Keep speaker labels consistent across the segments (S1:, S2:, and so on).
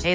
S1: Hey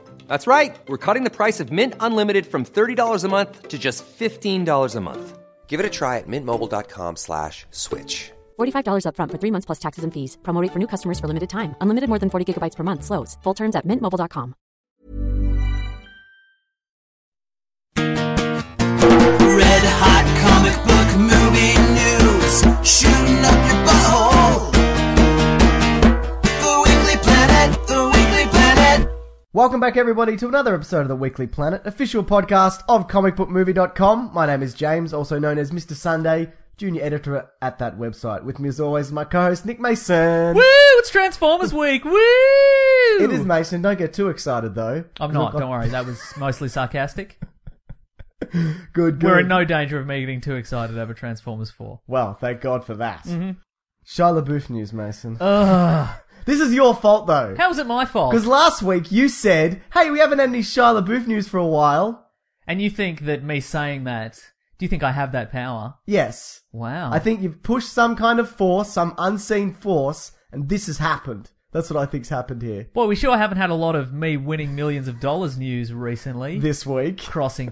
S2: That's right. We're cutting the price of Mint Unlimited from $30 a month to just $15 a month. Give it a try at mintmobile.com slash switch.
S3: $45 upfront for three months plus taxes and fees. Promo rate for new customers for limited time. Unlimited more than 40 gigabytes per month. Slows. Full terms at mintmobile.com.
S4: Red hot comic book movie news, shooting up your butthole. The Weekly Planet, the Weekly Planet.
S5: Welcome back, everybody, to another episode of the Weekly Planet, official podcast of comicbookmovie.com. My name is James, also known as Mr. Sunday, junior editor at that website. With me, as always, is my co host, Nick Mason.
S6: Woo! It's Transformers Week. Woo!
S5: It is Mason. Don't get too excited, though.
S6: I'm not. Don't worry. That was mostly sarcastic.
S5: Good, good.
S6: We're in no danger of me getting too excited over Transformers Four.
S5: Well, thank God for that.
S6: Mm-hmm.
S5: Shia LaBeouf news, Mason.
S6: Ugh.
S5: this is your fault, though.
S6: How is it my fault?
S5: Because last week you said, hey, we haven't had any Shia LaBeouf news for a while.
S6: And you think that me saying that? Do you think I have that power?
S5: Yes.
S6: Wow.
S5: I think you've pushed some kind of force, some unseen force, and this has happened. That's what I think's happened here
S6: Boy, we sure haven't had a lot of me winning millions of dollars news recently.
S5: this week.
S6: crossing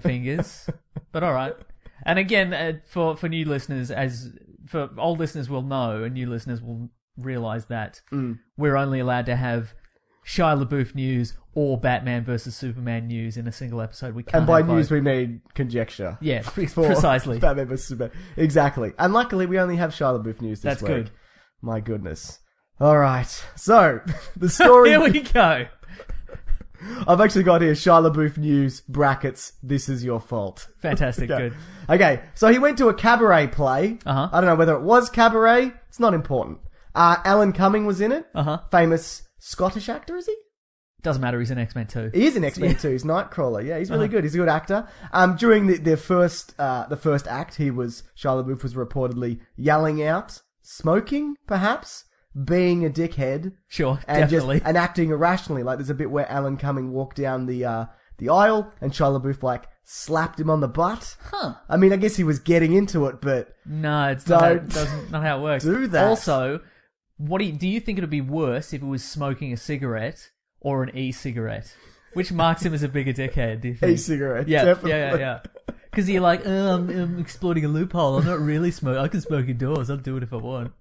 S6: fingers. but all right. And again, uh, for for new listeners, as for old listeners will know, and new listeners will realize that
S5: Mm.
S6: we're only allowed to have Shia LaBeouf news or Batman versus Superman news in a single episode. We can't.
S5: And by
S6: have both.
S5: news, we mean conjecture.
S6: Yeah,
S5: For
S6: precisely.
S5: Batman vs Superman. Exactly. And luckily, we only have Shia LaBeouf news this
S6: That's
S5: week.
S6: good.
S5: My goodness. All right. So the story
S6: Here we go.
S5: I've actually got here: Shia LaBeouf news brackets. This is your fault.
S6: Fantastic. Good.
S5: Okay, so he went to a cabaret play.
S6: Uh-huh.
S5: I don't know whether it was cabaret. It's not important. Uh, Alan Cumming was in it.
S6: Uh-huh.
S5: Famous Scottish actor, is he?
S6: Doesn't matter. He's an X Men too.
S5: He is in X Men 2. He's Nightcrawler. Yeah, he's really
S6: Uh-huh.
S5: good. He's a good actor. Um, during the, their first uh, the first act, he was Shia LaBeouf was reportedly yelling out, smoking, perhaps, being a dickhead,
S6: Sure.
S5: and
S6: definitely.
S5: just and acting irrationally. Like there's a bit where Alan Cumming walked down the uh, the aisle and Shia LaBeouf like slapped him on the butt.
S6: Huh.
S5: I mean, I guess he was getting into it, but
S6: No, it's not how,
S5: Don't
S6: doesn't, not how it works.
S5: do that.
S6: Also, what do you, do you think it would be worse if it was smoking a cigarette or an e-cigarette? Which marks him as a bigger dickhead, do you think?
S5: E-cigarette,
S6: Yeah,
S5: definitely.
S6: yeah, yeah, yeah. Because you're like, oh, I'm, I'm exploiting a loophole. I'm not really smoking. I can smoke indoors. I'll do it if I want.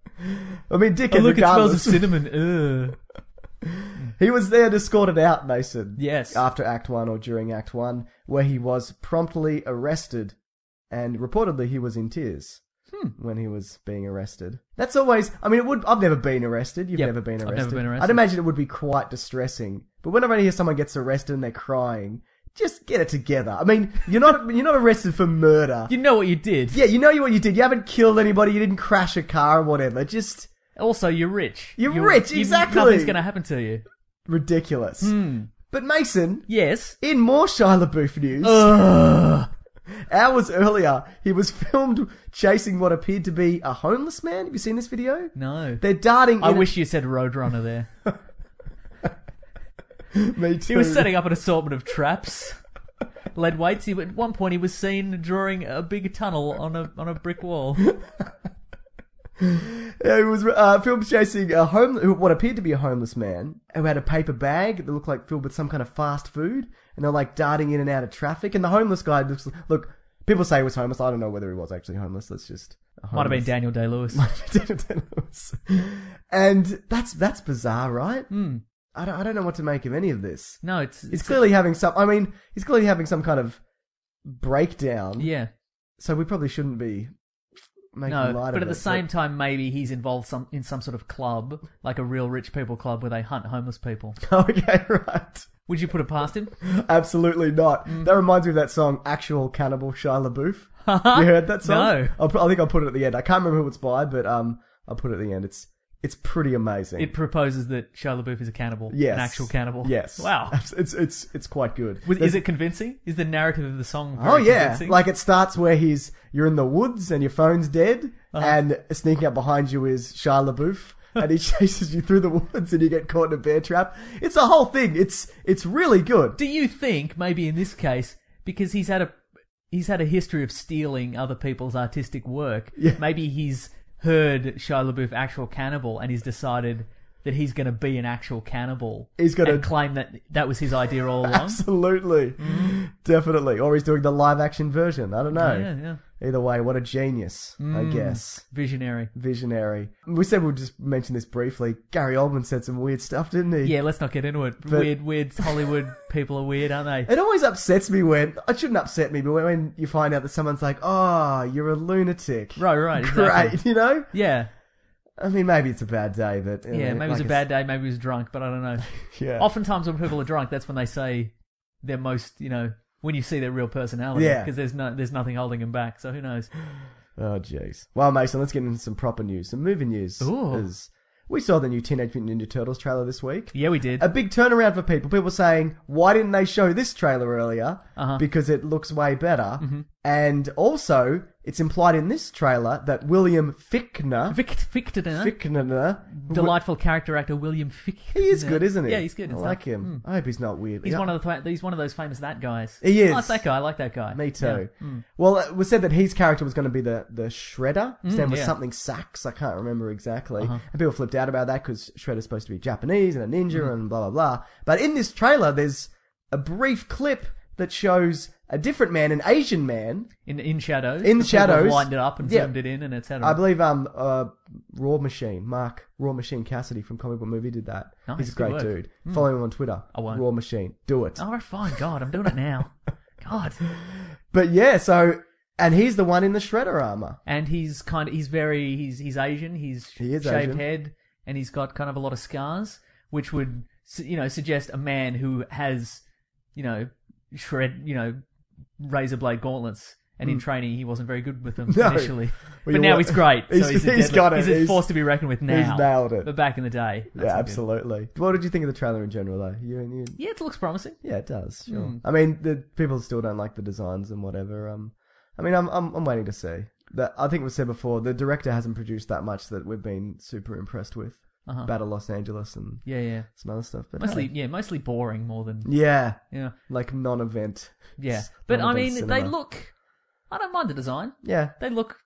S5: I mean,
S6: Oh,
S5: dickhead.
S6: look, it smells
S5: regardless.
S6: of cinnamon. Ugh.
S5: He was there to sort it out, Mason.
S6: Yes.
S5: After Act 1 or during Act 1, where he was promptly arrested. And reportedly, he was in tears
S6: Hmm.
S5: when he was being arrested. That's always, I mean, it would, I've never been arrested. You've
S6: Yep,
S5: never been
S6: I've
S5: arrested.
S6: never been
S5: I'd
S6: arrested.
S5: imagine it would be quite distressing. But whenever I hear someone gets arrested and they're crying, just get it together. I mean, you're not, you're not arrested for murder.
S6: You know what you did.
S5: yeah, you know what you did. You haven't killed anybody. You didn't crash a car or whatever. Just,
S6: Also, you're rich.
S5: You're rich,
S6: you-
S5: exactly.
S6: Nothing's going to happen to you.
S5: ridiculous.
S6: Hmm.
S5: But Mason,
S6: Yes.
S5: in more Shia LaBeouf news,
S6: Ugh.
S5: hours earlier, he was filmed chasing what appeared to be a homeless man. Have you seen this video?
S6: No.
S5: They're darting.
S6: I
S5: in
S6: wish you said Roadrunner there.
S5: me too.
S6: He was setting up an assortment of traps, lead weights. He, at one point, he was seen drawing a big tunnel on a on a brick wall.
S5: Yeah, he was uh, filmed chasing a home, who- what appeared to be a homeless man who had a paper bag that looked like filled with some kind of fast food, and they're like darting in and out of traffic. And the homeless guy looks look. People say he was homeless. I don't know whether he was actually homeless. That's just a
S6: Might have been
S5: homeless-
S6: Daniel Day Lewis.
S5: and that's that's bizarre, right?
S6: Hmm.
S5: I don't I don't know what to make of any of this.
S6: No, it's,
S5: He's
S6: it's
S5: clearly having some. I mean, he's clearly having some kind of breakdown.
S6: yeah.
S5: So we probably shouldn't be making
S6: No,
S5: light of
S6: but at
S5: it,
S6: the same time, maybe he's involved some in some sort of club, like a real rich people club where they hunt homeless people.
S5: okay, right.
S6: Would you put it past him?
S5: Absolutely not.
S6: Mm.
S5: That reminds me of that song, Actual Cannibal, Shia LaBeouf. you heard that song? Oh.
S6: No.
S5: I'll, pu- I think I'll put it at the end. I can't remember who it's by, but um, I'll put it at the end. It's it's pretty amazing.
S6: It proposes that Shia LaBeouf is a cannibal,
S5: yes.
S6: an actual cannibal.
S5: Yes.
S6: Wow.
S5: Abs- It's it's it's quite good.
S6: Was, is it convincing? Is the narrative of the song? Very
S5: Oh yeah,
S6: convincing?
S5: like it starts where he's you're in the woods and your phone's dead,
S6: Uh-huh.
S5: and sneaking up behind you is Shia LaBeouf, and he chases you through the woods, and you get caught in a bear trap. It's a whole thing. It's it's really good.
S6: Do you think maybe in this case because he's had a he's had a history of stealing other people's artistic work?
S5: Yeah.
S6: Maybe he's heard Shia LaBeouf actual cannibal and he's decided that he's going to be an actual cannibal.
S5: He's gonna-
S6: and claim that that was his idea all along.
S5: Absolutely, definitely. Or he's doing the live action version. I don't know.
S6: Mm-hmm. Yeah, yeah. Mm.
S5: Either way, what a genius, I guess.
S6: Visionary.
S5: Visionary. We said we'll just mention this briefly. Gary Oldman said some weird stuff, didn't he?
S6: Yeah, let's not get into it. weird, weird Hollywood people are weird, aren't they?
S5: It always upsets me when it shouldn't upset me, but when, when you find out that someone's like, "Oh, you're a lunatic,"
S6: Right, right,
S5: great,
S6: exactly.
S5: you know.
S6: Yeah,
S5: I mean, maybe it's a bad day, but you
S6: yeah.
S5: know,
S6: Maybe it was
S5: like
S6: a bad day. Maybe he was drunk, but I don't know.
S5: Yeah,
S6: Oftentimes, when people are drunk, that's when they say their most, you know, when you see their real personality.
S5: Yeah.
S6: Because there's no, there's nothing holding them back. So who knows?
S5: oh jeez. Well, Mason, let's get into some proper news, some movie news.
S6: Ooh.
S5: 'cause we saw the new Teenage Mutant Ninja Turtles trailer this week.
S6: Yeah, we did.
S5: A big turnaround for people. People saying, "Why didn't they show this trailer earlier?
S6: Uh-huh. Mm-hmm.
S5: Because it looks way better." And also, it's implied in this trailer that William Fickner,
S6: Vic, Victor,
S5: Fickner,
S6: delightful character actor William Fick.
S5: He is good, isn't he?
S6: Yeah, he's good.
S5: I
S6: It's
S5: like
S6: not-
S5: him. I hope he's not weird.
S6: He's one of the th- he's one of those famous that guys.
S5: He
S6: I like
S5: is.
S6: that guy. I like that guy.
S5: Me
S6: Yeah. Mm.
S5: too. Well, it was said that his character was going to be the, the Shredder. His name was
S6: Mm, yeah. Uh-huh.
S5: something Sacks. I can't remember exactly. And people flipped out about that because Shredder's supposed to be Japanese and a ninja
S6: Mm-hmm.
S5: and blah, blah, blah. But in this trailer, there's a brief clip that shows a different man, an Asian man.
S6: In in shadows.
S5: In
S6: the people
S5: Shadows.
S6: lined it up and
S5: Yeah.
S6: zoomed it in and etc.
S5: I believe um uh Raw Machine Mark Raw Machine Cassidy from Comic Book Movie did that.
S6: Nice,
S5: He's a
S6: good
S5: great
S6: work. Mm.
S5: dude. Follow him on Twitter.
S6: I won't.
S5: Raw Machine, do it.
S6: Oh, fine. God, I'm doing it now. God.
S5: But yeah, so and he's the one in the Shredder armor.
S6: And he's kind of he's very he's he's Asian. He's
S5: He is
S6: shaved
S5: Asian.
S6: head, and he's got kind of a lot of scars, which would su- you know suggest a man who has you know shred you know razor blade gauntlets. And in training, he wasn't very good with them
S5: Hmm. No.
S6: initially,
S5: Well, you
S6: but now
S5: wa-
S6: he's great. So
S5: He's-
S6: he's, a
S5: he's
S6: deadly-
S5: got it.
S6: He's a
S5: He's-
S6: force to be reckoned with now.
S5: nailed it.
S6: But back in the day, that's
S5: yeah,
S6: not good.
S5: absolutely. What did you think of the trailer in general, though? You, you
S6: Yeah, it looks promising.
S5: yeah, it does. Sure.
S6: Hmm.
S5: I mean, the people still don't like the designs and whatever. Um, I mean, I'm I'm, I'm waiting to see. That I think we've said before, the director hasn't produced that much that we've been super impressed with. Battle Los Angeles and
S6: Yeah, yeah.
S5: some other stuff, but
S6: Uh-huh. Mostly,
S5: hey.
S6: yeah, mostly boring more than
S5: yeah,
S6: yeah,
S5: like non-event.
S6: yeah.
S5: It's
S6: But I
S5: non-event
S6: mean, they
S5: cinema.
S6: look. I don't mind the design.
S5: yeah.
S6: they look.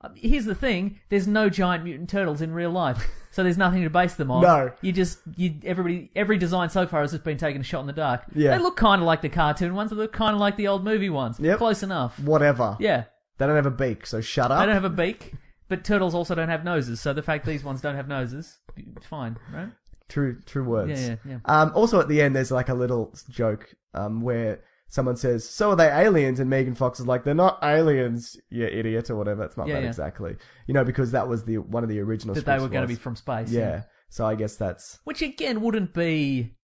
S6: uh, Here's the thing: there's no giant mutant turtles in real life, so there's nothing to base them on.
S5: No.
S6: you just you everybody every design so far has just been taken a shot in the dark.
S5: Yeah.
S6: they look kind of like the cartoon ones. They look kind of like the old movie ones.
S5: Yep.
S6: close enough.
S5: Whatever.
S6: Yeah,
S5: They don't have a beak, so shut up.
S6: they don't have a beak, but turtles also don't have noses. So the fact these ones don't have noses, it's fine, right?
S5: True, true words.
S6: Yeah, yeah, yeah.
S5: Um, also, at the end, there's like a little joke um, where someone says, "So are they aliens?" and Megan Fox is like, "They're not aliens, you idiot," or whatever. It's not
S6: Yeah,
S5: that
S6: yeah.
S5: exactly, you know, because that was the one of the original.
S6: That they
S5: scripts
S6: were going to
S5: was.
S6: be from space.
S5: Yeah. So I guess that's
S6: which again wouldn't be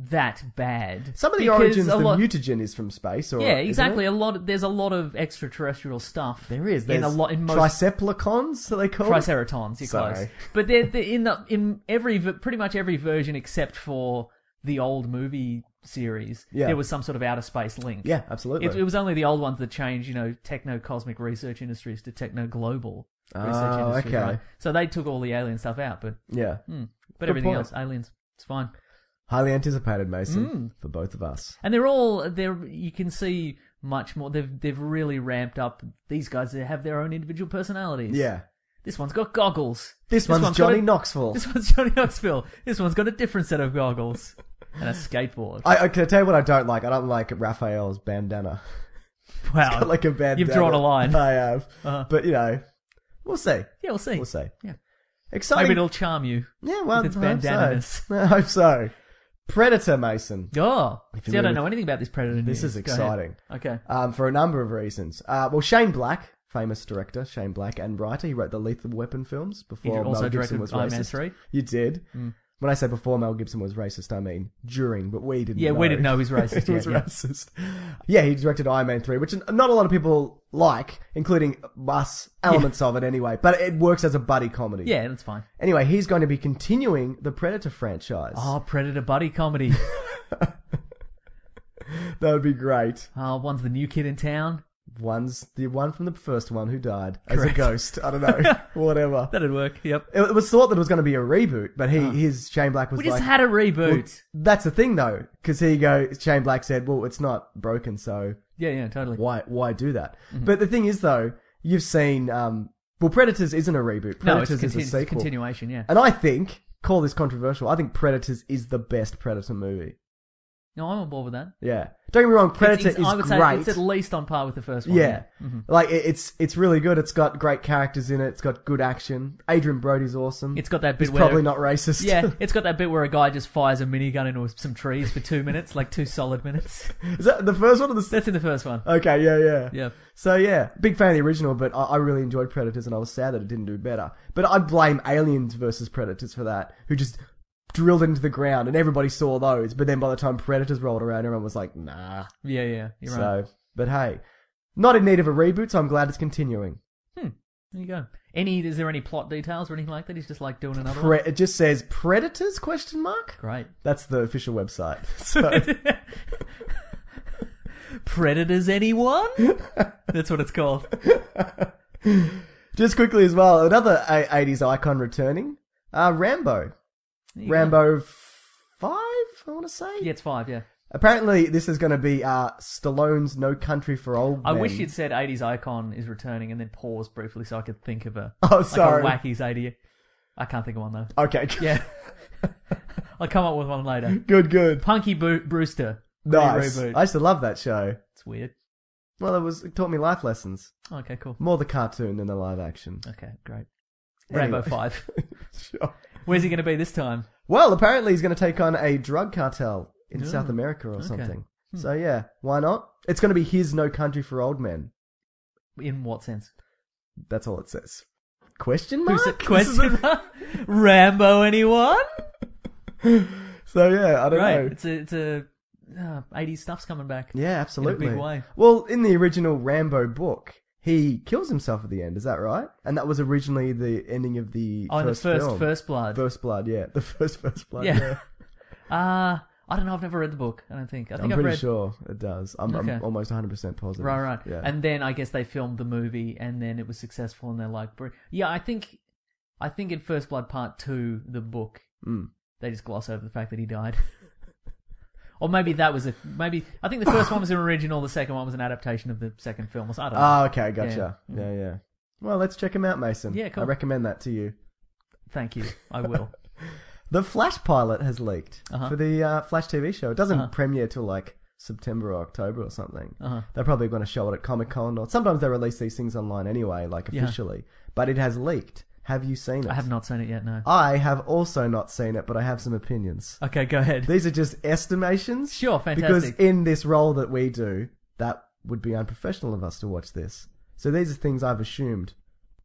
S6: that bad.
S5: some of the
S6: because
S5: origins.
S6: a
S5: The
S6: lot-
S5: mutagen is from space, or
S6: Yeah,
S5: isn't
S6: exactly.
S5: it?
S6: A lot. Of, there's a lot of extraterrestrial stuff.
S5: There is. There's
S6: in a lot in most
S5: triceplicons. Are they called
S6: Triceratons. You're
S5: Sorry.
S6: close. But they're, they're in the in every ver- pretty much every version except for the old movie series.
S5: Yeah.
S6: there was some sort of outer space link.
S5: Yeah, absolutely.
S6: It, it was only the old ones that changed, you know, techno cosmic research industries to techno global research
S5: Oh,
S6: industries.
S5: okay.
S6: Right? So they took all the alien stuff out, but
S5: yeah,
S6: but everything
S5: point.
S6: else, aliens, it's fine.
S5: highly anticipated, Mason,
S6: Hmm.
S5: for both of us.
S6: And they're all they're you can see much more. They've they've really ramped up. These guys they have their own individual personalities.
S5: Yeah.
S6: This one's got goggles.
S5: This, one's,
S6: got a-
S5: Johnny Knoxville.
S6: This one's Johnny Knoxville. This one's got a different set of goggles and a skateboard.
S5: I, I can I tell you what I don't like. I don't like Raphael's bandana.
S6: wow,
S5: like a bandana.
S6: You've drawn a line. Uh-huh.
S5: I have. But you know, we'll see.
S6: yeah, we'll see.
S5: We'll see.
S6: Yeah. Maybe
S5: Exciting.
S6: it'll charm you.
S5: yeah, well,
S6: it's
S5: I hope so.
S6: bandananous.
S5: I hope so. Predator Mason.
S6: Oh,
S5: you
S6: see, I
S5: really-
S6: don't know anything about this predator.
S5: This
S6: news.
S5: is
S6: Go ahead.
S5: exciting.
S6: Okay.
S5: Um, for a number of reasons. Uh, well, Shane Black famous director Shane Black and writer. He wrote the Lethal Weapon films
S6: He
S5: before
S6: also
S5: Mel Gibson
S6: directed
S5: was
S6: Iron Man Mm.
S5: racist.
S6: 3.
S5: You did. When I say before Mel Gibson was racist, I mean during, but we didn't.
S6: Yeah,
S5: know.
S6: we didn't know he was racist
S5: he was
S6: yet, yeah.
S5: racist. Yeah, he directed Iron Man three, which not a lot of people like, including us. Elements of it anyway, but it works as a buddy comedy.
S6: Yeah, that's fine.
S5: Anyway, he's going to be continuing the Predator franchise.
S6: Oh, Predator buddy comedy.
S5: That would be great.
S6: Oh, one's the new kid in town.
S5: One's the one from the first one who died as a
S6: Correct.
S5: ghost. I don't know. Whatever.
S6: That'd work. Yep.
S5: It it was thought that it was going to be a reboot, but he, his Shane Black was
S6: Ah. We just
S5: like,
S6: had a reboot.
S5: "That's the thing, though," because here you go. Shane Black said, "Well, it's not broken, so
S6: yeah, yeah, totally.
S5: why why do that?"
S6: Mm-hmm.
S5: But the thing is, though, you've seen, um, well, Predators isn't a reboot.
S6: No, it's,
S5: Predators
S6: conti-
S5: is
S6: it's
S5: a
S6: a
S5: sequel,
S6: continuation. Yeah.
S5: and I think call this controversial. I think Predators is the best Predator movie.
S6: No, I'm on board with that.
S5: Yeah, don't get me wrong, Predator
S6: It's-
S5: is
S6: I would
S5: great.
S6: say it's at least on par with the first one. Mm-hmm.
S5: Yeah, like it, it's it's really good. It's got great characters in it. It's got good action. Adrian Brody's awesome.
S6: It's got that bit
S5: He's
S6: where-
S5: probably not racist.
S6: Yeah, it's got that bit where a guy just fires a minigun into some trees for two minutes, like two solid minutes.
S5: is that the first one or the? s-
S6: That's in the first one.
S5: Okay, yeah, yeah,
S6: Yeah.
S5: So yeah, big fan of the original, but I, I really enjoyed Predators, and I was sad that it didn't do better. But I blame Aliens versus Predators for that, who just drilled into the ground, and everybody saw those. But then by the time Predators rolled around, everyone was like, nah.
S6: Yeah, yeah, you're
S5: so,
S6: right.
S5: but hey, not in need of a reboot, so I'm glad it's continuing.
S6: There you go. Any? Is there any plot details or anything like that? He's just like doing another.
S5: Pre-
S6: one?
S5: it just says Predators question mark.
S6: Great.
S5: That's the official website. So
S6: Predators, anyone? That's what it's called.
S5: just quickly as well, another a- 80s icon returning, uh, Rambo.
S6: There you go.
S5: Rambo 5, I want to say.
S6: Yeah, it's five. Yeah.
S5: Apparently this is going to be uh, Stallone's No Country for Old
S6: I
S5: Men.
S6: wish you'd said '80s icon is returning and then paused briefly so I could think of a
S5: Oh, sorry.
S6: like a wacky's '80. I can't think of one though.
S5: Okay.
S6: Yeah, I'll come up with one later.
S5: good, good.
S6: Punky Bru- Brewster. Great
S5: Nice.
S6: reboot.
S5: I used to love that show.
S6: It's weird.
S5: Well, it was it taught me life lessons.
S6: Okay, cool.
S5: More the cartoon than the live action.
S6: Okay, great. Rainbow
S5: Anyway.
S6: Five.
S5: Sure.
S6: Where's he going to be this time?
S5: Well, apparently he's going to take on a drug cartel in South America or
S6: Oh, okay. Hmm.
S5: something. So yeah, why not? It's going to be his No Country for Old Men.
S6: In what sense?
S5: That's all it says. Question mark.
S6: Who's it?
S5: This is a-
S6: Question mark? Rambo? Anyone?
S5: so yeah, I don't
S6: Right.
S5: know.
S6: It's a it's a uh, '80s stuff's coming back.
S5: Yeah, absolutely.
S6: way.
S5: Well, in the original Rambo book, he kills himself at the end. Is that right? And that was originally the ending of the
S6: Oh, and the
S5: first
S6: first
S5: film.
S6: First Blood.
S5: First blood. Yeah, the first first blood.
S6: Yeah.
S5: Yeah,
S6: Uh, I don't know. I've never read the book. I don't think. I think
S5: I'm
S6: have
S5: pretty
S6: read.
S5: sure it does. I'm,
S6: Okay.
S5: I'm almost 100 percent positive.
S6: Right, right.
S5: Yeah.
S6: And then I guess they filmed the movie, and then it was successful, and they're like, "Br- yeah, I think, I think in First Blood Part Two, the book,
S5: Hmm.
S6: they just gloss over the fact that he died. Or maybe that was a maybe. I think the first one was an original. The second one was an adaptation of the second film. Or so, I don't know.
S5: Ah, okay, gotcha. Yeah. yeah, Well, let's check him out, Mason.
S6: Yeah, cool.
S5: I recommend that to you.
S6: Thank you. I will.
S5: The Flash pilot has leaked
S6: Uh-huh.
S5: for the uh, Flash TV show. It doesn't
S6: Uh-huh.
S5: premiere till like September or October or something.
S6: Uh-huh.
S5: They're probably going to show it at Comic Con or sometimes they release these things online anyway, like
S6: Yeah.
S5: officially. But it has leaked. Have you seen it?
S6: I have not seen it yet. No.
S5: I have also not seen it, but I have some opinions.
S6: Okay, go ahead.
S5: These are just estimations.
S6: Sure,
S5: Because
S6: fantastic.
S5: in this role that we do, that would be unprofessional of us to watch this. So these are things I've assumed.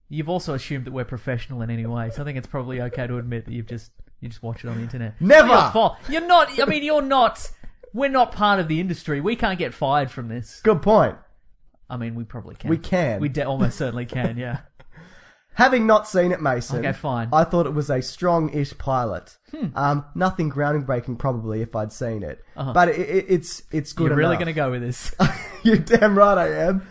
S6: You've also assumed that we're professional in any way, so I think it's probably okay to admit that you've just you just watch it on the internet.
S5: Never!
S6: It's your fault. You're not. I mean, you're not. We're not part of the industry. We can't get fired from this.
S5: Good point.
S6: I mean, we probably can.
S5: We can.
S6: We de- almost certainly can. Yeah.
S5: Having not seen it, Mason.
S6: Okay, fine. Hmm.
S5: I thought it was a strong-ish pilot. Um, nothing groundbreaking, probably, if I'd seen it. But it, it, it's it's good.
S6: Uh-huh. You're really
S5: enough.
S6: going to go Uh-huh. with this.
S5: You're damn right, I am.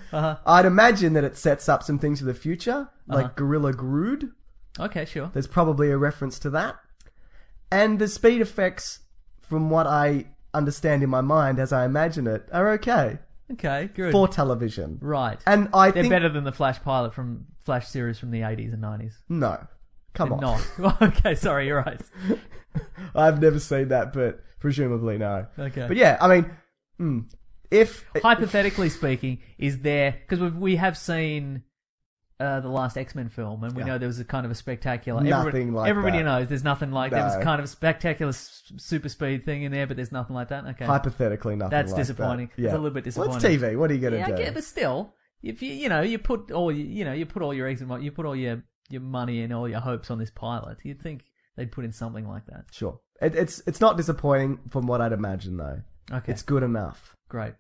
S5: I'd imagine that it sets up some things for the future,
S6: Uh-huh.
S5: like Gorilla Grood.
S6: okay, sure.
S5: There's probably a reference to that, and the speed effects, from what I understand in my mind as I imagine it, are okay
S6: Okay, good.
S5: for television.
S6: right.
S5: And I
S6: They're
S5: think
S6: better than the Flash pilot from Flash series from the 80s and 90s.
S5: no, come on,
S6: Not. okay, sorry, you're right.
S5: I've never seen that, but presumably no.
S6: Okay.
S5: But yeah, I mean, mm, if
S6: hypothetically speaking, is there because we we have seen uh, the last X Men film, and we know there was a kind of a spectacular. everybody,
S5: Nothing like
S6: everybody
S5: that.
S6: knows there's nothing like there was
S5: No.
S6: kind of a spectacular s- super speed thing in there, but there's nothing like that. Okay,
S5: hypothetically nothing,
S6: That's
S5: like
S6: disappointing.
S5: That.
S6: It's a little bit
S5: Well, it's
S6: disappointing.
S5: TV. What are you gonna
S6: yeah, I
S5: do?
S6: get it, but still, if you you know you put all you you know you put all your eggs in one- you put all your your money and all your hopes on this pilot, you'd think they'd put in something like that.
S5: Sure. It, it's it's not disappointing from what I'd imagine though.
S6: Okay,
S5: It's good enough.
S6: great.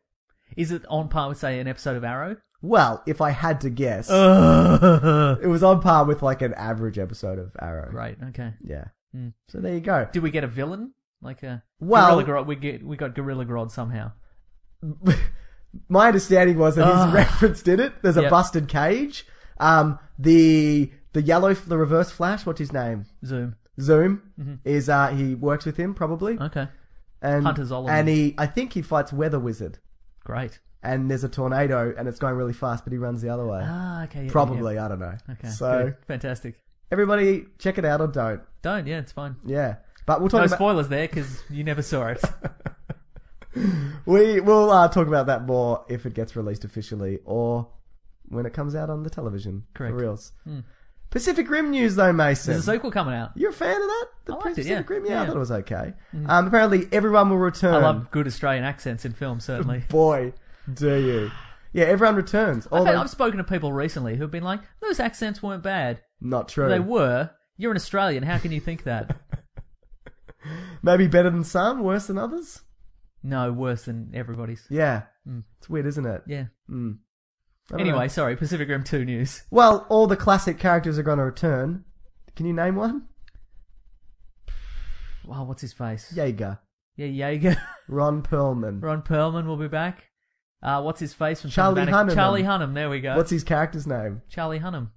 S6: Is it on par with say an episode of Arrow?
S5: Well, if I had to guess, it was on par with like an average episode of Arrow.
S6: Great. Okay.
S5: Yeah.
S6: Hmm.
S5: So there you go.
S6: Did we get a villain? Like a
S5: Well-
S6: Gorilla Grodd, we get we got Gorilla Grodd somehow.
S5: My understanding was that he's referenced in it. There's a
S6: Yep.
S5: busted cage. Um, the the yellow, the reverse flash. What's his name?
S6: Zoom.
S5: Zoom is uh he works with him probably.
S6: Mm-hmm. Okay.
S5: and
S6: Hunter Zolomon.
S5: and he I think he fights Weather Wizard.
S6: Great.
S5: And there's a tornado and it's going really fast, but he runs the other way.
S6: Ah, okay. yeah, yeah,
S5: probably
S6: yeah.
S5: I don't know.
S6: Okay.
S5: So
S6: good. fantastic.
S5: everybody check it out or don't.
S6: Don't. Yeah, it's fine.
S5: Yeah. But we'll talk
S6: No
S5: about
S6: spoilers there because you never saw it.
S5: we will uh, talk about that more if it gets released officially or when it comes out on the television.
S6: Correct. Hmm.
S5: For reals. Pacific Rim news though, Mason.
S6: There's a sequel coming out.
S5: You're a fan of that? The
S6: I liked it,
S5: Pacific
S6: yeah.
S5: Rim? Yeah,
S6: Yeah,
S5: I
S6: yeah.
S5: thought it was okay. Um, apparently everyone will return.
S6: I love good Australian accents in films, certainly.
S5: Boy, do you. Yeah, everyone returns. Oh,
S6: I've, had-
S5: Although,
S6: I've spoken to people recently who've been like, those accents weren't bad.
S5: not true.
S6: They were. You're an Australian. How can you think that?
S5: Maybe better than some, worse than others.
S6: no, worse than everybody's.
S5: Yeah. It's weird, isn't it?
S6: Yeah.
S5: I don't
S6: Hmm. Anyway,
S5: know.
S6: sorry. Pacific Rim 2 news.
S5: Well, all the classic characters are going to return. Can you name one?
S6: Wow, Oh, what's his face?
S5: Jaeger.
S6: Yeah, Jaeger.
S5: Ron Perlman.
S6: Ron Perlman will be back. Uh, what's his face from
S5: Charlie
S6: Sons of Anarchy?
S5: Hunnam.
S6: Charlie Hunnam. There we go.
S5: What's his character's name?
S6: Charlie Hunnam?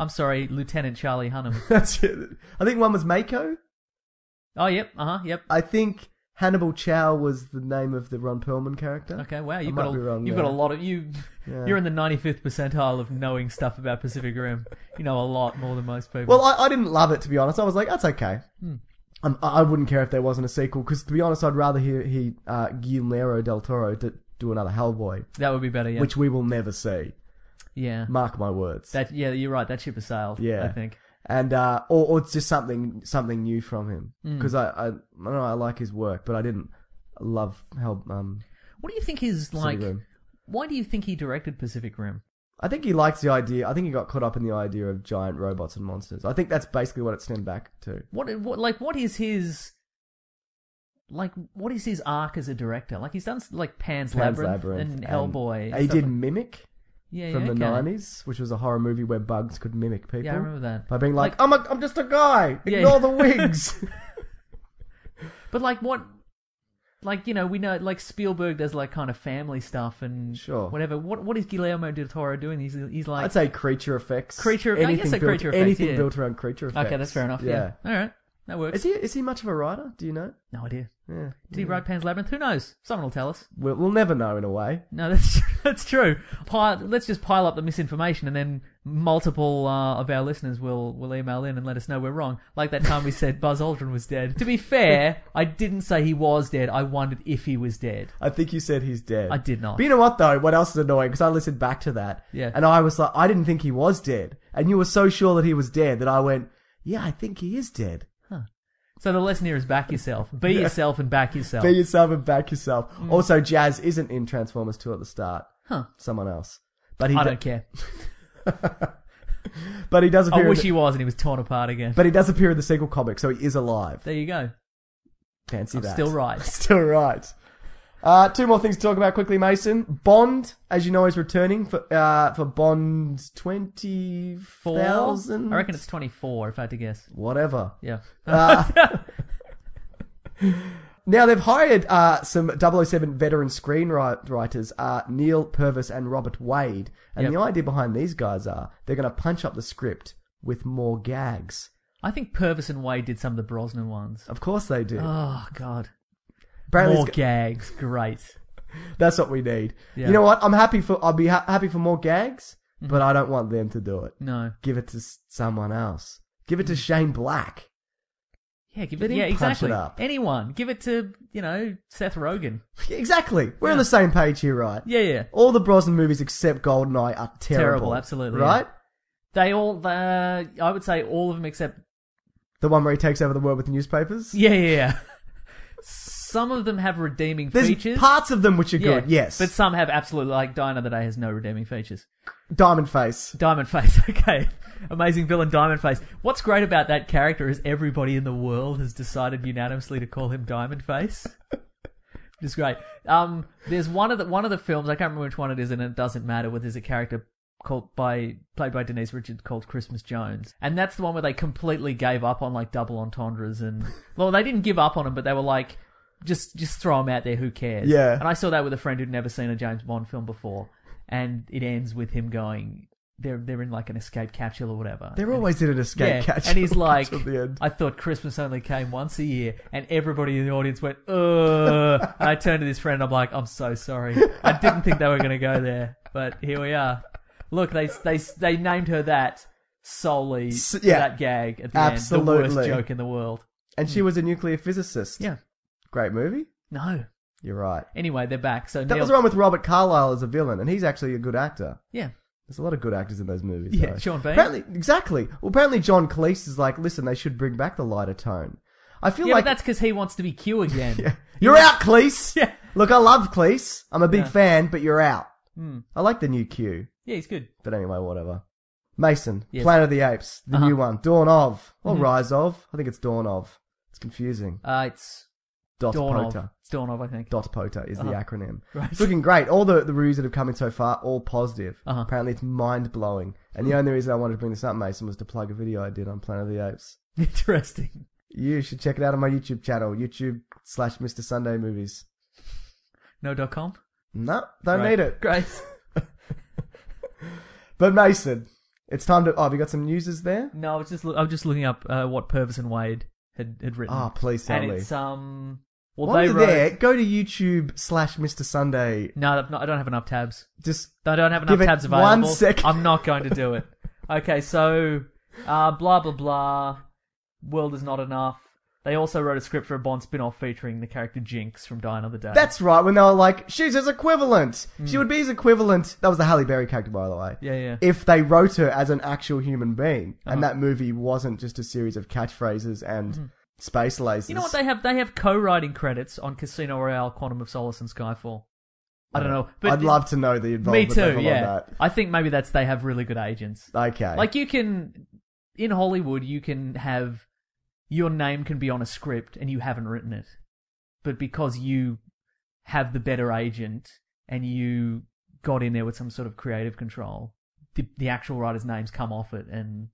S6: I'm sorry, Lieutenant Charlie Hunnam.
S5: That's it. I think one was Mako.
S6: Oh, yep. Uh huh. Yep.
S5: I think Hannibal Chow was the name of the Ron Perlman character.
S6: Okay. Wow.
S5: I
S6: You've
S5: might
S6: got
S5: be
S6: a,
S5: wrong
S6: you've
S5: there.
S6: got a lot of you.
S5: Yeah.
S6: You're in the 95th percentile of knowing stuff about Pacific Rim. You know a lot more than most people.
S5: Well, I, I didn't love it to be honest. I was like, that's okay.
S6: Hmm.
S5: Um, I, I wouldn't care if there wasn't a sequel because to be honest, I'd rather hear he uh, Guillermo del Toro to do another Hellboy,
S6: that would be better. Yeah.
S5: which we will never see.
S6: yeah.
S5: Mark my words.
S6: That yeah, you're right. That ship has sailed.
S5: Yeah.
S6: I think.
S5: and uh, or, or it's just something something new from him
S6: Hmm.
S5: because I, I I don't know I like his work, but I didn't love help. Um,
S6: What do you think is
S5: Pacific
S6: like?
S5: Rim.
S6: Why do you think he directed Pacific Rim?
S5: I think he likes the idea. I think he got caught up in the idea of giant robots and monsters. I think that's basically what it stemmed back to.
S6: What what like what is his? Like what is his arc as a director? Like he's done s- like Pan's,
S5: Pan's
S6: Labyrinth, and Hellboy. and
S5: he
S6: stuff
S5: did
S6: like-
S5: Mimic
S6: yeah,
S5: from
S6: yeah,
S5: the
S6: okay.
S5: nineties, which was a horror movie where bugs could mimic people.
S6: Yeah, I remember that. oh,
S5: By being like, I'm a, I'm just a guy.
S6: Yeah,
S5: Ignore
S6: yeah.
S5: the wigs. "Oh."
S6: But like what like you know, we know like Spielberg does like kind of family stuff and
S5: Sure.
S6: whatever. What what is Guillermo del Toro doing? He's he's like
S5: I'd say creature effects.
S6: Creature- I guess
S5: anything
S6: a
S5: built,
S6: creature effect,
S5: anything
S6: yeah.
S5: built around creature effects.
S6: Okay, that's fair enough. Yeah. All right. That works.
S5: Is he is he much of a writer? Do you know?
S6: No idea.
S5: Yeah.
S6: Did he write Pan's Labyrinth? Who knows? Someone will tell us.
S5: We'll, we'll never know in a way.
S6: No, that's that's true. Pile, let's just pile up the misinformation, and then multiple uh, of our listeners will will email in and let us know we're wrong. Like that time we said Buzz Aldrin was dead. To be fair, I didn't say he was dead. I wondered if he was dead.
S5: I think you said he's dead.
S6: I did not.
S5: But you know what though? What else is annoying? Because I listened back to that.
S6: Yeah.
S5: And I was like, I didn't think he was dead, and you were so sure that he was dead that I went, Yeah, I think he is dead.
S6: So the lesson here is back yourself. Be yourself and back yourself. Mm.
S5: Be yourself and back yourself. Also, Jazz isn't in Transformers Two at the start.
S6: Huh.
S5: Someone else. But he
S6: I
S5: do-
S6: don't care.
S5: But he does appear.
S6: I
S5: in
S6: wish
S5: the-
S6: he was, and he was torn apart again.
S5: But he does appear in the sequel comic, so he is alive.
S6: There you go.
S5: Fancy
S6: I'm
S5: that.
S6: still right.
S5: Still right. Uh, two more things to talk about quickly, Mason. Bond, as you know, is returning for uh, for Bond twenty
S6: Four.
S5: thousand. Uh,
S6: I reckon it's twenty-four. If I had to guess.
S5: whatever.
S6: Yeah. Uh,
S5: Now they've hired uh, some 007 veteran screenwriters, uh, Neil Purvis and Robert Wade, and
S6: Yep.
S5: the idea behind these guys are they're going to punch up the script with more gags.
S6: I think Purvis and Wade did some of the Brosnan ones.
S5: Of course they do.
S6: Oh God.
S5: Apparently
S6: More
S5: it's-
S6: gags. Great.
S5: That's what we need.
S6: Yeah. Mm-hmm.
S5: You know what? I'm happy for I'll be ha- happy for more gags, but I don't want them to do it.
S6: No.
S5: Give it to s- someone else. Give it to
S6: Mm-hmm.
S5: Shane Black.
S6: Yeah, give
S5: Let
S6: it.
S5: him
S6: Yeah,
S5: punch it
S6: exactly.
S5: up.
S6: Anyone, give it to you know Seth Rogen.
S5: exactly. We're on the same page here, right?
S6: Yeah, yeah.
S5: All the Brosnan movies except Goldeneye are terrible.
S6: Terrible, absolutely, yeah.
S5: Right?
S6: They all. Uh, I would say all of them except.
S5: The one where he takes over the world with the newspapers.
S6: Yeah, yeah. yeah. Some of them have redeeming
S5: There's
S6: features.
S5: parts of them which are
S6: Yeah,
S5: good, yes.
S6: But some have absolutely, like Die Another Day has no redeeming features.
S5: Diamond Face.
S6: Diamond Face, okay. Amazing villain Diamond Face. What's great about that character is everybody in the world has decided unanimously to call him Diamond Face. Which is great. Um, there's one of the one of the films, I can't remember which one it is, and it doesn't matter, where there's a character called by played by Denise Richards called Christmas Jones. And that's the one where they completely gave up on like double entendres and well, they didn't give up on them, but they were like just just throw them out there. Who cares?
S5: Yeah.
S6: And I saw that with a friend who'd never seen a James Bond film before, and it ends with him going, "They're they're in like an escape capsule or whatever."
S5: They're
S6: And-
S5: always in an escape
S6: yeah,
S5: catch.
S6: and he's like,
S5: at the end.
S6: "I thought Christmas only came once a year," and everybody in the audience went, "Ugh." and I turned to this friend, I'm like, "I'm so sorry. I didn't think they were going to go there, but here we are. Look, they they they named her that." Solely
S5: S-
S6: for
S5: yeah.
S6: that gag at the end, the
S5: Absolutely.
S6: worst joke in the world.
S5: and she was a nuclear physicist.
S6: Yeah,
S5: Great movie.
S6: no.
S5: You're right.
S6: Anyway, they're back. So
S5: That
S6: Neil,
S5: was wrong with Robert Carlyle as a villain, and he's actually a good actor.
S6: Yeah,
S5: There's a lot of good actors in those movies.
S6: Yeah,
S5: though.
S6: Sean Bean.
S5: Apparently, exactly. Well, apparently John Cleese is like, listen, they should bring back the lighter tone. I feel
S6: yeah,
S5: like
S6: but that's because he wants to be Q again.
S5: you're out, Cleese.
S6: Yeah.
S5: Look, I love Cleese. I'm a big
S6: Yeah. Hmm.
S5: fan, but you're out. I like the new Q,
S6: Yeah, he's good.
S5: but anyway, whatever. Mason,
S6: Yes.
S5: Planet of the Apes, the
S6: Uh-huh. Mm-hmm.
S5: new one, Dawn of or Rise of. I think it's Dawn of. It's confusing.
S6: Uh, it's
S5: Dot
S6: Dawn of.
S5: Pota.
S6: It's Dawn of, I think.
S5: Dot Pota is the acronym.
S6: Right.
S5: It's looking great. All the, the reviews that have come in so far, all positive.
S6: Uh-huh. Hmm.
S5: Apparently, it's mind blowing. And the only reason I wanted to bring this up, Mason, was to plug a video I did on Planet of the Apes.
S6: Interesting.
S5: You should check it out on my YouTube channel, YouTube slash Mr Sunday Movies.
S6: No dot com.
S5: No, don't
S6: Right.
S5: need it.
S6: Great.
S5: But Mason, it's time to. Oh, have you got some newses there?
S6: No, I was just loo- I was just looking up uh, what Purvis and Wade had had written.
S5: Oh, please tell
S6: and
S5: me.
S6: it's um. Well,
S5: While
S6: they
S5: you're
S6: wrote.
S5: there, go to YouTube slash Mr Sunday.
S6: No, I've not- I don't have enough tabs.
S5: Just
S6: I don't have enough
S5: Give it
S6: tabs
S5: one
S6: available.
S5: second.
S6: I'm not going to do it. Okay, so uh, blah blah blah. World is not enough. They also wrote a script for a Bond spin-off featuring the character Jinx from Die Another Day.
S5: that's right. When they were like, she's his equivalent. She would be his equivalent. That was the Halle Berry character, by the way.
S6: Hmm. yeah, yeah.
S5: if they wrote her as an actual human being and
S6: Uh-huh. Hmm.
S5: that movie wasn't just a series of catchphrases and space lasers.
S6: You know what they have? They have co-writing credits on Casino Royale, Quantum of Solace, and Skyfall. I don't know, but
S5: I'd love to know the
S6: me
S5: involvement
S6: too.
S5: level
S6: Yeah,
S5: on
S6: I think maybe that's they have really good agents.
S5: that. Okay.
S6: Like you can in Hollywood, you can have your name can be on a script and you haven't written it, but because you have the better agent and you got in there with some sort of creative control, the, the actual writer's names come off it. And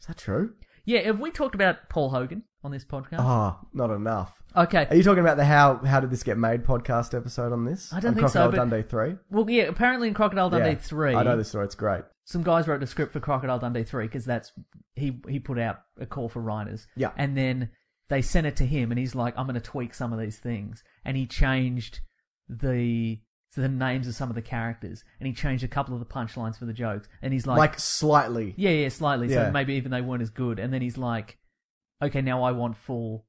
S5: is that true?
S6: yeah, have we talked about Paul Hogan on this podcast?
S5: Ah, not enough.
S6: Okay,
S5: Are you talking about the how how did this get made podcast episode on this?
S6: I don't
S5: on
S6: think so,
S5: Crocodile
S6: but-
S5: Dundee three.
S6: Well, yeah, apparently in Crocodile Dundee
S5: Yeah.
S6: 3,
S5: I know this story. It's great.
S6: some guys wrote a script for Crocodile Dundee 3 because that's, he, he put out a call for writers.
S5: Yeah.
S6: And then they sent it to him and he's like, I'm going to tweak some of these things. And he changed the, the names of some of the characters and he changed a couple of the punchlines for the jokes. And he's
S5: Like,
S6: like,
S5: slightly.
S6: yeah, yeah, slightly.
S5: Yeah.
S6: So maybe even they weren't as good. And then he's like, okay, now I want full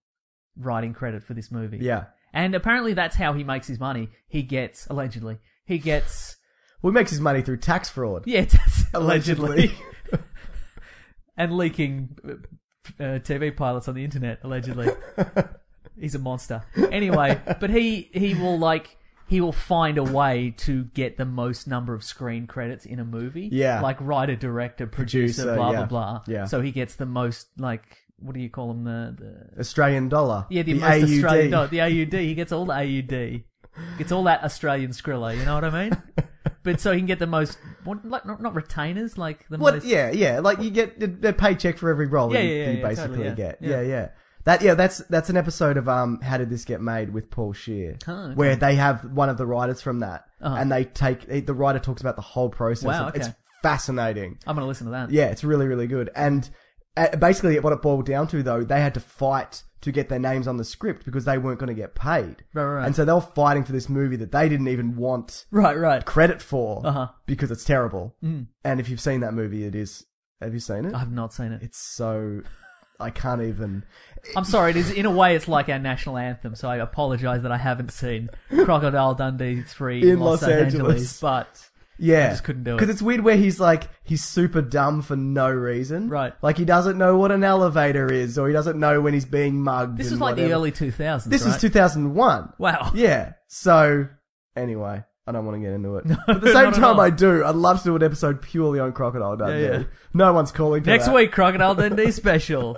S6: writing credit for this movie.
S5: Yeah.
S6: And apparently that's how he makes his money. He gets, allegedly, he gets,
S5: Well, he makes his money through tax fraud.
S6: Yeah, it does.
S5: Allegedly.
S6: and leaking uh, uh, TV pilots on the internet, allegedly. He's a monster. Anyway, but he he will like he will find a way to get the most number of screen credits in a movie.
S5: Yeah.
S6: like writer, director, producer,
S5: Producer,
S6: blah
S5: yeah.
S6: blah blah.
S5: Yeah.
S6: So he gets the most like what do you call them the, the
S5: Australian dollar.
S6: yeah, the, most Australian. No, the AUD. He gets all the AUD. Gets all that Australian skrilla. You know what I mean? but so he can get the most, what, like not, not retainers, like the
S5: What?
S6: most.
S5: Yeah, yeah. Like you get a a paycheck for every role
S6: Yeah,
S5: that you,
S6: yeah,
S5: that you
S6: yeah,
S5: basically
S6: totally, yeah.
S5: get. Yeah.
S6: Yeah.
S5: yeah, That yeah, that's that's an episode of um How Did This Get Made with Paul Shear,
S6: Oh, okay.
S5: where they have one of the writers from that,
S6: Uh-huh.
S5: and they take the writer talks about the whole process.
S6: Wow,
S5: of- It's
S6: okay.
S5: fascinating.
S6: I'm gonna listen to that.
S5: Yeah, it's really really good. And uh, basically, what it boiled down to though, they had to fight to get their names on the script because they weren't going to get paid.
S6: Right, right, right.
S5: And so they were fighting for this movie that they didn't even want
S6: Right, right.
S5: credit for
S6: Uh-huh. Mm.
S5: because it's terrible. And if you've seen that movie, it is. Have you seen it?
S6: I've not seen it.
S5: It's so. I can't even.
S6: I'm sorry. It is in a way, it's like our national anthem. So I apologize that I haven't seen Crocodile Dundee three
S5: In Los Angeles.
S6: but
S5: Yeah,
S6: I just couldn't do it.
S5: because it's weird where he's like he's super dumb for no reason,
S6: Right.
S5: Like he doesn't know what an elevator is, or he doesn't know when he's being mugged.
S6: This
S5: and
S6: was like the
S5: whatever.
S6: early 2000s.
S5: This
S6: right?
S5: is two thousand one.
S6: Wow.
S5: Yeah. So anyway, I don't want to get into it. at the
S6: not
S5: same
S6: at
S5: time,
S6: all.
S5: I do. I'd love to do an episode purely on Crocodile Dundee.
S6: Yeah, yeah.
S5: No one's calling. for
S6: Next
S5: that.
S6: week, Crocodile Dundee special.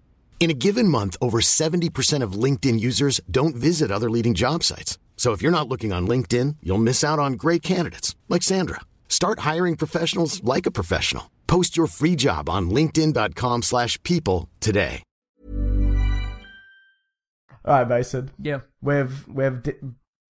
S7: In a given month, over 70% of LinkedIn users don't visit other leading job sites. So if you're not looking on LinkedIn, you'll miss out on great candidates like Sandra. Start hiring professionals like a professional. Post your free job on linkedin.com/people slash people today.
S5: All right, Mason.
S6: Yeah.
S5: We've we've di-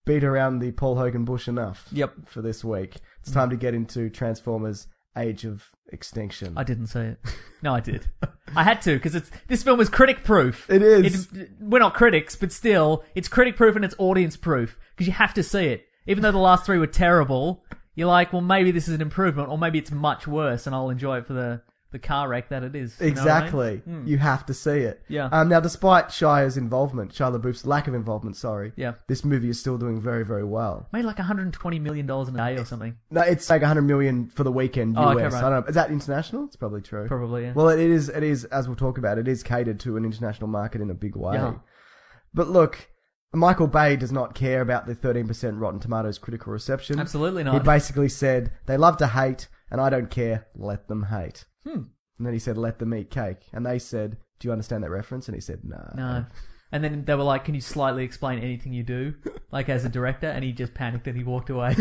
S5: beat around the Paul Hogan bush enough.
S6: Yep.
S5: For this week, it's time to get into Transformers: Age of Extinction.
S6: I didn't say it. No, I did. I had to because it's this film is critic proof.
S5: It is.
S6: It's, we're not critics, but still, it's critic proof and it's audience proof because you have to see it. Even though the last three were terrible, you're like, well, maybe this is an improvement, or maybe it's much worse, and I'll enjoy it for the the car wreck that it is. You know what I mean? Hmm.
S5: Exactly. You have to see it.
S6: Yeah.
S5: Um, now, despite Shia's involvement, Shia LaBeouf's lack of involvement, sorry.
S6: Yeah.
S5: This movie is still doing very, very well.
S6: Made like 120 million dollars in a day or something.
S5: No, it's like 100 million for the weekend US.
S6: Oh, okay, right.
S5: I don't know. Is that international? It's probably true.
S6: Probably, yeah.
S5: Well, it is. It is as we'll talk about. It is catered to an international market in a big way.
S6: Yeah.
S5: But look, Michael Bay does not care about the 13% Rotten Tomatoes critical reception.
S6: Absolutely
S5: He
S6: not.
S5: basically said they love to hate, and I don't care. Let them hate. Hmm. And then he said, "Let them eat cake." And they said, "Do you understand that reference?" And he said, "No."
S6: No. And then they were like, "Can you slightly explain anything you do, like as a director?" And he just panicked and he walked away.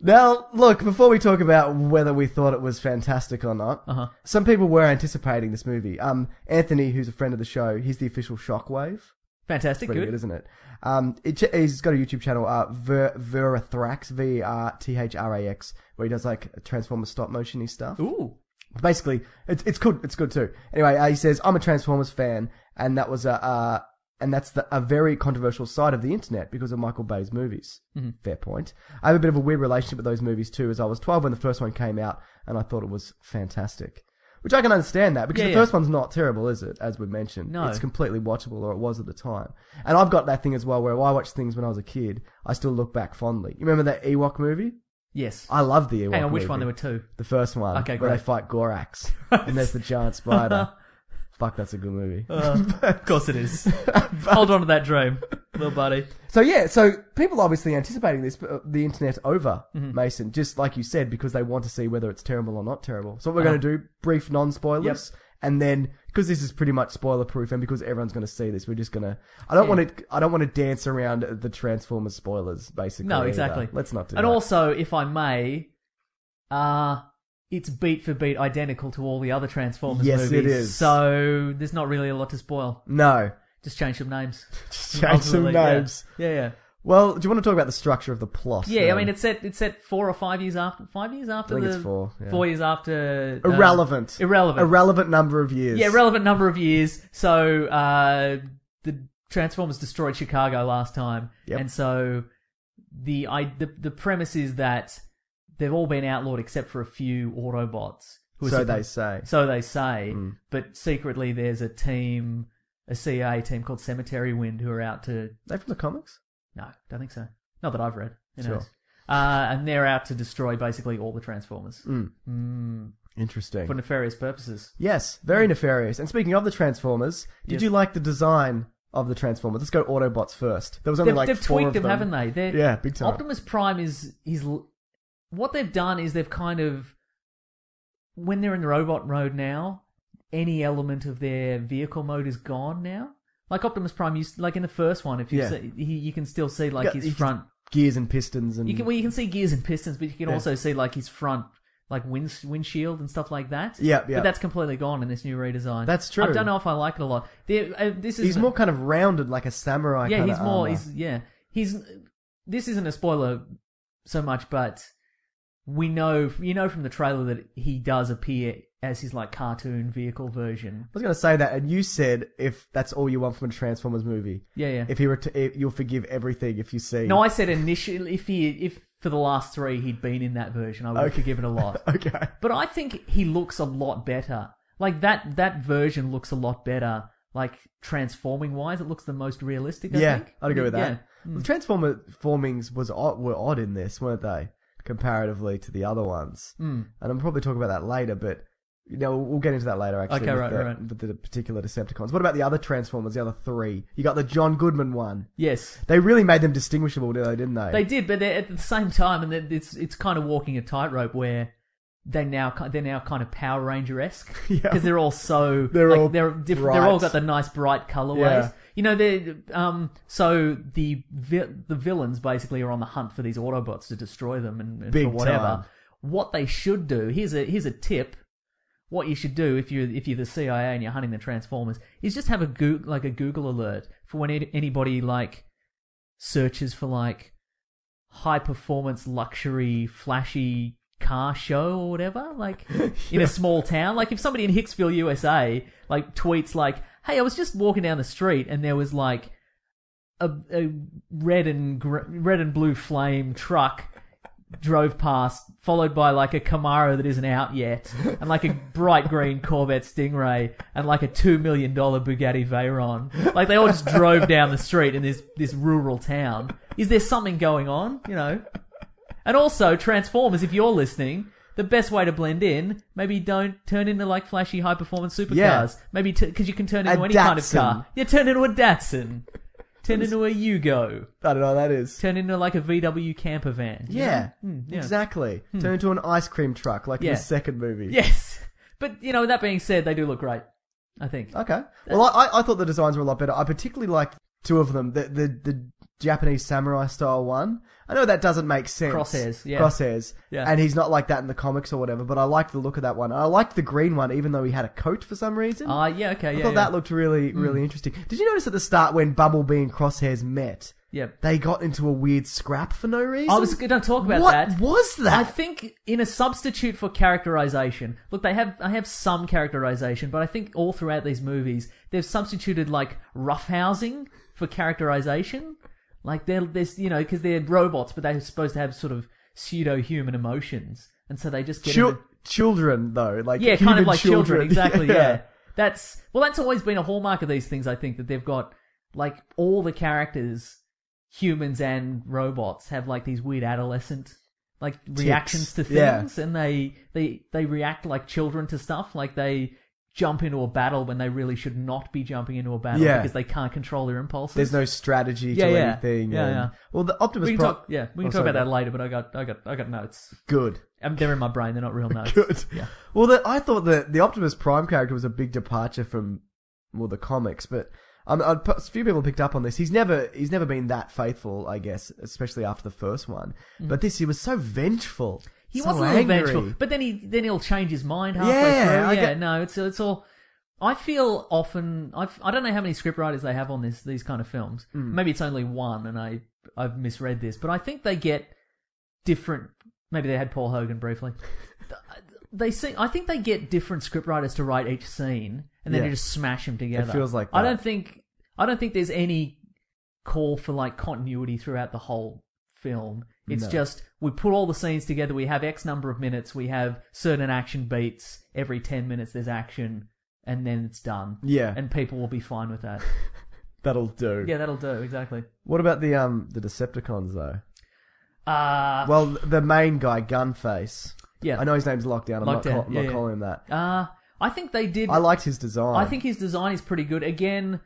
S5: Now, look, before we talk about whether we thought it was fantastic or not,
S6: Uh-huh.
S5: some people were anticipating this movie. Um, Anthony, who's a friend of the show, he's the official Shockwave.
S6: Fantastic,
S5: Pretty
S6: good.
S5: good, isn't it? Um, it, he's got a YouTube channel, uh, Ver, Verathrax, V E R T H R A X, where he does like Transformers stop motiony stuff.
S6: Ooh,
S5: Basically, it's it's good. It's good too. Anyway, uh, he says I'm a Transformers fan, and that was a uh, and that's the, a very controversial side of the internet because of Michael Bay's movies.
S6: Mm-hmm.
S5: Fair point. I have a bit of a weird relationship with those movies too, as I was 12 when the first one came out, and I thought it was fantastic. Which I can understand that because
S6: Yeah,
S5: the
S6: yeah.
S5: first one's not terrible, is it? As we mentioned,
S6: No.
S5: it's completely watchable, or it was at the time. And I've got that thing as well, where I watch things when I was a kid, I still look back fondly. You remember that Ewok movie?
S6: yes.
S5: I love the Ewok.
S6: Hang on, which
S5: movie.
S6: one? There were two.
S5: The first one.
S6: Okay,
S5: Where
S6: great.
S5: they fight Gorax. and there's the giant spider. Fuck, that's a good movie.
S6: Of course it is. Hold on to that dream, little buddy.
S5: so yeah, so people obviously anticipating this, but uh, the internet over,
S6: Mm-hmm. Uh-huh.
S5: Mason, just like you said, because they want to see whether it's terrible or not terrible. So what we're going to do, brief non-spoilers, And then, because this is pretty much spoiler proof, and because everyone's going to see this, we're just going to. I don't want to. I don't want to dance around the Transformers spoilers. Basically,
S6: No,
S5: either.
S6: exactly.
S5: Let's not do
S6: And
S5: that.
S6: also, if I may, uh it's beat for beat identical to all the other Transformers
S5: Yes,
S6: movies.
S5: it is.
S6: So there's not really a lot to spoil.
S5: no.
S6: Just change some names.
S5: Just change some
S6: Ultimately, yeah.
S5: names.
S6: Yeah, yeah.
S5: Well, do you want to talk about the structure of the plot?
S6: Yeah, I
S5: then?
S6: mean it's set it's set four or five years after five years after
S5: I think
S6: the
S5: it's four, yeah.
S6: years after uh,
S5: irrelevant.
S6: irrelevant.
S5: Irrelevant number of years.
S6: Yeah, relevant number of years. So uh, the Transformers destroyed Chicago last time,
S5: Yep.
S6: and so the, I, the the premise is that they've all been outlawed except for a few Autobots. are
S5: So
S6: suppo-
S5: they say. Hmm.
S6: So they say. But secretly, there's a team, a CIA team called Cemetery Wind, who are out to
S5: They from the comics?
S6: no, don't think so. Not that I've read. Who
S5: Sure.
S6: knows? Uh, and they're out to destroy basically all the Transformers
S5: Hmm.
S6: Mm,
S5: Interesting.
S6: for nefarious purposes.
S5: Yes, very nefarious. And speaking of the Transformers, did
S6: Hmm. Yes.
S5: you like the design of the Transformers? Let's go Autobots first. There was only
S6: They've,
S5: like
S6: they've
S5: four
S6: tweaked
S5: of
S6: them, haven't they? They're,
S5: Yeah, big time.
S6: Optimus Prime is he's l- what they've done is they've kind of when they're in the robot mode now, any element of their vehicle mode is gone now. Like Optimus Prime, used like in the first one, if you
S5: Yeah.
S6: see, he, you can still see like
S5: Yeah, you
S6: his
S5: can-
S6: front.
S5: Gears and pistons and
S6: You can well, you can see gears and pistons, but you can
S5: Yeah.
S6: also see like his front, like wind, windshield and stuff like that.
S5: Yeah, yeah.
S6: But that's completely gone in this new redesign.
S5: That's
S6: I
S5: true.
S6: don't know if I like it a lot. There, uh, this is
S5: he's more kind of rounded like a samurai.
S6: yeah,
S5: kinda uh,
S6: he's more.
S5: armor.
S6: He's yeah. He's. This isn't a spoiler so much, but we know you know from the trailer that he does appear as his like cartoon vehicle version.
S5: I was going to say that, and you said if that's all you want from a Transformers movie,
S6: Yeah, yeah.
S5: if he were to, if you'll forgive everything if you see.
S6: no, I said initially if he if for the last three he'd been in that version, I would
S5: Okay.
S6: have forgiven a lot.
S5: okay.
S6: But I think he looks a lot better. Like that that version looks a lot better. Like transforming wise, it looks the most realistic. I
S5: yeah,
S6: think.
S5: I'd agree with
S6: Yeah. Hmm. Mm.
S5: that. The Transformer formings was odd, were odd in this, weren't they? Comparatively to the other ones,
S6: Hmm.
S5: mm. and I'm probably talking about that later, but you know we'll get into that later. Actually,
S6: Okay,
S5: with
S6: right,
S5: the,
S6: right, right.
S5: with the particular Decepticons. What about the other Transformers? The other three? You got the John Goodman one.
S6: Yes.
S5: They really made them distinguishable, did they? Didn't they?
S6: They did, but they're at the same time, and then it's it's kind of walking a tightrope where they now ki- they're now kind of Power Ranger esque because
S5: Yeah.
S6: they're all so
S5: They're all
S6: they're different. They're all
S5: bright.
S6: got the nice bright colorways.
S5: Yeah.
S6: You know, they um so the vi- the villains basically are on the hunt for these Autobots to destroy them and, and
S5: Big
S6: for whatever.
S5: time.
S6: What they should do here's a here's a tip. What you should do if you are if you're the CIA and you're hunting the Transformers is just have a Goo- like a Google alert for when any- anybody like searches for like high performance luxury flashy car show or whatever like in a small town like if somebody in hicksville usa like tweets like hey i was just walking down the street and there was like a, a red and gr- red and blue flame truck drove past followed by like a camaro that isn't out yet and like a bright green corvette stingray and like a two million dollar bugatti veyron like they all just drove down the street in this this rural town is there something going on you know and also, Transformers, if you're listening, the best way to blend in, maybe don't turn into like flashy high performance supercars.
S5: Yeah.
S6: Maybe because you can turn into
S5: A
S6: any kind of
S5: Datsun.
S6: car. Yeah, turn into a Datsun. Turn into a Yugo.
S5: I don't know what that is.
S6: Turn into like a VW camper van. you
S5: yeah,
S6: know? Mm, yeah.
S5: exactly. Turn into an ice cream truck like in
S6: Yeah.
S5: the second movie.
S6: Yes. But, you know, that being said, they do look great, I think.
S5: Okay. Well, I, I- I thought the designs were a lot better. I particularly liked two of them. The the, the Japanese samurai style one. I know that doesn't make sense.
S6: Crosshairs, yeah.
S5: Crosshairs.
S6: Yeah.
S5: And he's not like that in the comics or whatever. But I liked the look of that one. And I liked the green one, even though he had a coat for some reason.
S6: Ah, yeah, okay,
S5: I
S6: yeah.
S5: thought
S6: yeah. Hmm.
S5: that looked really really interesting. Did you notice at the start when Bumblebee and Crosshairs met?
S6: Yeah.
S5: They got into a weird scrap for no reason.
S6: I was going to talk about
S5: what
S6: that.
S5: was that?
S6: I think in a substitute for characterization. Look, they have I have some characterization, but I think all throughout these movies they've substituted like roughhousing for characterization. Like they're this, you know, because they're robots, but they're supposed to have sort of pseudo human emotions, and so they just get
S5: Chil-
S6: into-
S5: children though, like
S6: yeah, kind
S5: human
S6: of like children, exactly. Yeah. that's well, that's always been a hallmark of these things. I think that they've got like all the characters, humans and robots, have like these weird adolescent like reactions to
S5: yeah.
S6: things, and they they they react like children to stuff. Like they jump into a battle when they really should not be jumping into a battle
S5: Yeah.
S6: because they can't control their impulses.
S5: There's no strategy
S6: Yeah,
S5: to
S6: yeah.
S5: anything.
S6: Yeah,
S5: and-
S6: yeah.
S5: Well, the Optimus
S6: we can
S5: Prime.
S6: talk, yeah,
S5: Oh,
S6: we can talk
S5: sorry,
S6: about that
S5: mate.
S6: later. But I got, I got, I got notes.
S5: Good.
S6: Um, they're in my brain. They're not real notes.
S5: Good.
S6: Yeah.
S5: Well, the, I thought that the Optimus Prime character was a big departure from well the comics, but um, a p- few people picked up on this. He's never he's never been that faithful, I guess, especially after the first one. But this he was so vengeful.
S6: Mm. He
S5: so
S6: wasn't
S5: angry.
S6: vengeful, but then he then he'll change his mind halfway
S5: Yeah,
S6: through.
S5: I
S6: yeah,
S5: get-
S6: no, it's it's all. I feel often I've, I don't know how many scriptwriters they have on this these kind of films.
S5: Hmm.
S6: Maybe it's only one, and I I've misread this, but I think they get different. Maybe they had Paul Hogan briefly. They see, I think they get different scriptwriters to write each scene, and then
S5: Yeah.
S6: you just smash them together.
S5: feels like
S6: I
S5: that.
S6: don't think I don't think there's any call for like continuity throughout the whole film. It's
S5: No.
S6: just we put all the scenes together. We have X number of minutes. We have certain action beats. Every ten minutes, there's action, and then it's done.
S5: Yeah.
S6: and people will be fine with that.
S5: That'll do.
S6: yeah, that'll do exactly.
S5: What about the um the Decepticons though?
S6: Uh
S5: Well, the main guy, Gunface.
S6: yeah.
S5: I know his name's Lockdown. I'm not,
S6: Lockdown,
S5: call- I'm not
S6: yeah, yeah.
S5: calling him that.
S6: Uh, I think they did.
S5: I liked his design.
S6: I think his design is pretty good. Again,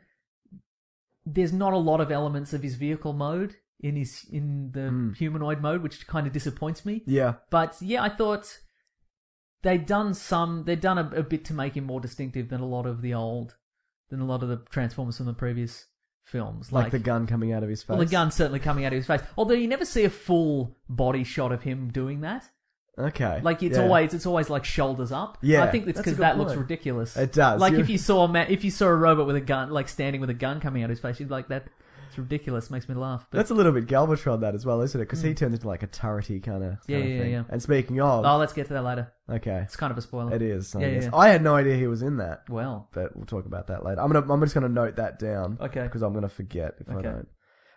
S6: there's not a lot of elements of his vehicle mode in his in the
S5: Hmm.
S6: humanoid mode, which kind of disappoints me.
S5: Yeah.
S6: But yeah, I thought they'd done some. They'd done a, a bit to make him more distinctive than a lot of the old, than a lot of the Transformers from the previous films.
S5: Like, the gun coming out of his face.
S6: Well, the gun certainly coming out of his face. Although you never see a full body shot of him doing that.
S5: Okay.
S6: Like it's
S5: Yeah.
S6: always it's always like shoulders up.
S5: Yeah,
S6: I think it's
S5: that's a
S6: because
S5: good
S6: that looks
S5: point.
S6: ridiculous.
S5: It does.
S6: Like
S5: You-
S6: if you saw a ma- if you saw a robot with a gun, like standing with a gun coming out of his face, you'd be like that. It's ridiculous. Makes me laugh. But
S5: That's a little bit Galvatron, that as well, isn't it? Because he turns into like a turrety kind of
S6: Mm. Yeah, yeah,
S5: thing.
S6: yeah.
S5: And speaking of,
S6: oh, let's get to that later.
S5: okay,
S6: It's kind of a spoiler.
S5: it is. I,
S6: yeah,
S5: guess.
S6: yeah.
S5: I had no idea he was in that,
S6: Well,
S5: but we'll talk about that later. I'm gonna, I'm just gonna note that down.
S6: Okay.
S5: Because I'm gonna forget if
S6: Okay.
S5: I don't.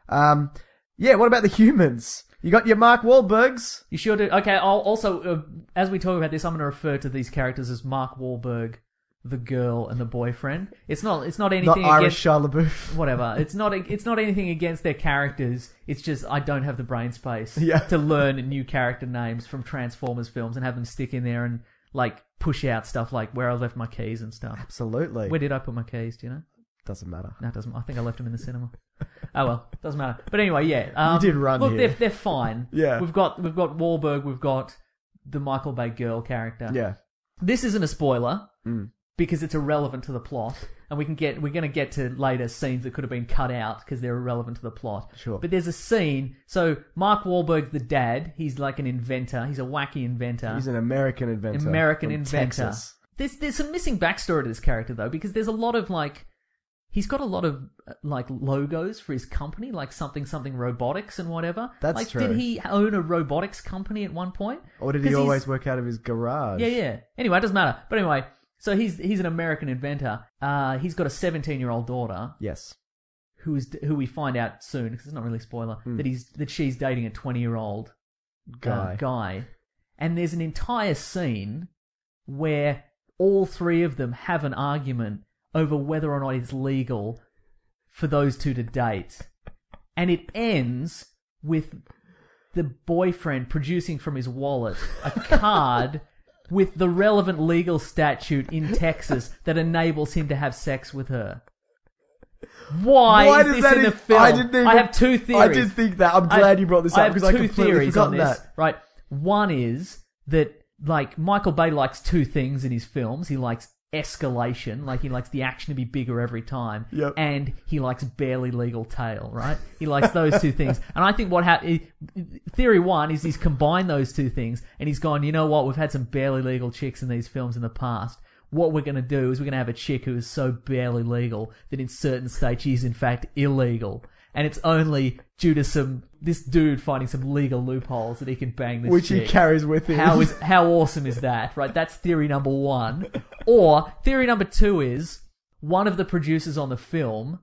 S5: Um, yeah. What about the humans? You got your Mark Wahlbergs.
S6: you sure do. Okay. I'll also uh, as we talk about this, I'm going to refer to these characters as Mark Wahlberg, the girl, and the boyfriend. It's not. It's not anything
S5: Not Irish
S6: against
S5: Shia LaBeouf.
S6: whatever. It's not. It's not anything against their characters. It's just I don't have the brain space
S5: Yeah.
S6: to learn new character names from Transformers films and have them stick in there and like push out stuff like where I left my keys and stuff.
S5: Absolutely.
S6: Where did I put my keys? Do you know?
S5: Doesn't matter.
S6: No, it doesn't. I think I left them in the cinema. Oh well, doesn't matter. But anyway, yeah. Um,
S5: did run
S6: Look,
S5: here.
S6: they're they're fine.
S5: Yeah.
S6: we've got we've got Wahlberg. We've got the Michael Bay girl character.
S5: Yeah. Mm.
S6: This isn't a spoiler because it's irrelevant to the plot, and we can get we're going to get to later scenes that could have been cut out because they're irrelevant to the plot.
S5: Sure.
S6: But there's a scene. So Mark Wahlberg's the dad. He's like an inventor. He's a wacky inventor.
S5: He's an American inventor.
S6: American
S5: from
S6: inventor.
S5: Texas.
S6: There's there's some missing backstory to this character though because there's a lot of like. He's got a lot of uh, like logos for his company, like something something robotics and whatever.
S5: That's
S6: like,
S5: true.
S6: Did he own a robotics company at one point?
S5: Or did
S6: 'Cause
S5: he
S6: he's-
S5: always work out of his garage?
S6: yeah, yeah. Anyway, it doesn't matter. But anyway, so he's he's an American inventor. Uh, he's got a 17 year old daughter
S5: Yes.
S6: who is who we find out soon because it's not really a spoiler that he's that she's dating a 20 year old
S5: Guy.
S6: guy. And there's an entire scene where all three of them have an argument over whether or not it's legal for those two to date, and it ends with the boyfriend producing from his wallet a card with the relevant legal statute in Texas that enables him to have sex with her. Why,
S5: Why
S6: is
S5: does
S6: this
S5: that
S6: in the
S5: is-
S6: film?
S5: I didn't even-
S6: I have two theories.
S5: I did think that. I'm glad
S6: I-
S5: you brought this
S6: I
S5: up
S6: have
S5: because I
S6: two
S5: completely
S6: theories on
S5: forgotten
S6: this.
S5: that.
S6: Right, one is that like Michael Bay likes two things in his films. He likes escalation, like he likes the action to be bigger every time,
S5: Yep.
S6: and he likes barely legal tale. Right, he likes those two things. And I think what ha- i- theory one is he's combined those two things, and he's gone. You know what? We've had some barely legal chicks in these films in the past. What we're going to do is we're going to have a chick who is so barely legal that in certain states she's in fact illegal. And it's only due to some this dude finding some legal loopholes that he can bang this
S5: Which he
S6: chick.
S5: carries with him.
S6: How is how awesome is that? Right, that's theory number one. Or theory number two is one of the producers on the film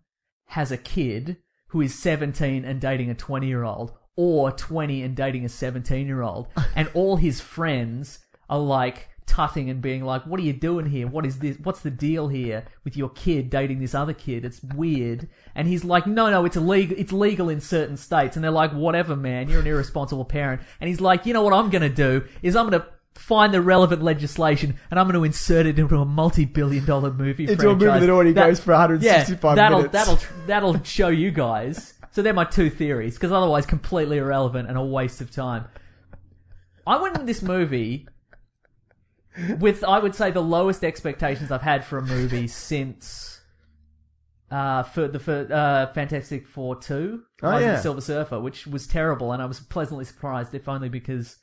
S6: has a kid who is 17 and dating a 20 year old, or 20 and dating a 17 year old, and all his friends are like tutting and being like, "What are you doing here? What is this? What's the deal here with your kid dating this other kid? It's weird." And he's like, "No, no, it's illegal. It's legal in certain states." And they're like, "Whatever, man. You're an irresponsible parent." And he's like, "You know what I'm gonna do is I'm gonna." find the relevant legislation, and I'm going to insert it into a multi-billion dollar movie
S5: Into a
S6: franchise.
S5: movie that already goes for 165
S6: yeah, that'll,
S5: minutes.
S6: That'll, that'll show you guys. So they're my two theories, because otherwise completely irrelevant and a waste of time. I went into this movie with, I would say, the lowest expectations I've had for a movie since uh, for the for, uh, Fantastic Four 2,
S5: Oh,
S6: Rise of
S5: yeah.
S6: the Silver Surfer, which was terrible, and I was pleasantly surprised, if only because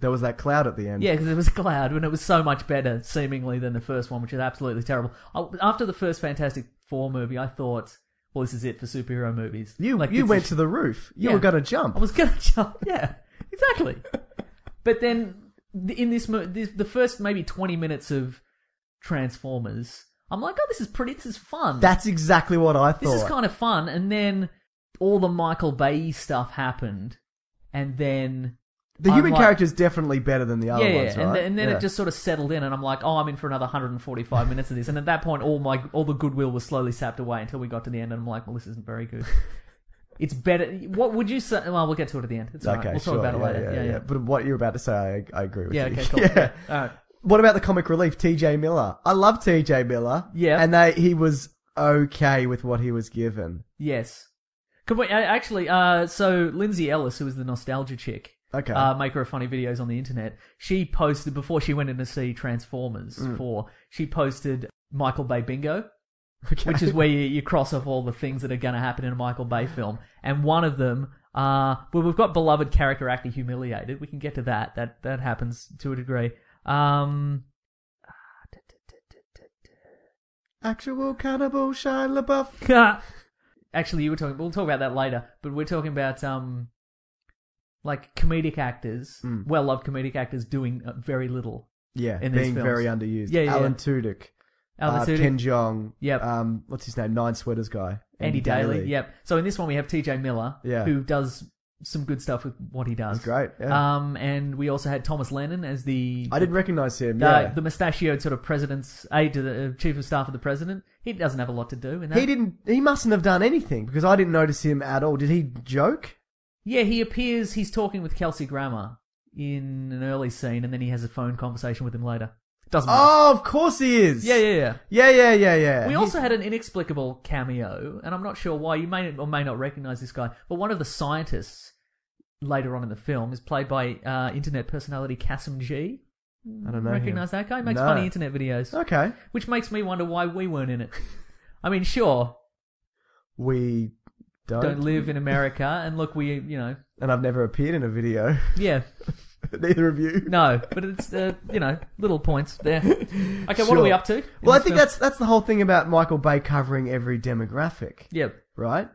S5: There was that cloud at the end.
S6: yeah, because it was Cloud, and it was so much better, seemingly, than the first one, which is absolutely terrible. I, after the first Fantastic Four movie, I thought, well, this is it for superhero movies.
S5: You
S6: Like,
S5: you
S6: this
S5: went
S6: is-
S5: to the roof. You
S6: Yeah.
S5: were gonna jump.
S6: I was gonna jump. Yeah, exactly. but then th- in this, mo- this, the first maybe twenty minutes of Transformers, I'm like, oh, this is pretty. This is fun.
S5: That's exactly what I thought.
S6: this is kind of fun. And then all the Michael Bay stuff happened, and then
S5: the
S6: I'm
S5: human
S6: like-
S5: character's definitely better than the other
S6: yeah,
S5: ones,
S6: yeah.
S5: right?
S6: And, th- and then
S5: Yeah.
S6: it just sort of settled in, and I'm like, oh, I'm in for another 145 minutes of this. And at that point, all my all the goodwill was slowly sapped away until we got to the end, and I'm like, well, this isn't very good. it's better. What would you say? Well, we'll get to it at the end. It's okay,
S5: okay,
S6: We'll talk
S5: sure,
S6: about it
S5: yeah,
S6: later. Yeah, yeah. yeah.
S5: But what you're about to say, I, I agree with you.
S6: okay, cool.
S5: Yeah.
S6: Yeah. All right.
S5: What about the comic relief, T.J. Miller? I love T.J. Miller.
S6: Yeah.
S5: and they, he was okay with what he was given.
S6: Yes. Could we, uh, actually, uh, so Lindsay Ellis, who is the nostalgia chick,
S5: Okay.
S6: uh, maker of funny videos on the internet, she posted, before she went in to see Transformers 4, she posted Michael Bay Bingo, which is where you, you cross off all the things that are going to happen in a Michael Bay film. And one of them, uh, well, we've got beloved character actor humiliated. We can get to that. That, that happens to a degree. Um,
S5: Actual cannibal Shia LaBeouf.
S6: actually you were talking we'll talk about that later but we're talking about um like comedic actors
S5: Hmm.
S6: well loved comedic actors doing uh, very little
S5: Yeah,
S6: in these
S5: being
S6: films.
S5: very underused.
S6: Yeah, yeah,
S5: Alan
S6: yeah.
S5: Tudyk.
S6: Alan
S5: uh,
S6: Tudyk.
S5: Ken Jeong.
S6: Yep.
S5: Um, what's his name? Nine Sweaters guy.
S6: Andy, Daly. yep so in this one we have TJ Miller
S5: Yeah.
S6: who does some good stuff with what he does
S5: He's great, yeah.
S6: um and we also had Thomas Lennon as the
S5: I didn't recognize him. Yeah.
S6: uh, the mustachioed sort of president's aide to the uh, chief of staff of the president he doesn't have a lot to do in that
S5: he didn't. He mustn't have done anything because I didn't notice him at all. Did he joke?
S6: Yeah, he appears. He's talking with Kelsey Grammer in an early scene, and then he has a phone conversation with him later. Doesn't matter.
S5: Oh, of course he is.
S6: Yeah, yeah, yeah.
S5: yeah, yeah, yeah, yeah.
S6: We
S5: He's-
S6: also had an inexplicable cameo, and I'm not sure why. You may or may not recognize this guy, but one of the scientists later on in the film is played by uh, internet personality Kasim G.
S5: I don't know.
S6: Recognize that guy? He Makes
S5: No.
S6: funny internet videos,
S5: him. Okay.
S6: which makes me wonder why we weren't in it. I mean, sure,
S5: We don't,
S6: don't live in America, and look, we, you know,
S5: and I've never appeared in a video.
S6: yeah,
S5: Neither of you.
S6: No, but it's uh, you know little points there. Okay, what
S5: Sure.
S6: are we up to? in
S5: Well, I
S6: this
S5: think
S6: film?
S5: that's that's the whole thing about Michael Bay covering every demographic,
S6: yeah,
S5: right?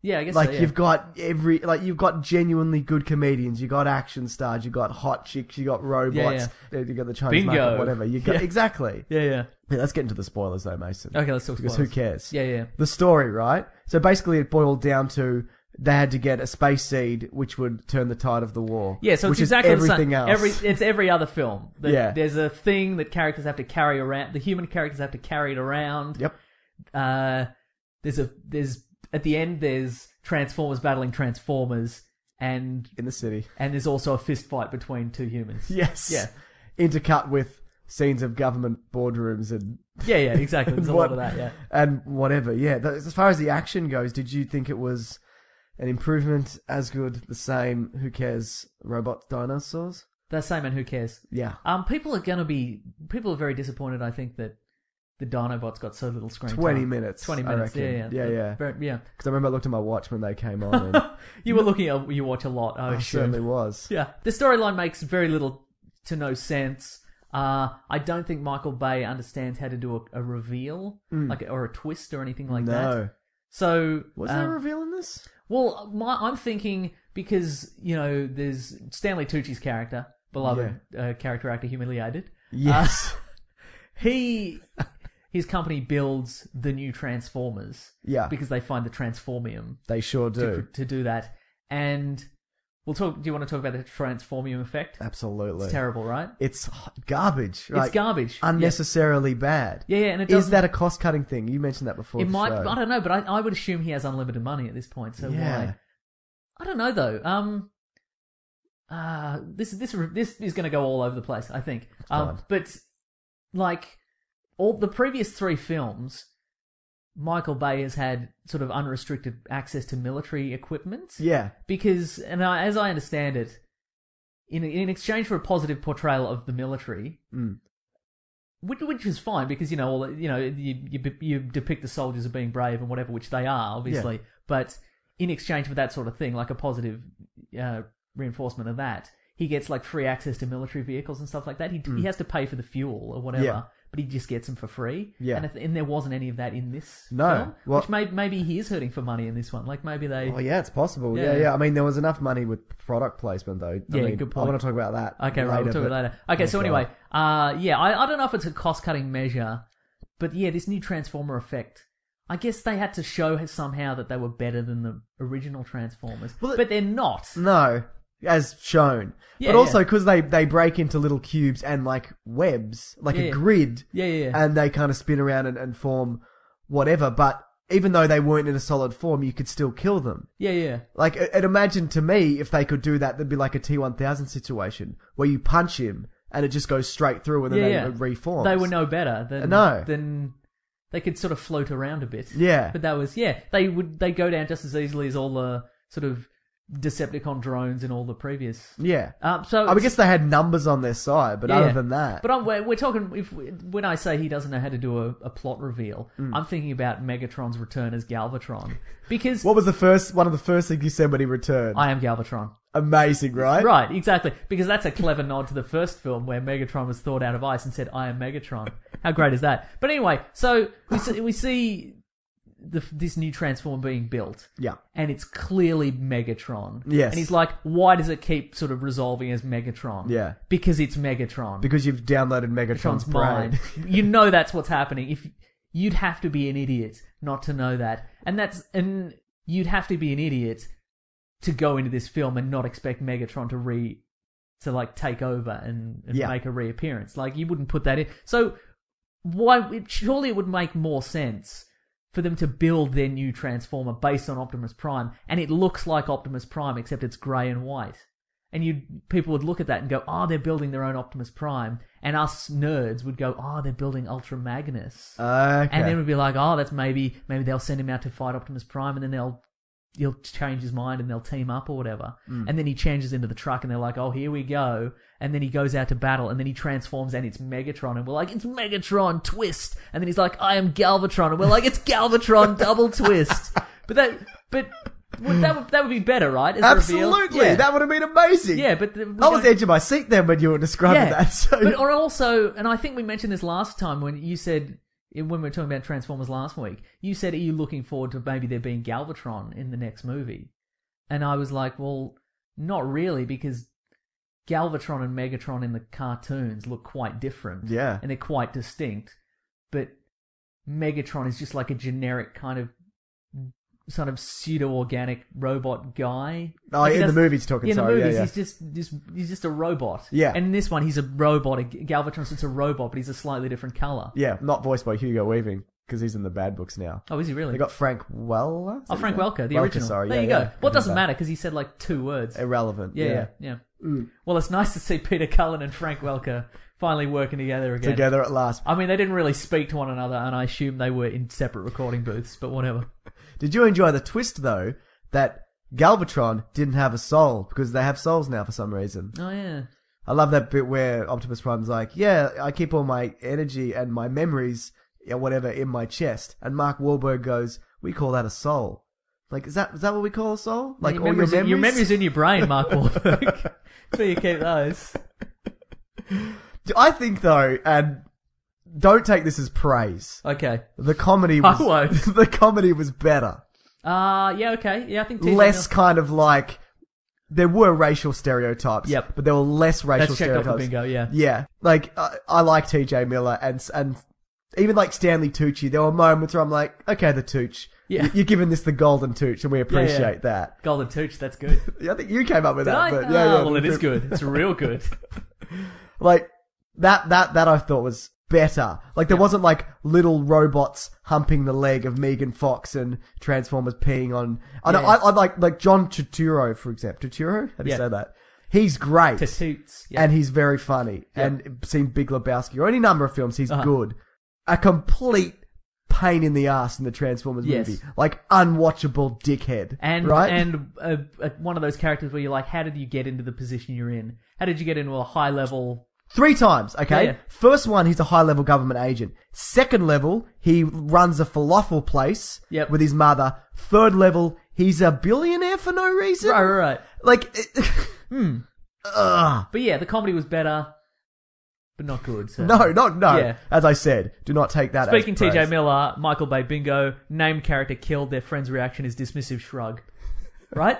S6: yeah. I guess
S5: like
S6: so, yeah.
S5: you've got every like you've got genuinely good comedians, you got action stars, you got hot chicks, you got robots, you got the Chinese
S6: Bingo.
S5: market, whatever. You got
S6: Yeah.
S5: exactly.
S6: yeah, yeah.
S5: Yeah, let's get into the spoilers though, Mason.
S6: Okay, let's talk
S5: Because
S6: spoilers.
S5: who cares?
S6: Yeah, yeah.
S5: The story, right? So basically, it boiled down to they had to get a space seed, which would turn the tide of the war.
S6: Yeah, so
S5: which
S6: it's exactly
S5: is everything
S6: the same.
S5: else.
S6: Every it's every other film. That
S5: Yeah.
S6: there's a thing that characters have to carry around. The human characters have to carry it around.
S5: Yep.
S6: Uh, there's a there's at the end there's Transformers battling Transformers, and
S5: in the city.
S6: and there's also a fist fight between two humans.
S5: Yes.
S6: Yeah.
S5: Intercut with scenes of government boardrooms and
S6: Yeah, yeah, exactly. There's a
S5: What-
S6: lot of that. Yeah.
S5: and whatever. Yeah, th- as far as the action goes, did you think it was an improvement, as good, the same? Who cares? Robot dinosaurs?
S6: That's same and who cares?
S5: Yeah.
S6: Um, people are gonna be people are very disappointed. I think that the Dinobots got so little screen
S5: 20
S6: time.
S5: minutes,
S6: Twenty
S5: I
S6: minutes. yeah,
S5: reckon.
S6: yeah,
S5: Yeah, yeah.
S6: Very- yeah.
S5: Because I remember I looked at my watch when they came on, and
S6: You were looking at you watch a lot. I
S5: I
S6: assume.
S5: certainly was.
S6: Yeah, the storyline makes very little to no sense. Uh, I don't think Michael Bay understands how to do a, a reveal, like or a twist or anything like that.
S5: Hmm. no,
S6: So
S5: was
S6: um,
S5: there a reveal in this?
S6: Well, my, I'm thinking because you know there's Stanley Tucci's character, beloved uh, character actor, humiliated. Uh,
S5: Yes.
S6: he his company builds the new Transformers.
S5: Yeah.
S6: because they find the Transformium
S5: They sure
S6: to,
S5: do.
S6: to do that. And we'll talk. Do you want to talk about the Transformium effect?
S5: Absolutely.
S6: It's terrible, right?
S5: It's h- garbage. Like,
S6: it's garbage.
S5: Unnecessarily bad.
S6: Yeah, yeah, and it
S5: is
S6: doesn't-
S5: that a cost cutting thing? You mentioned that before.
S6: It
S5: the
S6: might.
S5: show.
S6: I don't know, but I, I would assume he has unlimited money at this point. So
S5: yeah.
S6: why? I don't know though. Um, uh, this this this is going to go all over the place, I think. Um,
S5: fine.
S6: but like all the previous three films, Michael Bay has had sort of unrestricted access to military equipment
S5: Yeah.
S6: because, and I, as I understand it, in in exchange for a positive portrayal of the military,
S5: Mm.
S6: which which is fine because you know all you know you you, you depict the soldiers as being brave and whatever, which they are obviously, but in exchange for that sort of thing, like a positive uh, reinforcement of that, he gets like free access to military vehicles and stuff like that. He he has to pay for the fuel or whatever.
S5: Mm. Yeah.
S6: But he just gets them for free,
S5: Yeah.
S6: And, if, and there wasn't any of that in this
S5: No.
S6: film,
S5: Well-
S6: which may, maybe he is hurting for money in this one. Like maybe they,
S5: Oh yeah, it's possible. Yeah. yeah,
S6: Yeah.
S5: I mean, there was enough money with product placement, though.
S6: Yeah,
S5: I mean,
S6: good
S5: I want
S6: point.
S5: to talk about that.
S6: Okay,
S5: later,
S6: right. We'll talk
S5: but-
S6: about it later. Okay, so
S5: Okay.
S6: anyway, uh, yeah, I, I don't know if it's a cost cutting measure, but yeah, this new Transformer effect. I guess they had to show somehow that they were better than the original Transformers,
S5: Well, it-
S6: but they're not.
S5: No, as shown.
S6: Yeah,
S5: but also
S6: yeah.
S5: because they they break into little cubes and like webs, like
S6: Yeah,
S5: a
S6: yeah.
S5: grid,
S6: Yeah, yeah, yeah.
S5: and they kind of spin around and, and form whatever. But even though they weren't in a solid form, you could still kill them.
S6: yeah, yeah,
S5: Like, it, it imagine to me if they could do that, that'd be like a T one thousand situation where you punch him and it just goes straight through and then
S6: yeah,
S5: they
S6: yeah.
S5: it reforms.
S6: They were no better than
S5: No.
S6: than they could sort of float around a bit.
S5: Yeah.
S6: but that was yeah. They would they go down just as easily as all the sort of Decepticon drones in all the previous.
S5: Yeah.
S6: Um, so
S5: I guess they had numbers on their side, but
S6: Yeah.
S5: other than that,
S6: But I'm, we're, we're talking if we- when I say he doesn't know how to do a, a plot reveal,
S5: Mm.
S6: I'm thinking about Megatron's return as Galvatron because
S5: what was the first one of the first things you said when he returned?
S6: I am Galvatron.
S5: Amazing, right?
S6: Right, exactly. Because that's a clever nod to the first film where Megatron was thawed out of ice and said, "I am Megatron." How great is that? But anyway, so we see, we see the, this new Transform being built.
S5: Yeah.
S6: and it's clearly Megatron.
S5: Yes.
S6: and he's like, "Why does it keep sort of resolving as Megatron?"
S5: Yeah.
S6: because it's Megatron.
S5: Because you've downloaded Megatron's
S6: Megatron's
S5: brain.
S6: mind. you know that's what's happening. If you'd have to be an idiot not to know that, and that's and you'd have to be an idiot to go into this film and not expect Megatron to re to like take over and, and
S5: Yeah.
S6: make a reappearance. Like you wouldn't put that in. So why? It, surely it would make more sense for them to build their new Transformer based on Optimus Prime, and it looks like Optimus Prime except it's grey and white. And you people would look at that and go, "Oh, they're building their own Optimus Prime," and us nerds would go, "Oh, they're building Ultra Magnus,"
S5: Okay.
S6: and then we'd be like, "Oh, that's maybe maybe they'll send him out to fight Optimus Prime, and then they'll." He'll change his mind and they'll team up or whatever.
S5: Hmm.
S6: And then he changes into the truck and they're like, oh, here we go. And then he goes out to battle and then he transforms and it's Megatron. And we're like, it's Megatron twist. And then he's like, I am Galvatron. And we're like, it's Galvatron double twist. But that, but would- that would, that would be better, right? As a reveal?
S5: Absolutely.
S6: Yeah.
S5: That would have been amazing.
S6: Yeah, but the- we
S5: I was
S6: don't-
S5: the edge of my seat then when you were describing that. So
S6: But or also, and I think we mentioned this last time when you said when we were talking about Transformers last week, you said, "Are you looking forward to maybe there being Galvatron in the next movie?" And I was like, "Well, not really, because Galvatron and Megatron in the cartoons look quite different,
S5: Yeah.
S6: and they're quite distinct. But Megatron is just like a generic kind of." Sort of pseudo-organic robot guy.
S5: Oh,
S6: Like, he
S5: in the
S6: doesn't-
S5: movies you're talking,
S6: In the
S5: sorry, yeah,
S6: movies,
S5: yeah.
S6: he's just, just he's just a robot.
S5: Yeah.
S6: And in this one, he's a robot. Galvatron's it's a robot, but he's a slightly different color.
S5: yeah, not voiced by Hugo Weaving because he's in the bad books now.
S6: Oh, is he really?
S5: They got Frank Weller.
S6: oh, Frank Welker, the
S5: Welker,
S6: original.
S5: Sorry,
S6: there
S5: yeah,
S6: you
S5: yeah.
S6: go. Well, it
S5: I
S6: doesn't
S5: remember.
S6: matter because he said like two words.
S5: Irrelevant.
S6: yeah, yeah, yeah.
S5: Mm.
S6: Well, it's nice to see Peter Cullen and Frank Welker finally working together again.
S5: Together at last.
S6: I mean, they didn't really speak to one another, and I assume they were in separate recording booths, but whatever.
S5: Did you enjoy the twist though that Galvatron didn't have a soul because they have souls now for some reason?
S6: Oh yeah.
S5: I love that bit where Optimus Prime's like, "Yeah, I keep all my energy and my memories, yeah, whatever, in my chest." And Mark Wahlberg goes, "We call that a soul." Like, is that is that what we call a soul? Like
S6: your
S5: all
S6: memories,
S5: your memories?
S6: your memories in your brain, Mark Wahlberg. so you keep those.
S5: I think though, and don't take this as praise.
S6: Okay.
S5: The comedy
S6: I
S5: was
S6: won't.
S5: the comedy was better,
S6: Uh yeah, okay. Yeah, I think TJ
S5: less
S6: Mil-
S5: kind of like there were racial stereotypes.
S6: Yep.
S5: but there were less racial
S6: That's checked off
S5: stereotypes.
S6: the bingo, yeah.
S5: Yeah, like I, I like T.J. Miller and and even like Stanley Tucci. There were moments where I'm like, okay, the Tooch.
S6: Yeah.
S5: Y- you're giving this the golden Tooch, and we appreciate that.
S6: Golden Tooch, that's good.
S5: Yeah, I think you came up with
S6: Did
S5: that,
S6: I?
S5: but
S6: Ah,
S5: yeah, yeah,
S6: well, it is good. It's real good.
S5: Like that, that, that I thought was better. Like there wasn't like little robots humping the leg of Megan Fox and Transformers peeing on. I know,
S6: Yeah.
S5: I, I like like John Turturro for example. Turturro, how do you
S6: Yeah.
S5: say that? He's great.
S6: to toots. Yeah.
S5: and he's very funny.
S6: Yeah. Uh-huh.
S5: And seen Big Lebowski or any number of films, he's good. A complete pain in the ass in the Transformers
S6: Yes.
S5: movie, like unwatchable dickhead.
S6: and
S5: right,
S6: and uh, uh, one of those characters where you're like, how did you get into the position you're in? How did you get into a high level?
S5: three times. Okay,
S6: Yeah, yeah.
S5: first one, he's a high level government agent. Second level, he runs a falafel place
S6: Yep.
S5: with his mother. Third level, he's a billionaire for no reason.
S6: Right, Hmm. right, right.
S5: Like, Ugh.
S6: But yeah, the comedy was better, but not good. So.
S5: no, not no.
S6: Yeah.
S5: As I said, do not take that.
S6: Speaking
S5: as praise.
S6: TJ Miller, Michael Bay Bingo, named character killed, their friend's reaction is dismissive shrug. Right?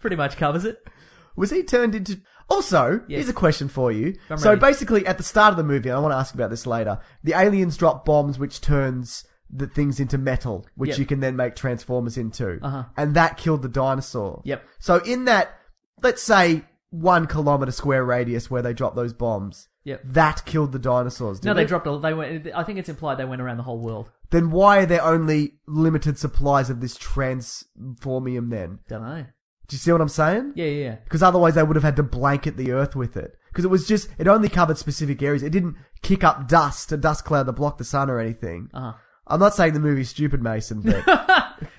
S6: Pretty much covers it.
S5: Was he turned into? Also,
S6: Yes.
S5: here's a question for you.
S6: I'm
S5: so
S6: ready.
S5: basically, at the start of the movie, and I want to ask about this later. The aliens drop bombs, which turns the things into metal, which
S6: Yep.
S5: you can then make transformers into, uh-huh. and that killed the dinosaur.
S6: Yep.
S5: So in that, let's say one kilometer square radius where they drop those bombs,
S6: Yep.
S5: that killed the dinosaurs.
S6: No,
S5: didn't
S6: they
S5: it?
S6: dropped. A, they went. I think it's implied they went around the whole world.
S5: Then why are there only limited supplies of this transformium? Then,
S6: Don't know.
S5: do you see what I'm saying?
S6: Yeah, yeah, yeah.
S5: because otherwise they would have had to blanket the earth with it. Because it was just, it only covered specific areas. It didn't kick up dust, a dust cloud that blocked the sun or anything.
S6: Uh-huh.
S5: I'm not saying the movie's stupid, Mason, but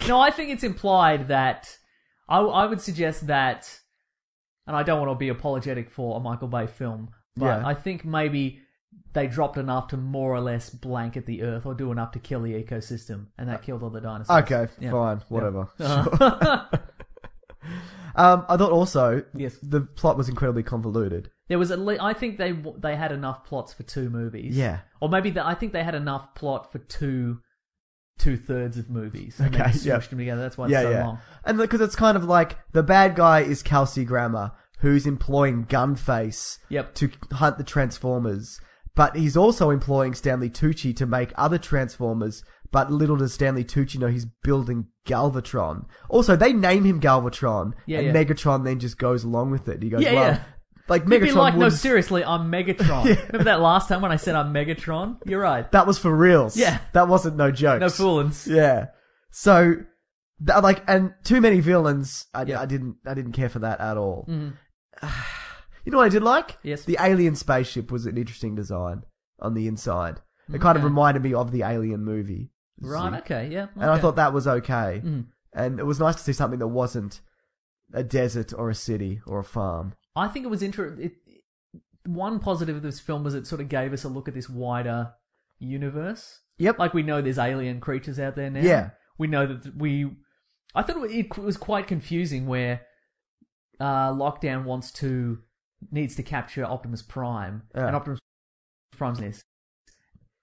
S6: No, I think it's implied that I, I would suggest that, and I don't want to be apologetic for a Michael Bay film, but
S5: Yeah.
S6: I think maybe they dropped enough to more or less blanket the Earth or do enough to kill the ecosystem, and that killed all the dinosaurs.
S5: okay,
S6: Yeah.
S5: fine, whatever.
S6: Uh-huh.
S5: Um, I thought also,
S6: Yes.
S5: the plot was incredibly convoluted.
S6: there was at least I think they w- they had enough plots for two movies.
S5: Yeah.
S6: or maybe the, I think they had enough plot for two. Two thirds of movies. And
S5: Okay,
S6: They
S5: yeah.
S6: smushed them together. That's why it's
S5: yeah,
S6: so
S5: yeah.
S6: long.
S5: And because it's kind of like, the bad guy is Kelsey Grammer, who's employing Gunface
S6: Yep.
S5: to hunt the Transformers. But he's also employing Stanley Tucci to make other Transformers. But little does Stanley Tucci know he's building Galvatron. Also, they name him Galvatron,
S6: Yeah,
S5: and
S6: yeah.
S5: Megatron then just goes along with it. He goes,
S6: Yeah,
S5: "Well,
S6: yeah.
S5: like
S6: You'd be
S5: Megatron
S6: like, no,
S5: wouldn't-
S6: seriously, I'm Megatron. Remember that last time when I said I'm Megatron? You're right.
S5: that was for reals.
S6: Yeah.
S5: that wasn't no jokes.
S6: No foolings.
S5: Yeah. So, th- like, and too many villains. I,
S6: Yeah. Mm-hmm.
S5: I didn't. I didn't care for that at all. You know what I did like?
S6: Yes.
S5: The alien spaceship was an interesting design on the inside. It kind of
S6: Okay.
S5: reminded me of the Alien movie.
S6: Right, okay, yeah.
S5: And I
S6: okay. Mm-hmm.
S5: thought that was okay. And it was nice to see something that wasn't a desert or a city or a farm.
S6: I think it was interesting. It, one positive of this film was it sort of gave us a look at this wider universe.
S5: Yep.
S6: Like we know there's alien creatures out there now.
S5: Yeah.
S6: We know that we. I thought it was quite confusing where uh, Lockdown wants to needs to capture Optimus Prime,
S5: Yeah.
S6: and Optimus Prime's this.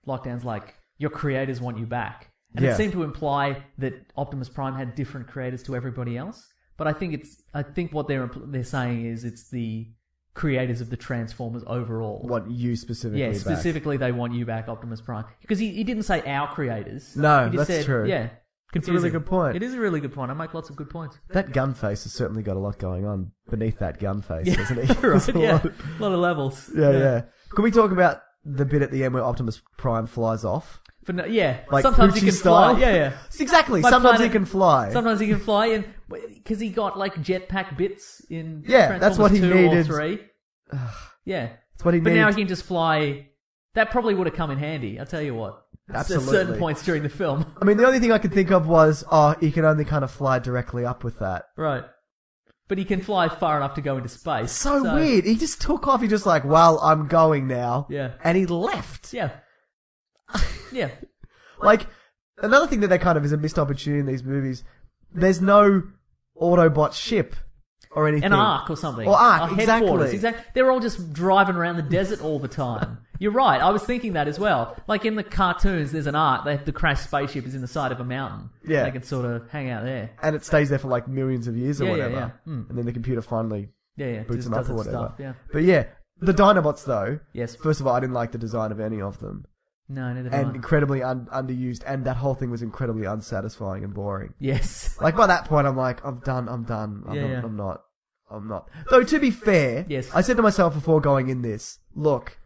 S6: Lockdown's like your creators want you back, and
S5: Yeah.
S6: it seemed to imply that Optimus Prime had different creators to everybody else. But I think it's I think what they're impl- they're saying is it's the creators of the Transformers overall.
S5: What you specifically?
S6: yeah,
S5: back.
S6: specifically they want you back, Optimus Prime, because he, he didn't say our creators.
S5: No,
S6: he just
S5: that's
S6: said-
S5: true.
S6: Yeah,
S5: It's a really
S6: confusing.
S5: good point.
S6: It is a really good point. I make lots of good points.
S5: That gun face has certainly got a lot going on beneath that gun face,
S6: Yeah,
S5: hasn't it? There's
S6: right,
S5: a
S6: yeah.
S5: lot of-
S6: a lot of levels.
S5: yeah, yeah. Can we talk about the bit at the end where Optimus Prime flies off?
S6: For no, yeah,
S5: Like
S6: sometimes
S5: Poochie
S6: he can
S5: style?
S6: fly. Yeah, yeah.
S5: Exactly.
S6: My
S5: Sometimes he
S6: planet-
S5: can fly.
S6: Sometimes he can fly, and because he got like jetpack bits in
S5: Yeah, that's
S6: Transformers
S5: what he
S6: 2
S5: needed.
S6: Or three. yeah,
S5: That's what he
S6: but now
S5: needed.
S6: he can just fly. That probably would have come in handy. I'll tell you what. At certain
S5: Absolutely.
S6: points during the film,
S5: I mean, the only thing I could think of was, oh, he can only kind of fly directly up with that.
S6: right? But he can fly far enough to go into space.
S5: So, weird. He just took off. He just like, well, I'm going now.
S6: Yeah.
S5: And he left.
S6: Yeah, yeah,
S5: Like, another thing that they kind of is a missed opportunity in these movies, there's no Autobot ship or anything.
S6: an arc or something,
S5: Or arc,
S6: Our headquarters.
S5: exactly.
S6: Exactly. They're all just driving around the desert all the time. You're right. I was thinking that as well. Like in the cartoons, there's an arc. They the crashed spaceship is in the side of a mountain.
S5: Yeah.
S6: they can sort of hang out there.
S5: And it stays there for like millions of years or
S6: Yeah, yeah,
S5: whatever.
S6: yeah. Hmm.
S5: And then the computer finally
S6: Yeah, yeah.
S5: boots
S6: just
S5: them up
S6: does
S5: or
S6: its
S5: whatever.
S6: Stuff. Yeah.
S5: But yeah, the Dinobots though.
S6: Yes.
S5: First of all, I didn't like the design of any of them.
S6: No, neither did
S5: and
S6: I.
S5: incredibly un- underused. And that whole thing was incredibly unsatisfying and boring.
S6: Yes.
S5: Like by that point, I'm like, I'm done. I'm done. I'm,
S6: Yeah,
S5: not,
S6: yeah.
S5: I'm not. I'm not. Though to be fair,
S6: Yes.
S5: I said to myself before going in this, look,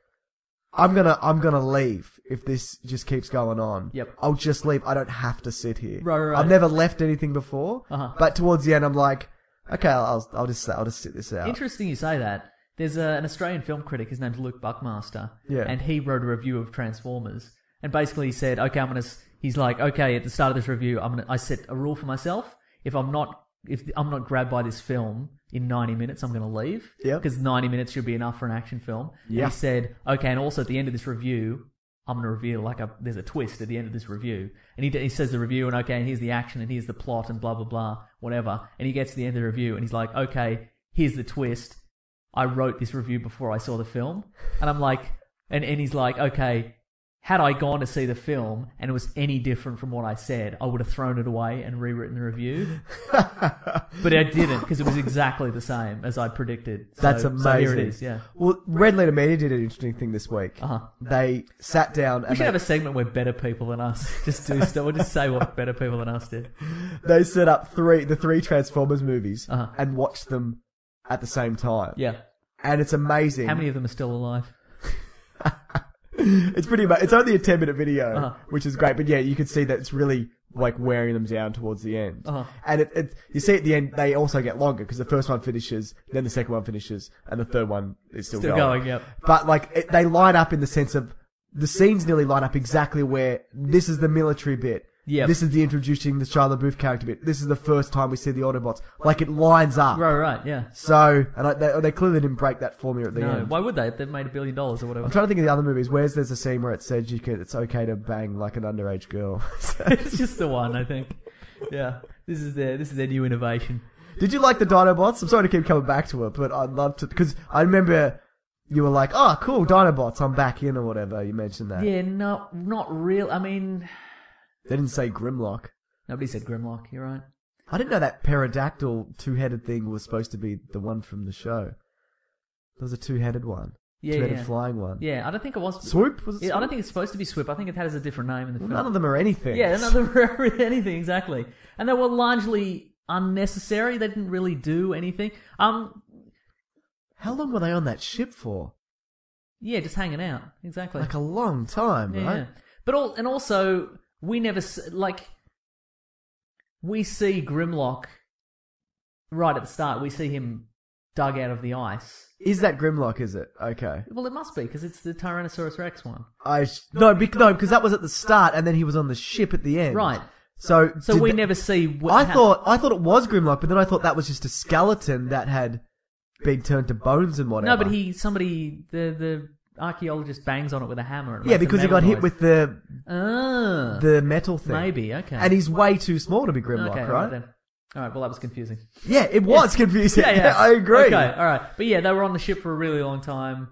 S5: I'm gonna, I'm gonna leave if this just keeps going on.
S6: Yep.
S5: I'll just leave. I don't have to sit here.
S6: Right, right, right.
S5: I've never left anything before,
S6: Uh-huh.
S5: but towards the end, I'm like, Okay, I'll, I'll, I'll just I'll just sit this out.
S6: Interesting you say that. There's a, an Australian film critic. His name's Luke Buckmaster.
S5: Yeah.
S6: And he wrote a review of Transformers, and basically he said, "Okay, I'm gonna." s- He's like, "Okay, at the start of this review, I'm gonna. I set a rule for myself. If I'm not, if I'm not grabbed by this film in 90 minutes, I'm gonna leave.
S5: Yep.
S6: Because 90 minutes should be enough for an action film. And
S5: Yeah.
S6: he said, "Okay, and also at the end of this review." I'm gonna reveal like a there's a twist at the end of this review, and he, d- he says the review and okay, and here's the action and here's the plot and blah blah blah whatever, and he gets to the end of the review and he's like, okay, here's the twist, I wrote this review before I saw the film. And I'm like, and, and he's like, okay, had I gone to see the film and it was any different from what I said, I would have thrown it away and rewritten the review. but I didn't because it was exactly the same as I predicted. So-
S5: That's
S6: So
S5: amazing.
S6: here it is, yeah.
S5: Well, Red Letter Media did an interesting thing this week.
S6: Uh-huh.
S5: They sat down
S6: We
S5: and
S6: should have
S5: they,
S6: a segment where better people than us just do stuff. We'll just say what better people than us did.
S5: they set up three the three Transformers movies and watched them at the same time.
S6: Uh-huh. Yeah.
S5: And it's amazing.
S6: How many of them are still alive?
S5: it's pretty much it's only a 10 minute video
S6: Uh-huh.
S5: which is great but yeah you can see that it's really like wearing them down towards the end
S6: Uh-huh.
S5: and it, it you see at the end they also get longer because the first one finishes then the second one finishes and the third one is still,
S6: Still
S5: going
S6: going, yep.
S5: but like it, they line up in the sense of the scenes nearly line up exactly where this is the military bit
S6: Yep.
S5: This is the introducing the Shia LaBeouf character bit. This is the first time we see the Autobots. Like it lines up.
S6: Right, right, yeah.
S5: So, and I, they, they clearly didn't break that formula at the
S6: No,
S5: end.
S6: why would they? They've made a billion dollars or
S5: I'm
S6: whatever.
S5: trying to think of the other movies. Where's there's a scene where it says you can, it's okay to bang like an underage girl.
S6: it's just the one, I think. Yeah, this is their this is their new innovation.
S5: Did you like the Dinobots? I'm sorry to keep coming back to it, but I'd love to because I remember you were like, "Oh, cool, Dinobots, I'm back in" or whatever. You mentioned that.
S6: Yeah, not not real. I mean,
S5: They didn't say Grimlock.
S6: nobody said Grimlock. You're right.
S5: I didn't know that pterodactyl two-headed thing was supposed to be the one from the show. There was a two-headed one,
S6: Yeah,
S5: two-headed
S6: yeah.
S5: flying one.
S6: Yeah, I don't think it was
S5: Swoop was. It
S6: Yeah, I don't think it's supposed to be Swoop. I think it has a different name in the
S5: Well,
S6: film.
S5: none of them are anything.
S6: Yeah, none of them were anything exactly, and they were largely unnecessary. They didn't really do anything. Um,
S5: How long were they on that ship for?
S6: yeah, just hanging out. Exactly.
S5: Like a long time,
S6: Yeah, yeah.
S5: right?
S6: But all and also we never s- like we see Grimlock right at the start. We see him dug out of the ice.
S5: Is that Grimlock? Is it okay?
S6: Well, it must be because it's the Tyrannosaurus Rex one,
S5: I sh- no, bec no, because that was at the start, and then he was on the ship at the end.
S6: right?
S5: So,
S6: So
S5: did
S6: we
S5: th-
S6: never see. What
S5: I
S6: hap-
S5: thought I thought it was Grimlock, but then I thought that was just a skeleton that had been turned to bones and whatever.
S6: no, but he somebody the the archaeologist bangs on it with a hammer. And it
S5: yeah,
S6: makes a
S5: because he
S6: metal
S5: got hit
S6: noise.
S5: with the
S6: ah
S5: the metal thing.
S6: maybe okay.
S5: And he's way too small to be Grimlock,
S6: okay, all
S5: right?
S6: then. All right. Well, that was confusing.
S5: Yeah, it was confusing.
S6: Yeah, yeah,
S5: I agree.
S6: Okay, all right, but yeah, they were on the ship for a really long time.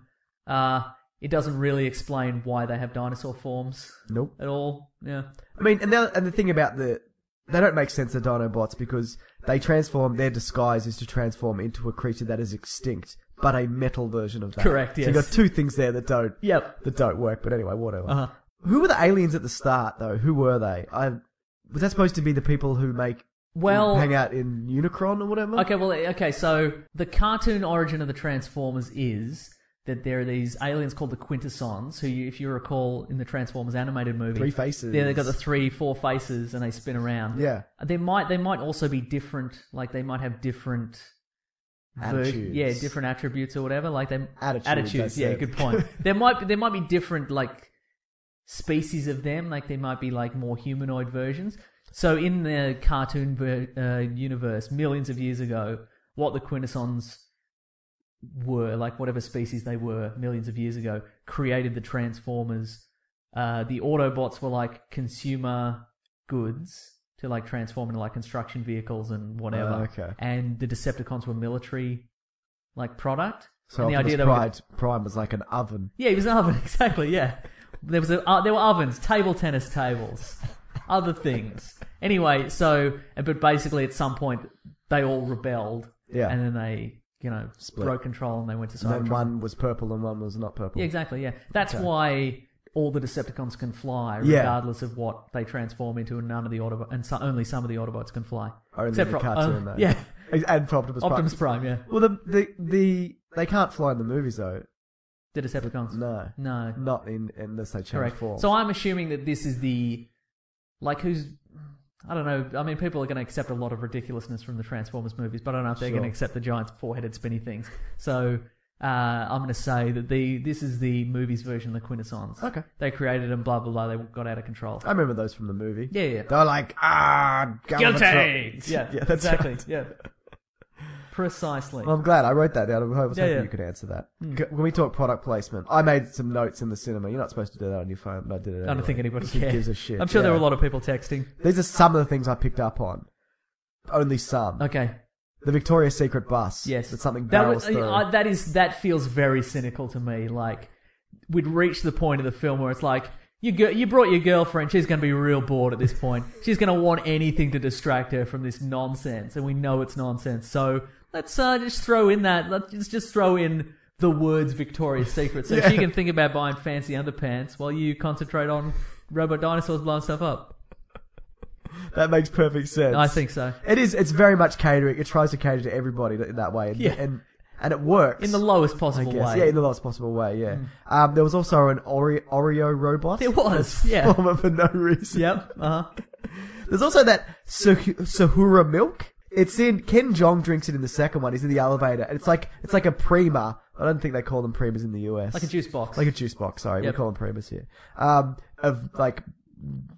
S6: Uh, it doesn't really explain why they have dinosaur forms
S5: Nope.
S6: at all. Yeah,
S5: I mean, and the, and the thing about the they don't make sense the Dinobots because they transform their disguise is to transform into a creature that is extinct, but a metal version of that.
S6: Correct,
S5: So you
S6: yes.
S5: got two things there that don't.
S6: Yep.
S5: That don't work. But anyway, whatever.
S6: Uh-huh.
S5: Who were the aliens at the start though? Who were they? I was that supposed to be the people who make
S6: Well-
S5: hang out in Unicron or whatever.
S6: Okay, well, okay, so the cartoon origin of the Transformers is that there are these aliens called the Quintessons, who, you, if you recall, in the Transformers animated movie,
S5: Three faces.
S6: Yeah, they've got the three, four faces, and they spin around.
S5: Yeah.
S6: they might, they might also be different. Like they might have different. ver-
S5: Attitudes.
S6: yeah, different attributes or whatever. Like they
S5: Attitudes, that's
S6: yeah,
S5: it.
S6: good point. there might be, there might be different like species of them. Like they might be like more humanoid versions. So in the cartoon ver- uh, universe, millions of years ago, what the Quintessons were, like whatever species they were, millions of years ago, created the Transformers. Uh, the Autobots were like consumer goods to like transform into like construction vehicles and whatever.
S5: Oh, okay.
S6: And the Decepticons were military like product.
S5: So
S6: and the
S5: Optimus
S6: idea that
S5: Prime, Prime was like an oven.
S6: yeah, he was an oven. Exactly. Yeah, there was a, uh, there were ovens, table tennis tables, other things. Anyway, so but basically, at some point, they all rebelled.
S5: Yeah.
S6: and then they you know
S5: Split.
S6: broke control and they went to
S5: And then
S6: Cybertron.
S5: one was purple and one was not purple.
S6: Yeah, exactly. Yeah, that's
S5: Okay.
S6: why all the Decepticons can fly,
S5: Yeah.
S6: regardless of what they transform into, and none of the Autobots and so, only some of the Autobots can fly.
S5: Only
S6: Except
S5: the
S6: for-
S5: cartoon,
S6: uh,
S5: though.
S6: yeah.
S5: and for Optimus,
S6: Optimus
S5: Prime.
S6: Prime, yeah,
S5: Well, the, the the they can't fly in the movies though.
S6: the Decepticons.
S5: No,
S6: no,
S5: not in unless they change
S6: Correct.
S5: form.
S6: So I'm assuming that this is the like who's I don't know. I mean, people are going to accept a lot of ridiculousness from the Transformers movies, but I don't know if they're
S5: Sure.
S6: going to accept the giant four-headed spinny things. So uh, I'm going to say that the this is the movie's version of the Quintessons.
S5: Okay.
S6: They created them, blah blah blah. They got out of control.
S5: I remember those from the movie.
S6: Yeah, yeah.
S5: They're like, ah,
S6: Guilty.
S5: Galvatron.
S6: Yeah,
S5: yeah, that's
S6: exactly.
S5: right.
S6: Yeah, precisely.
S5: Well, I'm glad I wrote that down. I was
S6: Yeah,
S5: hoping
S6: yeah. Hmm.
S5: you could answer that. C- When we talk product placement, I made some notes in the cinema. You're not supposed to do that on your phone, but I did it.
S6: I don't think
S5: anyway.
S6: anybody
S5: Who
S6: cares.
S5: gives a shit.
S6: I'm sure there
S5: Yeah.
S6: were a lot of people texting.
S5: These are some of the things I picked up on. Only some.
S6: Okay.
S5: The Victoria's Secret bus.
S6: Yes,
S5: That's something
S6: that
S5: barrels through.
S6: I- that is that feels very cynical to me. Like we'd reached the point of the film where it's like you go, you brought your girlfriend. She's going to be real bored at this point. She's going to want anything to distract her from this nonsense, and we know it's nonsense. So let's uh, just throw in that. Let's just throw in the words Victoria's Secret, so she can think about buying fancy underpants while you concentrate on robot dinosaurs blowing stuff up.
S5: that makes perfect sense.
S6: I think so.
S5: It is. It's very much catering. It tries to cater to everybody in that way. And,
S6: Yeah.
S5: and, and it works.
S6: In the lowest possible
S5: I guess.
S6: way.
S5: Yeah, in the lowest possible way, yeah. Um, there was also an Oreo, Oreo robot.
S6: it was. Yeah.
S5: Former for no reason.
S6: yep. Uh huh.
S5: There's also that Sah- Sahura milk. It's in Ken Jong drinks it in the second one. He's in the elevator. And it's like it's like a prima. I don't think they call them primas in the US.
S6: Like a juice box.
S5: Like a juice box. Sorry,
S6: Yep.
S5: we call them primas here. Um, of like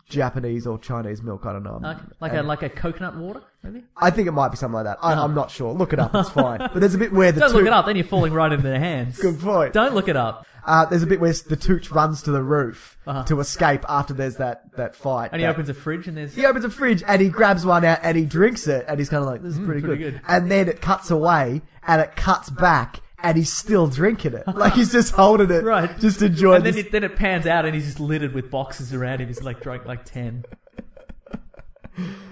S5: Japanese or Chinese milk. I don't know.
S6: Like, like a like a coconut water, maybe.
S5: I think it might be something like that. I, I'm not sure. Look it up. It's fine. But there's a bit where the
S6: Don't
S5: two,
S6: Uh-huh. look it up, then you're falling right into their hands.
S5: Good point.
S6: Don't look it up,
S5: Uh, there's a bit where the Tooch runs to the roof to escape after there's that that fight.
S6: Uh-huh. and he
S5: That-
S6: opens a fridge and there's
S5: he opens a fridge and he grabs one out and he drinks it and he's kind of like, this is pretty,
S6: Mm-hmm. pretty
S5: good.
S6: good.
S5: And then it cuts away and it cuts back and he's still drinking it. Like he's just holding it.
S6: right,
S5: Just enjoying
S6: And then
S5: this.
S6: it, then it pans out, and he's just littered with boxes around him. He's like drunk like ten.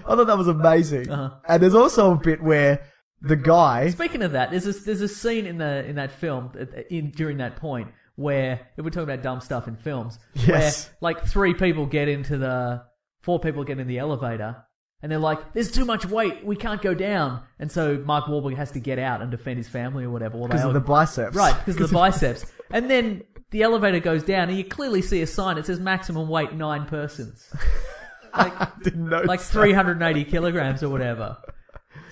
S5: I thought that was amazing.
S6: Uh-huh.
S5: And there's also a bit where the guy,
S6: Speaking of that, there's this, there's a scene in the in that film uh, in during that point where if we're talking about dumb stuff in films,
S5: Yes.
S6: where like three people get into the four people get in the elevator. And they're like, "There's too much weight. We can't go down." And so Mark Wahlberg has to get out and defend his family or whatever. Well, they
S5: because of
S6: all-
S5: the biceps.
S6: Right, because of the biceps. And then the elevator goes down, and you clearly see a sign. It says maximum weight nine persons,
S5: Didn't notice
S6: like
S5: that.
S6: 380 kilograms or whatever.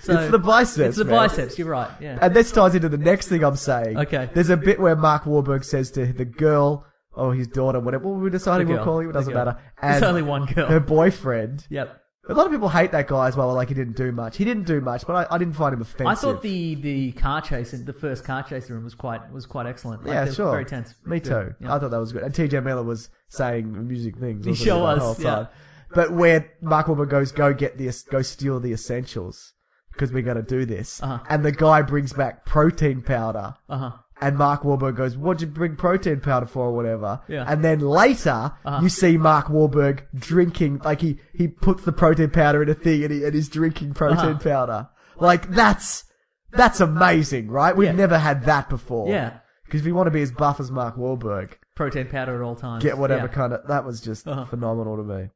S6: So
S5: It's the biceps,
S6: It's the
S5: man.
S6: biceps. You're right. Yeah.
S5: And this ties into the next thing I'm saying.
S6: Okay.
S5: There's a bit where Mark Warburg says to the girl, or his daughter, whatever we're deciding
S6: The
S5: we're
S6: girl.
S5: calling, it
S6: The
S5: doesn't
S6: girl.
S5: matter.
S6: There's
S5: and
S6: only one girl.
S5: Her boyfriend.
S6: yep.
S5: A lot of people hate that guy as well. Like he didn't do much. He didn't do much, but I, I didn't find him offensive.
S6: I thought the, the car chase in the first car chase room was quite was quite excellent. Like,
S5: yeah,
S6: they were
S5: sure.
S6: Very tense.
S5: Me
S6: Good.
S5: too.
S6: Yeah.
S5: I thought that was good. And TJ Miller was saying music things.
S6: He
S5: wasn't
S6: sure
S5: that
S6: was,
S5: whole
S6: yeah.
S5: time? But where Mark Wahlberg goes, go get the es- go steal the essentials because we're gonna do this.
S6: Uh-huh.
S5: And the guy brings back protein powder.
S6: Uh-huh.
S5: And Mark Wahlberg goes, "What'd you bring protein powder for, or whatever?"
S6: Yeah. Uh-huh.
S5: And then later, you see Mark Wahlberg drinking, like he he puts the protein powder in a thing, and he and he's drinking protein
S6: Uh-huh.
S5: powder. Like that's that's amazing, right? We've
S6: Yeah.
S5: never had that before.
S6: Yeah.
S5: Because if you want to be as buff as Mark Wahlberg,
S6: Protein powder at all times.
S5: get whatever
S6: Yeah.
S5: kind of that was just
S6: Uh-huh.
S5: phenomenal to me.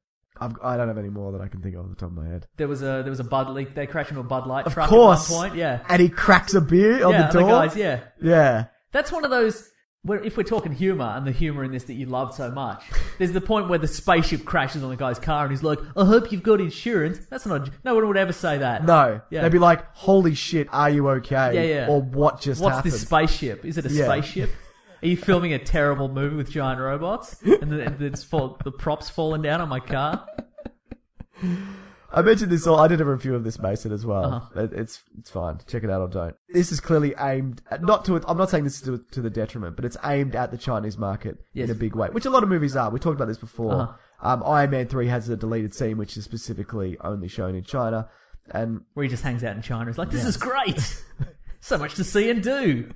S5: I've, I don't have any more that I can think of off the top of my head.
S6: There was a there was a Bud leak. They crashed into a Bud Light
S5: Of
S6: truck
S5: course,
S6: at one point. Yeah.
S5: And he cracks a beer on
S6: yeah.
S5: the door.
S6: guys. Yeah.
S5: yeah.
S6: That's one of those where if we're talking humor and the humor in this that you love so much, there's the point where the spaceship crashes on the guy's car and he's like, "I hope you've got insurance." That's not a, no one would ever say that.
S5: No,
S6: Yeah.
S5: they'd be like, "Holy shit, are you okay?"
S6: Yeah, yeah.
S5: Or what just
S6: What's
S5: happened?
S6: this spaceship? Is it a
S5: Yeah.
S6: spaceship? Are you filming a terrible movie with giant robots and the, and it's fall, the props falling down on my car?
S5: I mentioned this all. I did a review of this Mason as well.
S6: Uh-huh.
S5: It, it's it's fine. Check it out or don't. This is clearly aimed at, not to. I'm not saying this is to, to the detriment, but it's aimed at the Chinese market
S6: Yes.
S5: in a big way, which a lot of movies are. We talked about this before.
S6: Uh-huh.
S5: Um, Iron Man three has a deleted scene which is specifically only shown in China, and
S6: Where he just hangs out in China. He's like, "This is great." So much to see and do.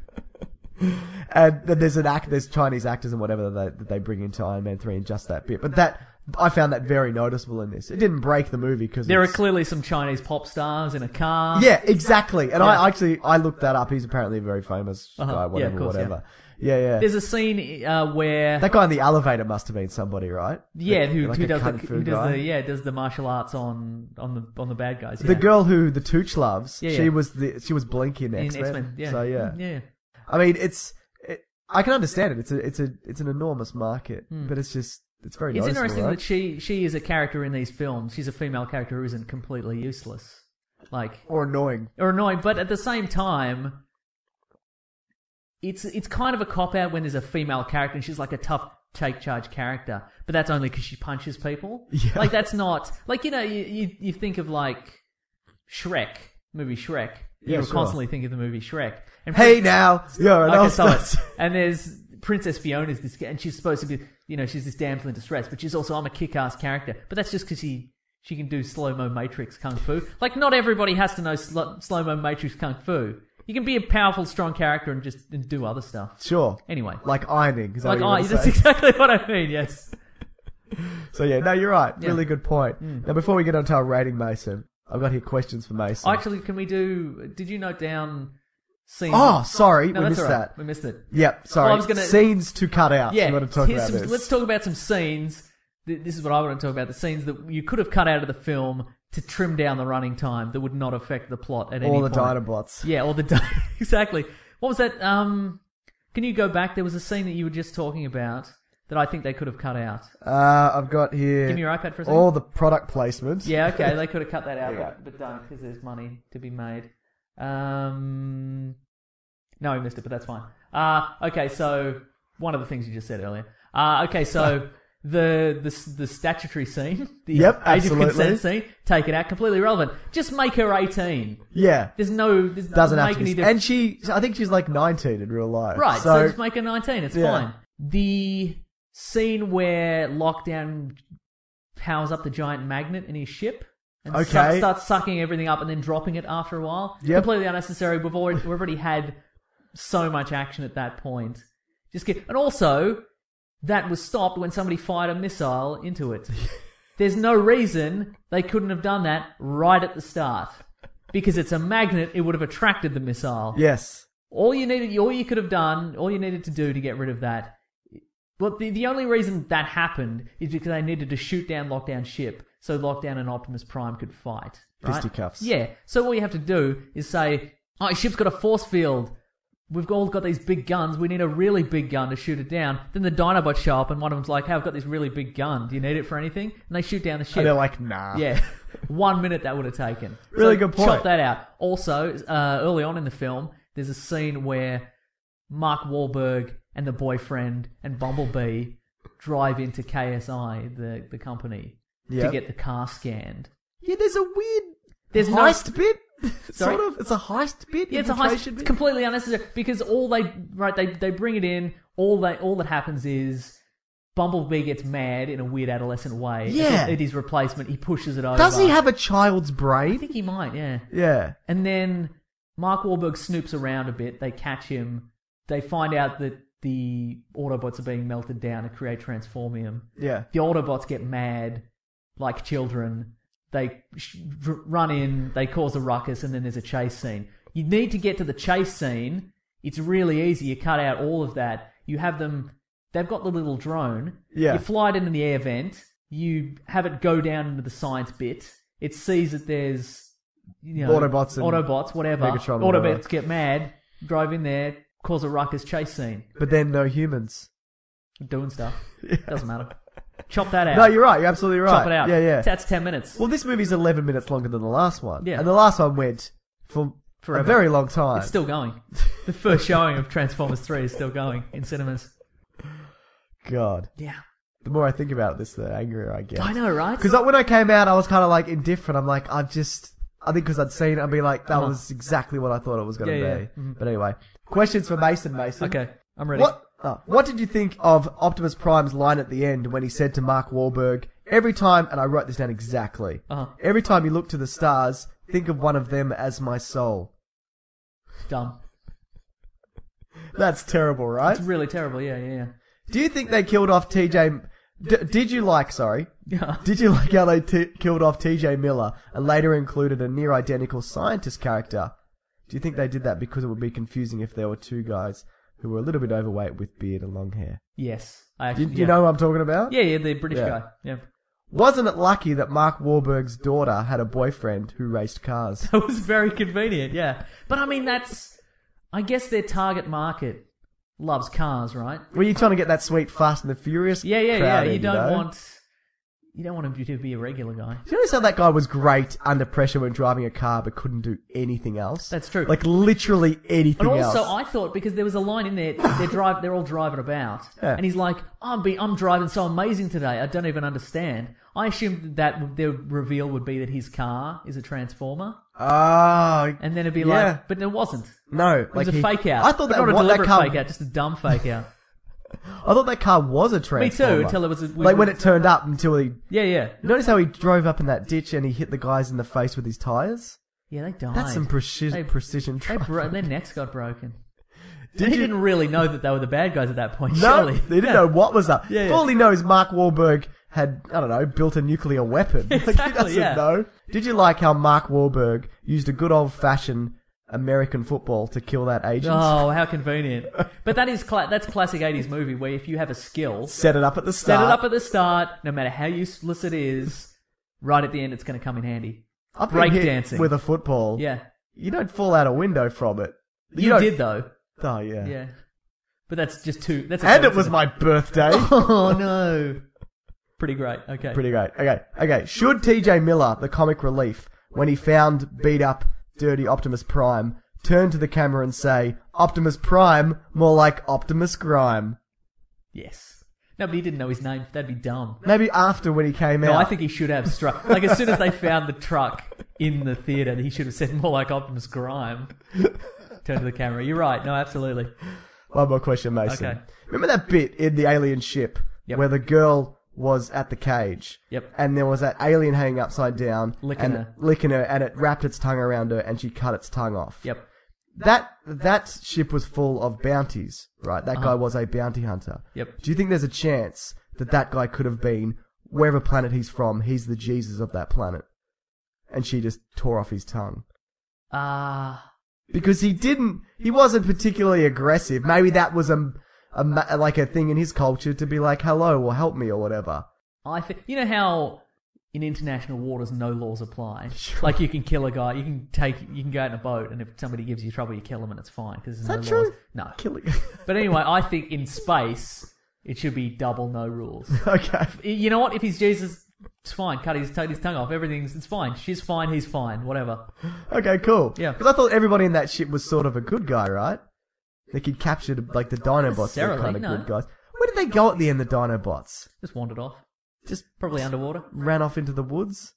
S5: and then there's an act. There's Chinese actors and whatever that they, that they bring into Iron Man three in just that bit. But that I found that very noticeable in this. It didn't break the movie because
S6: There are clearly some Chinese pop stars in a car.
S5: Yeah, exactly. And
S6: Yeah.
S5: I actually I looked that up. He's apparently a very famous
S6: Uh-huh. Yeah,
S5: guy,
S6: of
S5: whatever,
S6: course, yeah.
S5: whatever. Yeah, yeah.
S6: There's a scene uh, where
S5: that guy in the elevator must have been somebody, right?
S6: Yeah, who,
S5: Like
S6: who
S5: a
S6: does
S5: kung
S6: the,
S5: fu
S6: who does
S5: guy.
S6: the yeah does the martial arts on on the on the bad guys?
S5: The
S6: yeah.
S5: girl who the Tooch loves,
S6: Yeah,
S5: she
S6: yeah.
S5: was the she was Blinky in
S6: in
S5: X
S6: X Men.
S5: Men.
S6: Yeah. Mm,
S5: So yeah.
S6: yeah.
S5: I mean it's it, I can understand it. It's a it's a it's an enormous market, but it's just It's very
S6: Hmm. It's
S5: noticeable,
S6: interesting
S5: right?
S6: that she she is a character in these films. She's a female character who isn't completely useless, like
S5: or annoying.
S6: or annoying. But at the same time, it's it's kind of a cop out when there's a female character and she's like a tough take charge character. But that's only because she punches people.
S5: Yeah.
S6: Like that's not like you know you you, you think of like Shrek movie Shrek.
S5: Yeah,
S6: You're
S5: sure.
S6: constantly thinking of the movie Shrek. And
S5: Hey now, you're an
S6: like I saw
S5: all-star.
S6: it. And there's Princess Fiona's this, and she's supposed to be, you know, she's this damsel in distress, but she's also I'm a kick-ass character. But that's just because she she can do slow-mo Matrix kung fu. Like not everybody has to know sl- slow-mo Matrix kung fu. You can be a powerful, strong character and just and do other stuff.
S5: Sure.
S6: Anyway,
S5: Like ironing. Is that
S6: like
S5: what
S6: I,
S5: you
S6: that's exactly what I mean. Yes.
S5: So yeah, no, you're right.
S6: Yeah. Mm.
S5: Really good point. Now before we get on to our rating, Mason, I've got here questions for Mason.
S6: Actually, can we do? Did you note down? Scenes
S5: Oh, sorry,
S6: no,
S5: we
S6: that's
S5: missed
S6: all right.
S5: that.
S6: We missed it.
S5: Yep, sorry.
S6: Oh, I was gonna-
S5: Scenes to cut out.
S6: Yeah,
S5: Uh, You want to talk
S6: here's
S5: about
S6: some-
S5: this?
S6: let's talk about some scenes. Th- This is what I want to talk about: the scenes that you could have cut out of the film to trim down the running time that would not affect the plot at any
S5: All the
S6: point.
S5: Dinobots.
S6: Yeah, all the di- exactly. What was that? Um, can you go back? There was a scene that you were just talking about that I think they could have cut out.
S5: Uh, I've got here.
S6: Give me your iPad for a second.
S5: All the product placements.
S6: Yeah, okay, they could have cut that out, but, but don't because there's money to be made. Um, no, we missed it, but that's fine. Uh, okay, so one of the things you just said earlier. Uh, okay, so the the s- the statutory scene, the
S5: Yep,
S6: age of
S5: absolutely.
S6: consent scene, take it out, completely irrelevant. Just make her eighteen.
S5: Yeah.
S6: There's no there's
S5: Doesn't
S6: make
S5: have to
S6: any
S5: be.
S6: difference.
S5: And she, I think she's like 19 in real life.
S6: Right, so,
S5: So,
S6: just make her 19, it's
S5: Yeah.
S6: fine. The scene where Lockdown powers up the giant magnet in his ship and
S5: Okay.
S6: suck- starts sucking everything up and then dropping it after a while,
S5: Yep.
S6: completely unnecessary. We've already, we've already had so much action at that point. Just get, And also, that was stopped when somebody fired a missile into it. There's no reason they couldn't have done that right at the start. Because it's a magnet, it would have attracted the missile.
S5: yes.
S6: All you needed, all you could have done, all you needed to do to get rid of that. Well, the, the only reason that happened is because they needed to shoot down Lockdown's ship so Lockdown and Optimus Prime could fight. Right?
S5: Fisticuffs.
S6: Yeah. So all you have to do is say, oh, his ship's got a force field. We've all got these big guns. We need a really big gun to shoot it down. Then the Dinobots show up and one of them's like, hey, I've got this really big gun. Do you need it for anything? And they shoot down the ship.
S5: And they're like, nah.
S6: Yeah, one minute that would have taken.
S5: Ah. Really good point.
S6: Chop that out. Also, uh, early on in the film, there's a scene where Mark Wahlberg and the boyfriend and Bumblebee drive into KSI, the the company, to
S5: Yep.
S6: get the car scanned.
S5: Yeah, there's a weird
S6: There's no-
S5: heist bit.
S6: Sorry?
S5: Sort of. It's a heist bit.
S6: Yeah, it's a heist.
S5: infiltration
S6: It's
S5: bit.
S6: completely unnecessary because all they right they they bring it in. All they all that happens is. Bumblebee gets mad in a weird adolescent way.
S5: Yeah.
S6: It is replacement. He pushes it over.
S5: Does he have a child's brain?
S6: I think he might, yeah.
S5: yeah.
S6: And then Mark Wahlberg snoops around a bit. They catch him. They find out that the Autobots are being melted down to create Transformium.
S5: Yeah.
S6: The Autobots get mad, like children. They sh- r- run in. They cause a ruckus, and then there's a chase scene. You need to get to the chase scene. It's really easy. You cut out all of that. You have them. They've got the little drone.
S5: Yeah.
S6: You fly it into the air vent. You have it go down into the science bit. It sees that there's you know,
S5: Autobots and
S6: Autobots, whatever.
S5: Megatron and
S6: Autobots
S5: whatnot.
S6: get mad, drive in there, cause a ruckus chase scene,
S5: But then no humans.
S6: doing stuff. Doesn't matter. Chop that out.
S5: No, you're right. You're absolutely right.
S6: Chop it out.
S5: Yeah, yeah.
S6: That's ten minutes.
S5: Well, this movie's 11 minutes longer than the last one.
S6: Yeah.
S5: And the last one went for
S6: Forever.
S5: a very long time.
S6: it's still going. The first showing of Transformers Three is still going in cinemas.
S5: God.
S6: Yeah,
S5: The more I think about this, the angrier I get.
S6: I know, right?
S5: Because when I came out, I was kind of like indifferent. I'm like, I've just, I think because I'd seen it, I'd be like, that
S6: Uh-huh.
S5: was exactly what I thought it was going to
S6: Yeah, yeah,
S5: be.
S6: mhm.
S5: But anyway, questions for Mason, Mason.
S6: okay, I'm ready.
S5: What, oh, what did you think of Optimus Prime's line at the end when he said to Mark Wahlberg, every time, and I wrote this down exactly,
S6: Uh-huh.
S5: every time you look to the stars, think of one of them as my soul.
S6: Dumb.
S5: That's terrible, right?
S6: It's really terrible. Yeah, yeah, yeah.
S5: Do you think they killed off TJ? D- did you like, sorry,
S6: Yeah.
S5: Did you like how they t- killed off TJ Miller and later included a near identical scientist character? Do you think they did that because it would be confusing if there were two guys who were a little bit overweight with beard and long hair?
S6: Yes, I
S5: You,
S6: actually.
S5: you
S6: yeah.
S5: know what I'm talking about?
S6: Yeah, yeah, the British
S5: Yeah.
S6: guy. Yeah,
S5: Wasn't it lucky that Mark Wahlberg's daughter had a boyfriend who raced cars?
S6: that was very convenient. Yeah, but I mean, that's. I guess their target market loves cars, right?
S5: Well, you're trying to get that sweet Fast and the Furious.
S6: Yeah, yeah,
S5: crowd
S6: yeah. You
S5: in,
S6: don't
S5: know?
S6: want you don't want him to be a regular guy.
S5: Do you notice how that guy was great under pressure when driving a car, but couldn't do anything else?
S6: That's true.
S5: Like literally anything
S6: And also,
S5: else.
S6: I thought because there was a line in there, they're drive, they're all driving about,
S5: Yeah.
S6: and he's like, "I'm be, I'm driving so amazing today. I don't even understand." I assumed that the reveal would be that his car is a transformer,
S5: oh,
S6: and then it'd be
S5: Yeah.
S6: like, but it wasn't.
S5: no!
S6: It
S5: like
S6: was a
S5: he-
S6: fake out.
S5: I thought
S6: But
S5: that,
S6: not a
S5: wa- that
S6: deliberate
S5: car.
S6: fake out, just a dumb fake out.
S5: I thought that car was a transformer.
S6: until it was a- we-
S5: like when it turned up until he.
S6: yeah, yeah,
S5: Notice how he drove up in that ditch and he hit the guys in the face with his tires.
S6: yeah. They died.
S5: That's some precision.
S6: They-
S5: precision.
S6: They bro-
S5: driving.
S6: their necks got broken.
S5: Did
S6: they
S5: you-
S6: didn't really know that they were the bad guys at that point.
S5: No,
S6: surely.
S5: they didn't know what was up.
S6: Yeah, yeah.
S5: For All he knows, Mark Wahlberg had, I don't know, built a nuclear weapon. like,
S6: Exactly,
S5: he doesn't
S6: yeah.
S5: know. Did you like how Mark Wahlberg used a good old fashioned American football to kill that agent?
S6: Oh, how convenient! But that is cla- that's classic '80s movie where if you have a skill,
S5: Set it up at the
S6: set
S5: start.
S6: it up at the start. No matter how useless it is, right at the end, it's going to come in handy.
S5: I've been hit
S6: breakdancing.
S5: With a football.
S6: Yeah,
S5: You don't fall out a window from it.
S6: you,
S5: don't-
S6: did though.
S5: Oh, yeah.
S6: Yeah. but that's just too. That's a
S5: And it was
S6: coincidence.
S5: my birthday.
S6: Oh no! Pretty great. Okay.
S5: Pretty great. Okay, okay. Should TJ Miller, the comic relief, when he found beat up dirty Optimus Prime, turn to the camera and say, Optimus Prime, more like Optimus Grime?
S6: Yes. No, but he didn't know his name. That'd be dumb.
S5: Maybe after when he came
S6: No,
S5: out.
S6: I think he should have struck. Like as soon as they found the truck in the theater, he should have said more like Optimus Grime. Turn to the camera. You're right. No, absolutely.
S5: One more question, Mason.
S6: Okay.
S5: Remember that bit in the alien ship
S6: Yep.
S5: where the girl was at the cage?
S6: Yep.
S5: And there was that alien hanging upside down.
S6: Licking
S5: and
S6: her.
S5: Licking her, and it wrapped its tongue around her, and she cut its tongue off.
S6: Yep.
S5: That that ship was full of bounties, right? That guy was a bounty hunter.
S6: Uh-huh. Yep.
S5: Do you think there's a chance that that guy could have been wherever planet he's from? He's the Jesus of that planet, and she just tore off his tongue
S6: Ah.
S5: because he didn't. He wasn't particularly aggressive. Maybe that was a, a ma- like a thing in his culture to be like, "Hello" or "Help me" or whatever.
S6: I think you know how in international waters no laws apply. Like you can kill a guy, you can take, you can go out in a boat, and if somebody gives you trouble, you kill them, and it's fine because
S5: Is
S6: there's
S5: that
S6: no
S5: true?
S6: laws. No.
S5: Killing.
S6: But anyway, I think in space it should be double no rules.
S5: okay.
S6: you know what? If he's Jesus, it's fine. Cut his, cut his tongue off. Everything's it's fine. She's fine. He's fine. Whatever.
S5: Okay, cool.
S6: Yeah.
S5: Because I thought everybody in that ship was sort of a good guy, right? Like he'd captured like the Dinobots were
S6: necessarily,
S5: kind of
S6: no.
S5: good guys. Where did they go at the end? The Dinobots
S6: Just wandered off.
S5: just
S6: Probably underwater.
S5: ran off into the woods.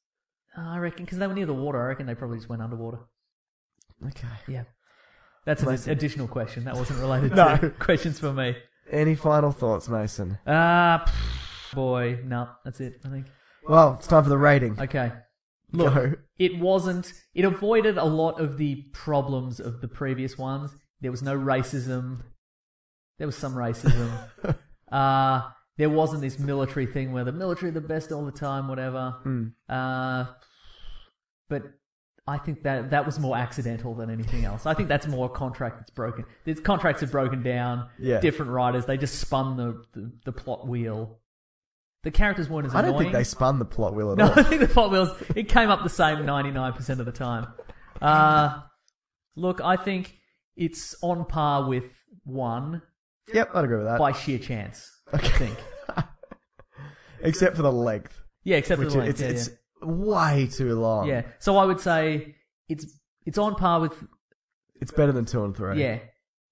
S6: I reckon because they were near the water. I reckon they probably just went underwater.
S5: Okay.
S6: Yeah. That's an
S5: Mason.
S6: additional question. That wasn't related
S5: No.
S6: to questions for me.
S5: Any final thoughts, Mason?
S6: Ah, pff, boy, no, that's it. I think.
S5: Well, it's time for the rating.
S6: Okay,
S5: Look,
S6: it wasn't. It avoided a lot of the problems of the previous ones. There was no racism. There was some racism. uh, there wasn't this military thing where the military are the best all the time, whatever.
S5: Hmm.
S6: Uh, but I think that that was more accidental than anything else. I think that's more a contract that's broken. These contracts are broken down.
S5: Yeah.
S6: Different writers, they just spun the, the, the plot wheel. The characters weren't as
S5: I
S6: annoying.
S5: don't think they spun the plot wheel at
S6: No, I
S5: all.
S6: think the plot wheels it came up the same ninety nine percent of the time. Uh, look, I think it's on par with one
S5: Yep, I'd agree with that.
S6: by sheer chance. I
S5: Uh, Okay.
S6: think.
S5: Except for the length,
S6: Yeah, except
S5: which
S6: for the
S5: it's
S6: length. yeah,
S5: it's way too
S6: yeah.
S5: long.
S6: yeah. So I would say it's it's on par with
S5: it's better than two and three.
S6: yeah.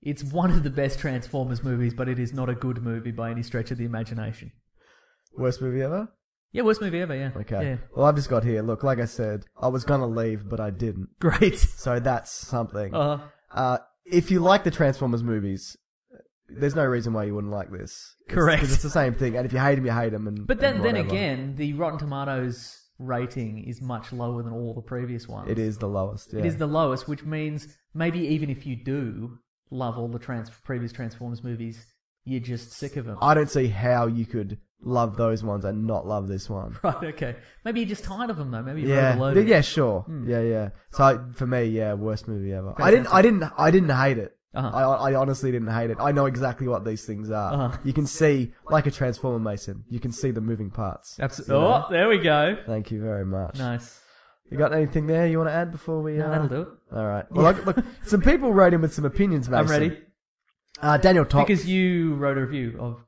S6: It's one of the best Transformers movies, but it is not a good movie by any stretch of the imagination.
S5: worst movie ever.
S6: Yeah, worst movie ever. Yeah.
S5: Okay.
S6: Yeah.
S5: Well, I've just got here. Look, like I said, I was gonna leave, but I didn't.
S6: Great.
S5: So that's something.
S6: Uh,
S5: Uh, if you like the Transformers movies, there's no reason why you wouldn't like this. It's-
S6: Correct.
S5: 'cause It's, the same thing, and if you hate them, you hate them. And
S6: but then
S5: and
S6: then
S5: whatever.
S6: again, the Rotten Tomatoes rating is much lower than all the previous ones.
S5: it is the lowest. Yeah.
S6: It is the lowest, which means maybe even if you do love all the trans- previous Transformers movies, you're just sick of them.
S5: I don't see how you could love those ones and not love this one.
S6: right, okay. Maybe you're just tired of them though. Maybe you're
S5: Yeah.
S6: overloaded. Hmm.
S5: Yeah. Sure. Yeah. Yeah. So I- for me, yeah, worst movie ever. I
S6: Fantastic.
S5: didn't. I didn't. I didn't hate it.
S6: Uh-huh.
S5: I, I honestly didn't hate it. I know exactly what these things are.
S6: Uh-huh.
S5: You can see, like a Transformer Mason, you can see the moving parts.
S6: Absolutely. Oh, there we go.
S5: Thank you very much.
S6: Nice.
S5: You got anything there you want to add before we?
S6: No,
S5: uh,
S6: that'll do it.
S5: All right. Well, look, look, some people wrote in with some opinions, Mason.
S6: I'm ready.
S5: Uh, Daniel Top.
S6: Because you wrote a review of.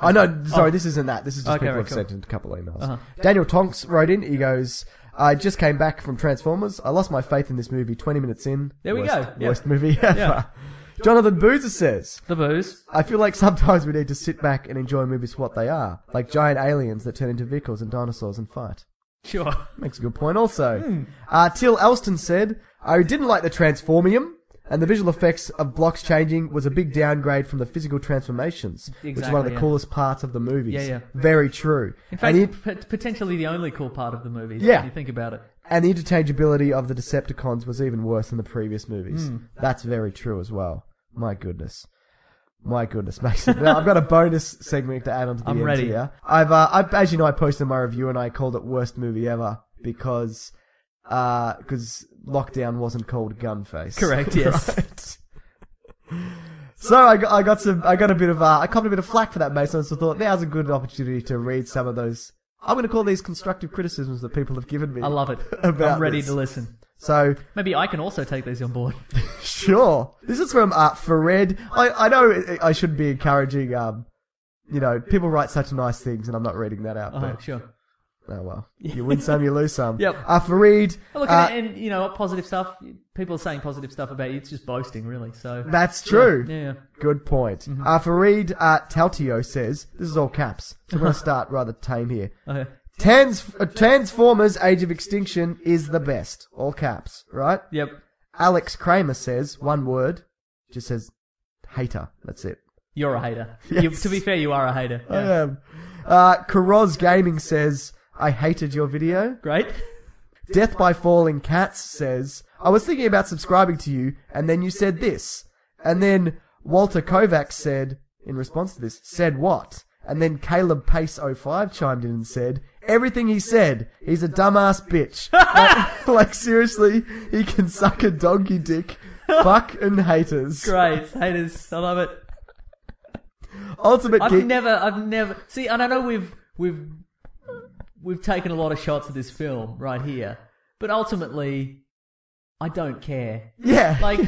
S5: I know. Sorry, this isn't that. This is just
S6: Okay,
S5: people
S6: right,
S5: have
S6: cool. Uh-huh.
S5: sent in a couple emails. Daniel Tonks wrote in. He goes, "I just came back from Transformers. I lost my faith in this movie. Twenty minutes in.
S6: There we
S5: worst,
S6: go. Yeah.
S5: Worst movie ever." Jonathan Boozer says,
S6: The Booze.
S5: I feel like sometimes we need to sit back and enjoy movies for what they are, like giant aliens that turn into vehicles and dinosaurs and fight.
S6: Sure.
S5: Makes a good point also. Uh, Till Elston said, I didn't like the Transformium, and the visual effects of blocks changing was a big downgrade from the physical transformations, which is one of
S6: Exactly,
S5: the
S6: yeah.
S5: coolest parts of the movies.
S6: Yeah, yeah.
S5: Very true.
S6: In fact,
S5: and, the,
S6: p- potentially the only cool part of the movie.
S5: Yeah.
S6: If you think about it.
S5: and the interchangeability of the Decepticons was even worse than the previous movies.
S6: Hmm.
S5: That's very true as well. My goodness. My goodness, Mason. Now, I've got a bonus segment to add onto the
S6: I'm
S5: end
S6: ready.
S5: here. I've, uh, I, as you know, I posted my review and I called it worst movie ever because, uh 'cause because lockdown wasn't called Gunface.
S6: Correct, yes.
S5: Right. So I got, I got some, I got a bit of, uh, I copped a bit of flack for that, Mason. So I thought now's a good opportunity to read some of those. I'm going to call these constructive criticisms that people have given me.
S6: I love it.
S5: About
S6: I'm ready
S5: this.
S6: to listen.
S5: So
S6: Maybe I can also take these on board.
S5: Sure. This is from uh, Fared. I, I know I- I shouldn't be encouraging, um, you know, people write such nice things and I'm not reading that out,
S6: Oh,
S5: but
S6: sure.
S5: oh well. You win some, you lose some.
S6: Yep.
S5: Uh, Fareed.
S6: Look,
S5: uh,
S6: and, and you know, positive stuff. People are saying positive stuff about you. It's just boasting, really. So
S5: that's true.
S6: Yeah, Mm-hmm. yeah.
S5: Good point. Uh, Fareed uh, Taltio says, this is all caps. So I'm going to start rather tame here.
S6: Okay.
S5: Trans- uh, Transformers Age of Extinction is the best. All caps, right?
S6: Yep.
S5: Alex Kramer says, one word, just says hater. That's it.
S6: You're a hater.
S5: Yes.
S6: You, to be fair, you are a hater.
S5: I
S6: Yeah.
S5: am. Uh, Karoz Gaming says, I hated your video.
S6: Great.
S5: Death by Falling Cats says, I was thinking about subscribing to you, and then you said this. And then Walter Kovacs said, in response to this, said what? And then Caleb Pace 05 chimed in and said, everything he said, he's a dumbass bitch. like, like, seriously, he can suck a donkey dick. Fuck and haters.
S6: Great. Haters. I love it.
S5: Ultimate
S6: I've
S5: Geek-
S6: never, I've never. See, and I know we've we've we've taken a lot of shots of this film right here, but ultimately, I don't care.
S5: Yeah.
S6: Like,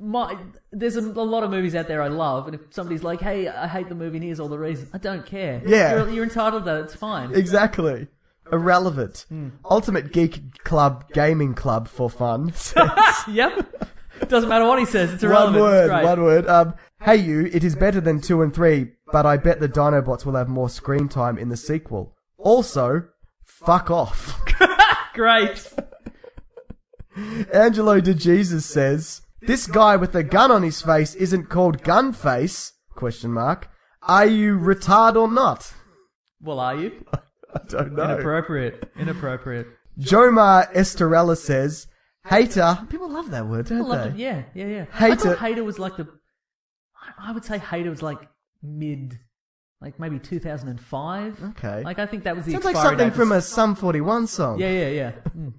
S6: my there's a, a lot of movies out there I love, and if somebody's like, "Hey, I hate the movie, and here's all the reasons," I don't care.
S5: Yeah.
S6: You're, you're entitled to that. It's fine.
S5: Exactly. Irrelevant. Ultimate Geek Club Gaming Club for fun.
S6: yep. Doesn't matter what he says. It's
S5: one
S6: irrelevant. it's
S5: word.
S6: great.
S5: One word. Um, hey you, it is better than two and three, but I bet the Dinobots will have more screen time in the sequel. Also, fuck off.
S6: Great.
S5: Angelo de Jesus says, "This guy with a gun on his face isn't called Gunface?" Question mark. Are you retard or not?
S6: Well, are you
S5: I don't know.
S6: inappropriate? Inappropriate.
S5: Jomar Estarella says, "Hater." People love that word, don't
S6: I
S5: they?
S6: loved it. Yeah, yeah, yeah. I
S5: Hater-
S6: thought Hater was like the. I- I would say Hater was like mid, like maybe 2005.
S5: Okay.
S6: Like I think that was the.
S5: Sounds like
S6: expiry
S5: something
S6: date for-
S5: from a Sum 41 song.
S6: Yeah, yeah, yeah. Mm.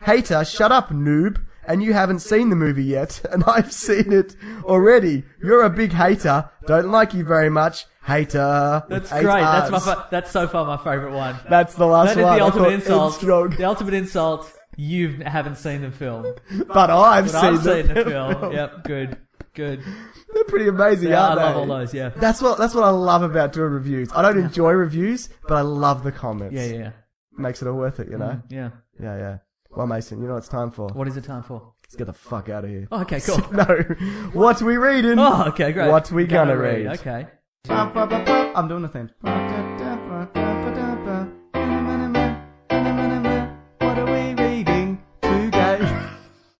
S5: Hater, shut up, noob. And you haven't seen the movie yet, and I've seen it already. You're a big hater. Don't like you very much. Hater. with
S6: That's
S5: eight
S6: great. That's my.
S5: Rs.
S6: Fa- that's so far my favorite one.
S5: That's the last
S6: That is
S5: one.
S6: the
S5: I
S6: ultimate
S5: thought,
S6: insult.
S5: it's strong.
S6: The ultimate insult. You haven't seen the film,
S5: But I've
S6: but
S5: seen
S6: I've seen
S5: them.
S6: the film. Yep, good, good.
S5: They're pretty amazing,
S6: Yeah, I
S5: aren't they?
S6: love all those. Yeah,
S5: That's what, that's what I love about doing reviews. I don't enjoy reviews, but I love the comments.
S6: yeah, yeah, yeah.
S5: Makes it all worth it, you know?
S6: yeah.
S5: Yeah, yeah. Well, Mason, you know what it's time for?
S6: What is it time for?
S5: Let's get the fuck out of here.
S6: Oh, okay, cool.
S5: no. What we reading?
S6: Oh, okay, great.
S5: What we gonna, read?
S6: Okay.
S5: I'm doing the thing. What are we reading today?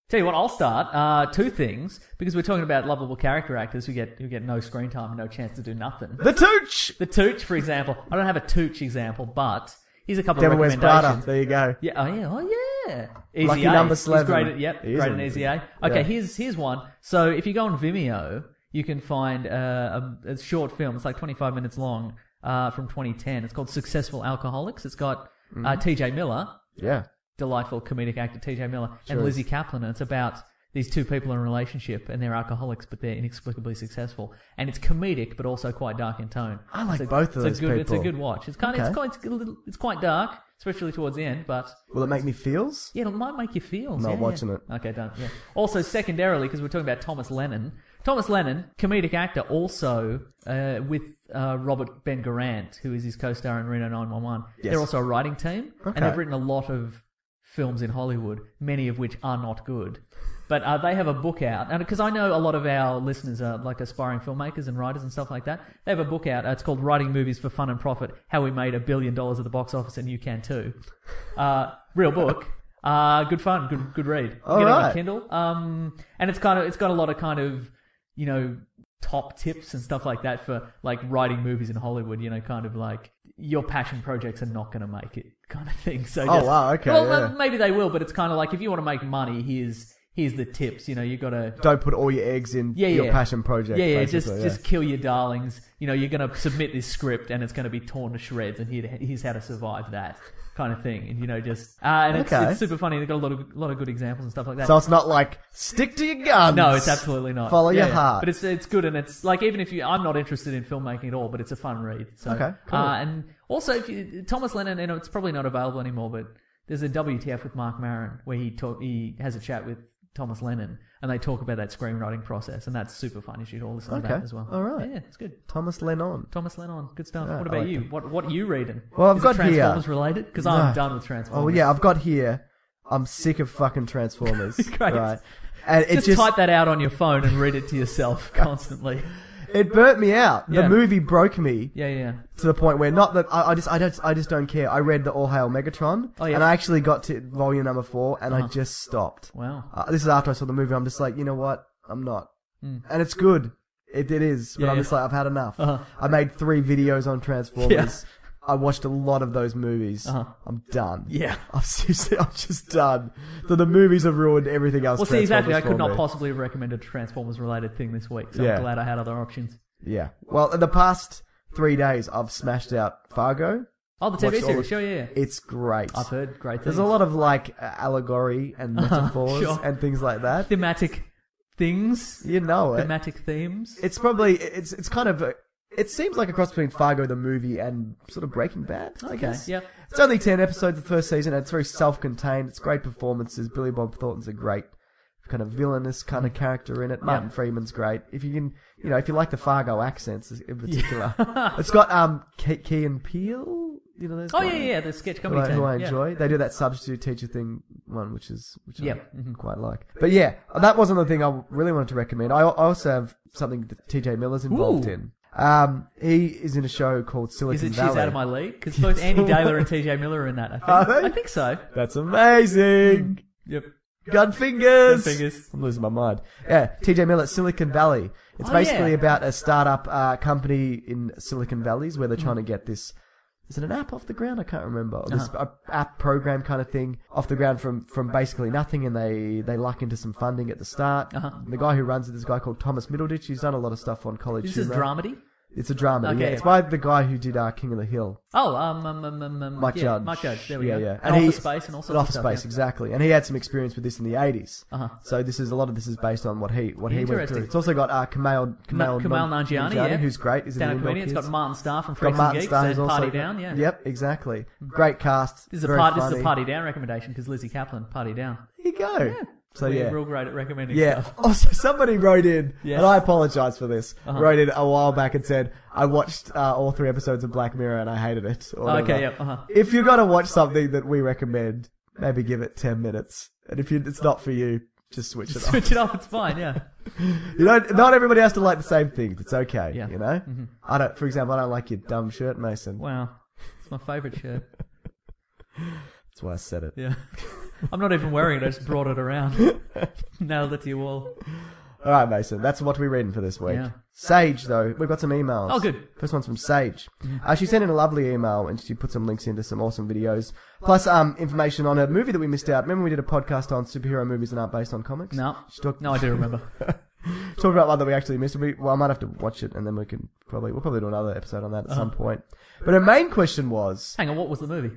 S6: Tell you what, I'll start. Uh, two things because we're talking about lovable character actors who get who get no screen time and no chance to do nothing.
S5: The Tooch!
S6: The Tooch, for example. I don't have a Tooch example, but here's a couple
S5: Devil
S6: of
S5: Wears Prada.
S6: recommendations.
S5: There you go.
S6: Yeah. Oh yeah. Oh yeah. Easy
S5: Lucky
S6: A.
S5: number
S6: He's
S5: 11.
S6: great at, yep.
S5: He is
S6: great at
S5: amazing.
S6: Easy A. Okay.
S5: Yeah.
S6: Here's here's one. So if you go on Vimeo, you can find uh, a, a short film. It's like 25 minutes long uh, from 2010. It's called Successful Alcoholics. It's got
S5: Mm-hmm.
S6: uh, T.J. Miller,
S5: Yeah.
S6: delightful comedic actor T.J. Miller, and Lizzie Kaplan. And it's about these two people in a relationship and they're alcoholics, but they're inexplicably successful. And it's comedic, but also quite dark in tone.
S5: I like
S6: It's a-
S5: both of those
S6: it's a good, It's a
S5: people.
S6: good watch. It's kind of
S5: Okay.
S6: it's quite it's, a little- it's quite dark, especially towards the end. But
S5: Will it make me feels?
S6: yeah, it might make you feel.
S5: Not
S6: yeah, yeah.
S5: watching it.
S6: Okay, done. Yeah. Also, secondarily, because we're talking about Thomas Lennon, Thomas Lennon, comedic actor, also uh, with uh, Robert Ben Garant, who is his co-star in Reno 911.
S5: Yes.
S6: They're also a writing team,
S5: Okay.
S6: and they've written a lot of films in Hollywood, many of which are not good. But uh, they have a book out, and because I know a lot of our listeners are like aspiring filmmakers and writers and stuff like that, they have a book out. Uh, it's called "Writing Movies for Fun and Profit: How We Made a Billion Dollars at the Box Office and You Can Too." Uh, real book. Uh, good fun, good good read. You
S5: All
S6: Get it on
S5: right.
S6: Kindle. Um, and it's kind of it's got a lot of kind of you know top tips and stuff like that for like writing movies in Hollywood. You know, kind of like your passion projects are not going to make it kind of thing. So
S5: Oh,
S6: just-
S5: wow, okay,
S6: Well, uh,
S5: yeah.
S6: maybe they will, but it's kind of like if you want to make money, here's here's the tips. You know, you got to
S5: Don't put all your eggs in
S6: yeah,
S5: your
S6: yeah.
S5: passion project.
S6: Yeah, yeah, just
S5: basically,
S6: just kill your darlings. You know, you're going to submit this script and it's going to be torn to shreds, and here, here's how to survive that kind of thing. And you know, just uh, and it's,
S5: Okay.
S6: it's super funny. They've got a lot of lot of good examples and stuff like that.
S5: So it's not like stick to your guns.
S6: no, it's absolutely not.
S5: Follow
S6: Yeah,
S5: your
S6: yeah.
S5: heart.
S6: But it's it's good, and it's like even if you, I'm not interested in filmmaking at all, but it's a fun read. So,
S5: Okay, cool.
S6: uh, and also if you, Thomas Lennon, and it's probably not available anymore, but there's a WTF with Mark Maron where he talk, he has a chat with Thomas Lennon, and they talk about that screenwriting process, and that's super fun. You should all listen to that
S5: Okay,
S6: as well.
S5: all right.
S6: yeah, it's good.
S5: Thomas Lennon.
S6: Thomas Lennon, good stuff.
S5: Yeah,
S6: what
S5: I
S6: about
S5: like
S6: you? What what are you reading?
S5: Well, I've
S6: Is
S5: got
S6: it
S5: here-
S6: Transformers related because I'm
S5: No.
S6: done with
S5: Oh
S6: Transformers.
S5: yeah, I've got here. I'm sick of fucking Transformers.
S6: Great.
S5: Right. And it
S6: just,
S5: just,
S6: type that out on your phone and read it to yourself constantly.
S5: it burnt me out.
S6: Yeah.
S5: The movie broke me
S6: Yeah, yeah.
S5: to the point where not that I, I just I don't I just don't care. I read the All Hail Megatron,
S6: Oh, yeah. Uh-huh.
S5: and I actually got to volume number four, and I just stopped.
S6: Wow.
S5: Uh, this is after I saw the movie. I'm just like, you know what? I'm not, and it's good. It, it is, but
S6: Hmm. Yeah,
S5: I'm
S6: yeah.
S5: just like, I've had enough.
S6: Uh-huh.
S5: I made three videos on Transformers. I watched a lot of those movies.
S6: Uh-huh.
S5: I'm done.
S6: Yeah.
S5: I'm seriously, I'm just done. So the movies have ruined everything else.
S6: Well, see, exactly.
S5: Transformers
S6: I could
S5: for
S6: not
S5: me.
S6: possibly have recommended a Transformers related thing this week, so
S5: Yeah.
S6: I'm glad I had other options.
S5: Yeah. Well, in the past three days, I've smashed out Fargo.
S6: Oh, the TV
S5: Watched all
S6: series,
S5: of-
S6: sure, yeah. yeah.
S5: It's great.
S6: I've heard great things.
S5: There's a lot of like uh, allegory and metaphors
S6: Sure.
S5: and things like that.
S6: thematic things,
S5: You know it.
S6: thematic themes.
S5: It's probably it's it's kind of a, it seems like a cross between Fargo the movie and sort of Breaking Bad. I guess.
S6: yeah.
S5: It's only ten episodes the first season. and It's very self-contained. It's great performances. Billy Bob Thornton's a great kind of villainous kind
S6: Mm.
S5: of character in it. Martin Freeman's great. If you can, you know, if you like the Fargo accents in particular, it's got um Ke- Key and Peele. You know those.
S6: oh,
S5: guys?
S6: yeah, yeah, the sketch
S5: who
S6: comedy
S5: I,
S6: team.
S5: who I
S6: yeah.
S5: enjoy. They do that substitute teacher thing one, which is which
S6: Yep.
S5: I quite like. But yeah, that wasn't the thing I really wanted to recommend. I al- I also have something that T.J. Miller's involved
S6: Ooh.
S5: in. Um, he is in a show called Silicon
S6: Is it She's
S5: Valley.
S6: Out of My League? Because both Andy Daler and TJ Miller are in that, I think.
S5: Are they?
S6: I think so.
S5: That's amazing.
S6: Yep.
S5: Gun fingers.
S6: Gun fingers.
S5: I'm losing my mind. Yeah, T.J. Miller, Silicon Valley. It's
S6: Oh,
S5: basically
S6: yeah.
S5: about a startup uh, company in Silicon Valleys where they're trying to get this. Is it an app off the ground? I can't remember. Or
S6: Uh-huh.
S5: This uh, app program kind of thing off the ground from, from basically nothing, and they, they luck into some funding at the start.
S6: Uh-huh.
S5: The guy who runs it is a guy called Thomas Middleditch. He's done a lot of stuff on College
S6: This is
S5: Humor.
S6: dramedy.
S5: It's a drama.
S6: Okay.
S5: Yeah, it's by the guy who did uh, King of the Hill.
S6: Oh, um, um, um, um, um
S5: Mike
S6: yeah,
S5: Judge.
S6: Mike Judge. There we
S5: yeah,
S6: go.
S5: Yeah,
S6: And,
S5: he-
S6: Office Space and all sorts
S5: and
S6: of
S5: Office
S6: stuff,
S5: Space,
S6: yeah.
S5: exactly. And he had some experience with this in the 80s.
S6: Uh-huh.
S5: So this is a lot of this is based on what he what he went
S6: Interesting.
S5: through. It's also got uh, Kamal Kamal,
S6: Kamal, Kamal Nanjiani, yeah.
S5: who's great. Is
S6: stand-up comedian. It's got Martin Starr from
S5: got
S6: Freaks and
S5: Martin
S6: Geeks
S5: Starr,
S6: and
S5: who's also
S6: Party
S5: great.
S6: Down, yeah.
S5: Yep, exactly. Great cast.
S6: This is a
S5: very
S6: part. This is a
S5: funny.
S6: party down recommendation because Lizzie Kaplan, party down.
S5: There you go. So
S6: We're
S5: Oh, yeah.
S6: real great at recommending
S5: Yeah.
S6: stuff.
S5: Also, somebody wrote in,
S6: Yes.
S5: and I apologize for this.
S6: Uh-huh.
S5: Wrote in a while back and said, "I watched uh, all three episodes of Black Mirror and I hated it." or
S6: Okay,
S5: whatever.
S6: yeah, uh-huh.
S5: If you're gonna watch something that we recommend, maybe give it ten minutes, and if you, it's not for you, just switch it
S6: Switch it off. It's fine. Yeah.
S5: off. You don't. Not everybody has to like the same things. It's okay.
S6: Yeah. Mm-hmm.
S5: You know. I don't. For example, I don't like your dumb shirt, Mason.
S6: Wow. It's my favorite shirt.
S5: That's why I said it.
S6: Yeah. I'm not even wearing it. I just brought it around. Nailed it to your wall.
S5: All right, Mason. That's what we're reading for this week.
S6: Yeah.
S5: Sage, though, we've got some emails.
S6: Oh, good. Mm-hmm.
S5: First one's from Sage. Uh, she sent in a lovely email and she put some links into some awesome videos, plus um information on a movie that we missed out. Remember we did a podcast on superhero movies and aren't based on comics?
S6: No.
S5: She talked,
S6: No, I do remember.
S5: talked about one that we actually missed. We, well, I might have to watch it and then we can
S6: Uh-huh.
S5: probably we'll probably do another episode on that at some point. But her main question was,
S6: Hang on. What was the movie?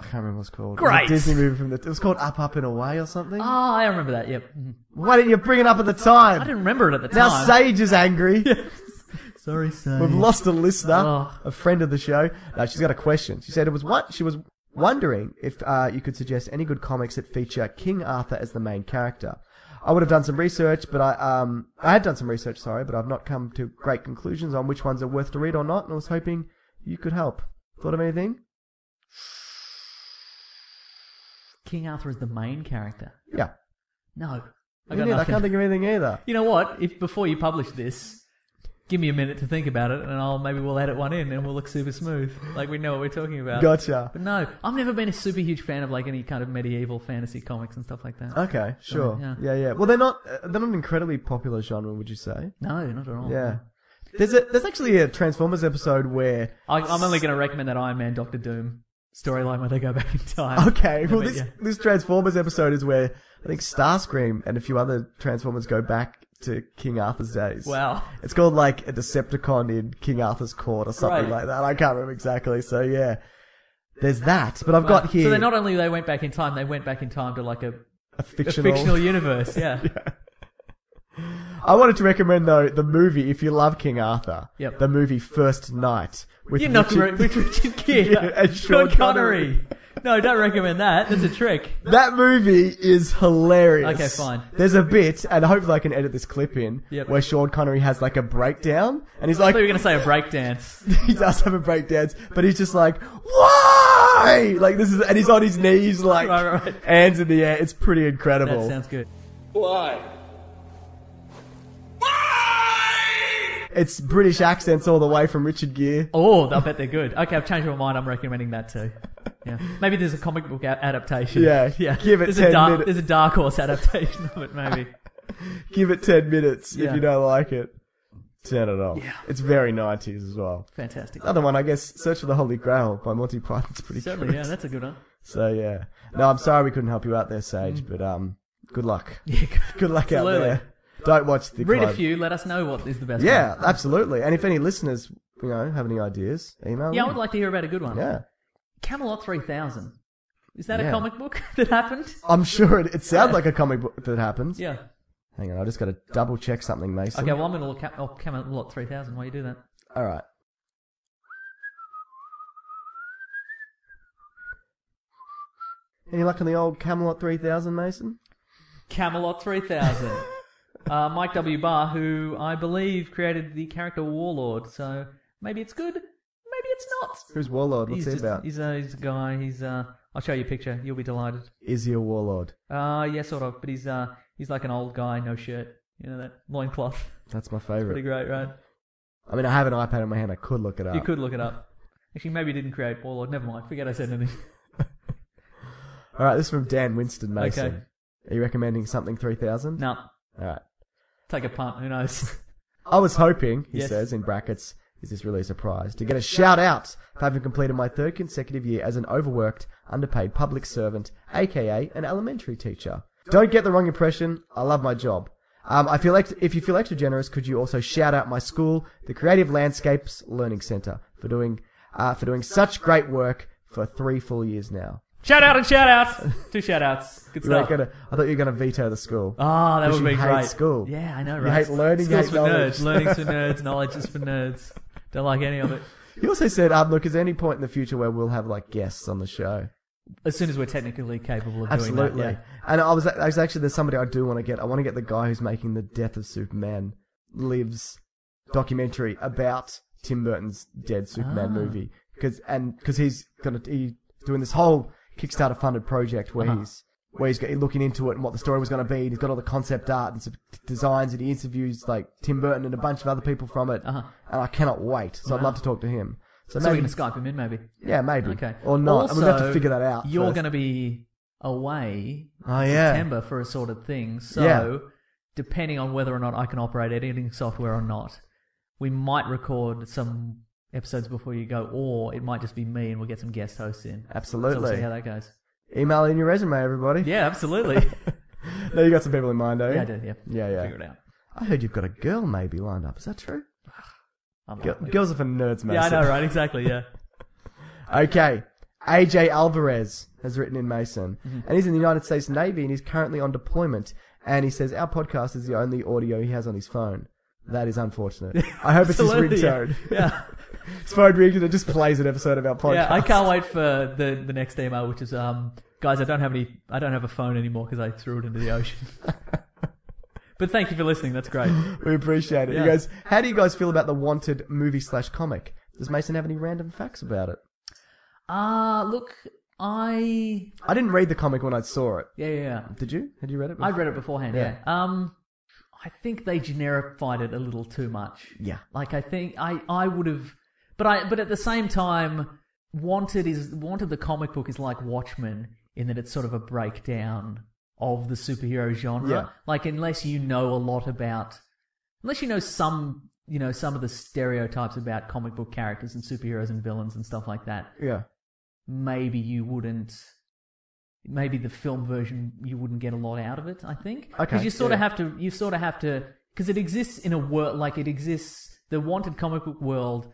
S5: I can't remember what it's called. It was
S6: Great.
S5: a Disney movie from the. It was called Up, Up and Away or something.
S6: Oh, I remember that. Yep. Mhm.
S5: Why didn't you bring it up at the time?
S6: I didn't remember it at the time.
S5: now Sage is angry.
S6: Sorry, Sage.
S5: We've lost a listener,
S6: Mm. Oh.
S5: a friend of the show. No, she's got a question. She said it was what she was wondering if uh, you could suggest any good comics that feature King Arthur as the main character. I would have done some research, but I um I had done some research, sorry, but I've not come to great conclusions on which ones are worth to read or not, and I was hoping you could help. Thought of anything?
S6: King Arthur is the main character.
S5: Yeah.
S6: No. I
S5: Me
S6: got
S5: neither. I
S6: nothing.
S5: can't think of anything either.
S6: You know what? If before you publish this, give me a minute to think about it, and I'll maybe we'll edit one in, and we'll look super smooth, like we know what we're talking about.
S5: Gotcha.
S6: But no, I've never been a super huge fan of like any kind of medieval fantasy comics and stuff like that.
S5: Okay, sure.
S6: yeah.
S5: Yeah, yeah. Well, they're not uh, they're not an incredibly popular genre, would you say?
S6: No, not at all.
S5: Yeah.
S6: Mm.
S5: There's a there's actually a Transformers episode where
S6: I, I'm only going to recommend that Iron Man Doctor Doom storyline where they go back in time.
S5: Okay,
S6: Yeah,
S5: well,
S6: but
S5: this,
S6: yeah.
S5: this Transformers episode is where I think Starscream and a few other Transformers go back to King Arthur's days.
S6: Wow.
S5: It's called like a Decepticon in King Arthur's court or something
S6: Great.
S5: like that. I can't remember exactly. So yeah, there's that. But I've got here
S6: Uh, So they not only they went back in time, they went back in time to like a,
S5: a
S6: a
S5: fictional.
S6: fictional universe. Yeah.
S5: I wanted to recommend though the movie if you love King Arthur.
S6: Yep.
S5: The movie First Night with
S6: You're not
S5: Richard-
S6: Richard, with Richard Gere
S5: Yeah, and Sean Connery.
S6: No, don't recommend that. That's a trick.
S5: That movie is hilarious.
S6: Okay, fine.
S5: There's a bit, and hopefully I can edit this clip in,
S6: Yep.
S5: where Sean Connery has like a breakdown, and he's
S6: I
S5: like,
S6: thought you were going to say a breakdance.
S5: he does have a breakdance, but he's just like, why? Like this is, and he's on his knees, like
S6: Right, right, right.
S5: hands in the air. It's pretty
S6: That
S5: incredible.
S6: sounds good.
S5: it's British accents all the way from Richard Gere.
S6: Oh, I bet they're good. Okay, I've changed my mind. I'm recommending that too. Yeah, maybe there's a comic book a- adaptation.
S5: Yeah,
S6: yeah.
S5: give it
S6: there's
S5: 10
S6: a dark,
S5: minutes.
S6: There's a Dark Horse adaptation of it. Maybe.
S5: Give it ten minutes
S6: Yeah.
S5: if you don't like it. Turn it off. Yeah. It's very nineties as well.
S6: Fantastic.
S5: Another one, I guess, Search for the Holy Grail by Monty Python's pretty
S6: Certainly.
S5: good.
S6: Yeah, that's a good one.
S5: So yeah. No, I'm sorry we couldn't help you out there, Sage, but um, good luck.
S6: Yeah. Good.
S5: Good luck out
S6: Absolutely.
S5: there. Don't watch the
S6: Read a
S5: Clive.
S6: few. Let us know what is the best.
S5: Yeah,
S6: one.
S5: absolutely. And if any listeners, you know, have any ideas, email.
S6: Yeah, I
S5: me.
S6: would like to hear about a good one.
S5: Yeah,
S6: Camelot 3000. Is that a
S5: Yeah.
S6: comic book that happened?
S5: I'm sure it, it sounds
S6: Yeah.
S5: like a comic book that happens.
S6: Yeah.
S5: Hang on, I just got to double check something, Mason.
S6: Okay, well, I'm going to look up oh, Camelot 3000 while you do that.
S5: All right. Any luck on the old Camelot 3000, Mason?
S6: Camelot 3000. uh, Mike W. Barr, who I believe created the character Warlord, so maybe it's good, maybe it's not.
S5: Who's Warlord? What's
S6: he's
S5: he
S6: just-
S5: about?
S6: He's a, he's a guy, he's uh, I'll show you a picture, you'll be delighted.
S5: Is he a warlord?
S6: Uh, yeah, sort of, but he's uh, he's like an old guy, no shirt, you know, that loincloth.
S5: That's my
S6: Pretty
S5: favorite.
S6: great, right?
S5: I mean, I have an iPad in my hand. I could look it up.
S6: You could look it up. Actually, maybe he didn't create Warlord, never mind, forget I said anything.
S5: All right, this is from Dan Winston Mason.
S6: Okay.
S5: Are you recommending something 3000?
S6: no,
S5: All right.
S6: take a punt, who knows?
S5: I was hoping, he
S6: Yes.
S5: says in brackets, is this really a surprise, to get a shout out for having completed my third consecutive year as an overworked, underpaid public servant, aka an elementary teacher. Don't get the wrong impression, I love my job. Um, I feel like if you feel extra generous, could you also shout out my school, the Creative Landscapes Learning Centre, for doing uh, for doing such great work for three full years now.
S6: Shout out and shout out. Two shout outs. Good
S5: You weren't
S6: stuff.
S5: gonna- I thought you were going to veto the school.
S6: Ah, that
S5: Because
S6: would
S5: you
S6: be
S5: hate
S6: great.
S5: school.
S6: Yeah, I know,
S5: You
S6: right?
S5: hate learning, you
S6: School's
S5: hate
S6: for
S5: knowledge.
S6: nerds. Learning's for nerds. Knowledge is for nerds. Don't like any of it.
S5: You also said, um, look, is there any point in the future where we'll have like guests on the show?
S6: As soon as we're technically capable of
S5: Absolutely.
S6: doing that.
S5: And I was, I was actually, there's somebody I do want to get. I want to get the guy who's making the Death of Superman Lives documentary about Tim Burton's dead Superman
S6: Ah.
S5: movie. Cause, and, cause he's gonna, he doing this whole Kickstarter funded project where
S6: Uh-huh.
S5: he's, where he's got- he's looking into it and what the story was going to be. And he's got all the concept art and some designs and he interviews like Tim Burton and a bunch of other people from it.
S6: Uh-huh.
S5: And I cannot wait. So I'd
S6: Wow.
S5: love to talk to him. So,
S6: So we're
S5: maybe-
S6: going to Skype him in, maybe.
S5: yeah, maybe.
S6: Okay.
S5: Or not. and we have to
S6: Also,
S5: figure that out.
S6: You're
S5: first.
S6: going to be away
S5: Oh, yeah.
S6: September for assorted things. So,
S5: Yeah.
S6: depending on whether or not I can operate editing software or not, we might record some episodes before you go, or it might just be me and we'll get some guest hosts in. So we'll
S5: Absolutely.
S6: see how that goes.
S5: Email in your resume, everybody.
S6: Yeah, absolutely.
S5: No, you got some people in mind, don't you?
S6: yeah, I did. Yeah.
S5: Yeah, yeah.
S6: Figure it out.
S5: I heard you've got a girl maybe lined up. Is that true?
S6: I'm
S5: Girl,
S6: not-
S5: girls are for nerds, mate.
S6: yeah, I know, right? Exactly. Yeah.
S5: Okay. AJ Alvarez has written in Mason.
S6: Mm-hmm.
S5: And he's in the United States Navy and he's currently on deployment. And he says, Our podcast is the only audio he has on his phone. That is unfortunate. I hope it's his
S6: Absolutely, yeah.
S5: ringtone.
S6: Yeah.
S5: It's phone ringtone. It just plays an episode of our podcast.
S6: Yeah, I can't wait for the, the next email, which is, um, guys, I don't have any, I don't have a phone anymore because I threw it into the ocean. but thank you for listening. That's great.
S5: We appreciate it.
S6: Yeah.
S5: You guys, how do you guys feel about the wanted movie slash comic? Does Mason have any random facts about it?
S6: Uh, look, I,
S5: I didn't read the comic when I saw it.
S6: yeah, yeah, yeah.
S5: Did you? Had you read it?
S6: I read it beforehand.
S5: Yeah.
S6: Yeah. Um, I think they generified it a little too much.
S5: Yeah.
S6: Like I think I I would have, but I but at the same time, Wanted is Wanted the comic book is like Watchmen in that it's sort of a breakdown of the superhero genre.
S5: Yeah.
S6: Like unless you know a lot about, unless you know some you know some of the stereotypes about comic book characters and superheroes and villains and stuff like that
S5: Yeah.
S6: maybe you wouldn't maybe the film version you wouldn't get a lot out of it i think because
S5: Okay,
S6: you sort of
S5: yeah.
S6: have to you sort of have to because it exists in a world like it exists the wanted comic book world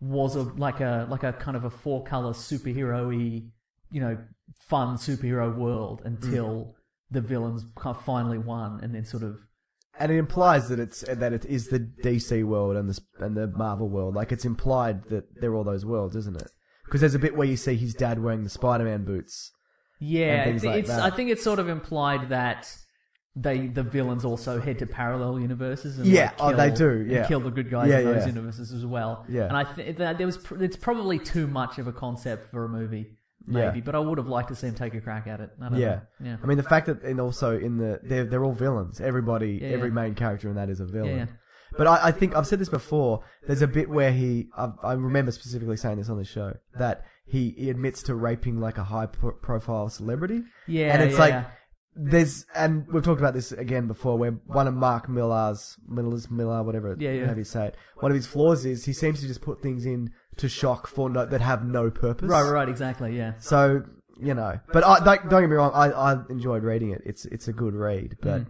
S6: was a like a like a kind of a four color superhero-y you know fun superhero world
S5: Hmm.
S6: until the villains kind of finally won and then sort of
S5: And it implies that it's that it is the DC world and the sp- and the Marvel world. Like it's implied that they're all those worlds, isn't it? Because there's a bit where you see his dad wearing the Spider-Man boots.
S6: Yeah,
S5: things
S6: it's,
S5: like
S6: it's-
S5: that.
S6: I think it's sort of implied that they the villains also head to parallel universes. And
S5: Yeah,
S6: like,
S5: oh,
S6: kill-
S5: they do,
S6: and
S5: yeah.
S6: kill the good guys
S5: Yeah,
S6: in those
S5: yeah.
S6: universes as well.
S5: Yeah.
S6: and I think that there was pr- it's probably too much of a concept for a movie, maybe.
S5: Yeah.
S6: But I would have liked to see him take a crack at it. I don't
S5: Yeah.
S6: know. yeah.
S5: I mean, the fact that and also in the they're they're all villains. Everybody,
S6: Yeah,
S5: every
S6: yeah.
S5: main character in that is a villain.
S6: Yeah, yeah.
S5: But I, I think I've said this before. There's a bit where he, I, I remember specifically saying this on the show that he, he admits to raping like a high pro- profile celebrity.
S6: Yeah,
S5: and it's
S6: yeah.
S5: like there's, and we've talked about this again before, where one of Mark Millar's Millar's Millar, whatever,
S6: Yeah, yeah.
S5: however you say it, one of his flaws is he seems to just put things in to shock for no, that have no purpose.
S6: right, right, right, exactly. Yeah,
S5: So you know, but I, don't, don't get me wrong, I, I enjoyed reading it. It's it's a good read, but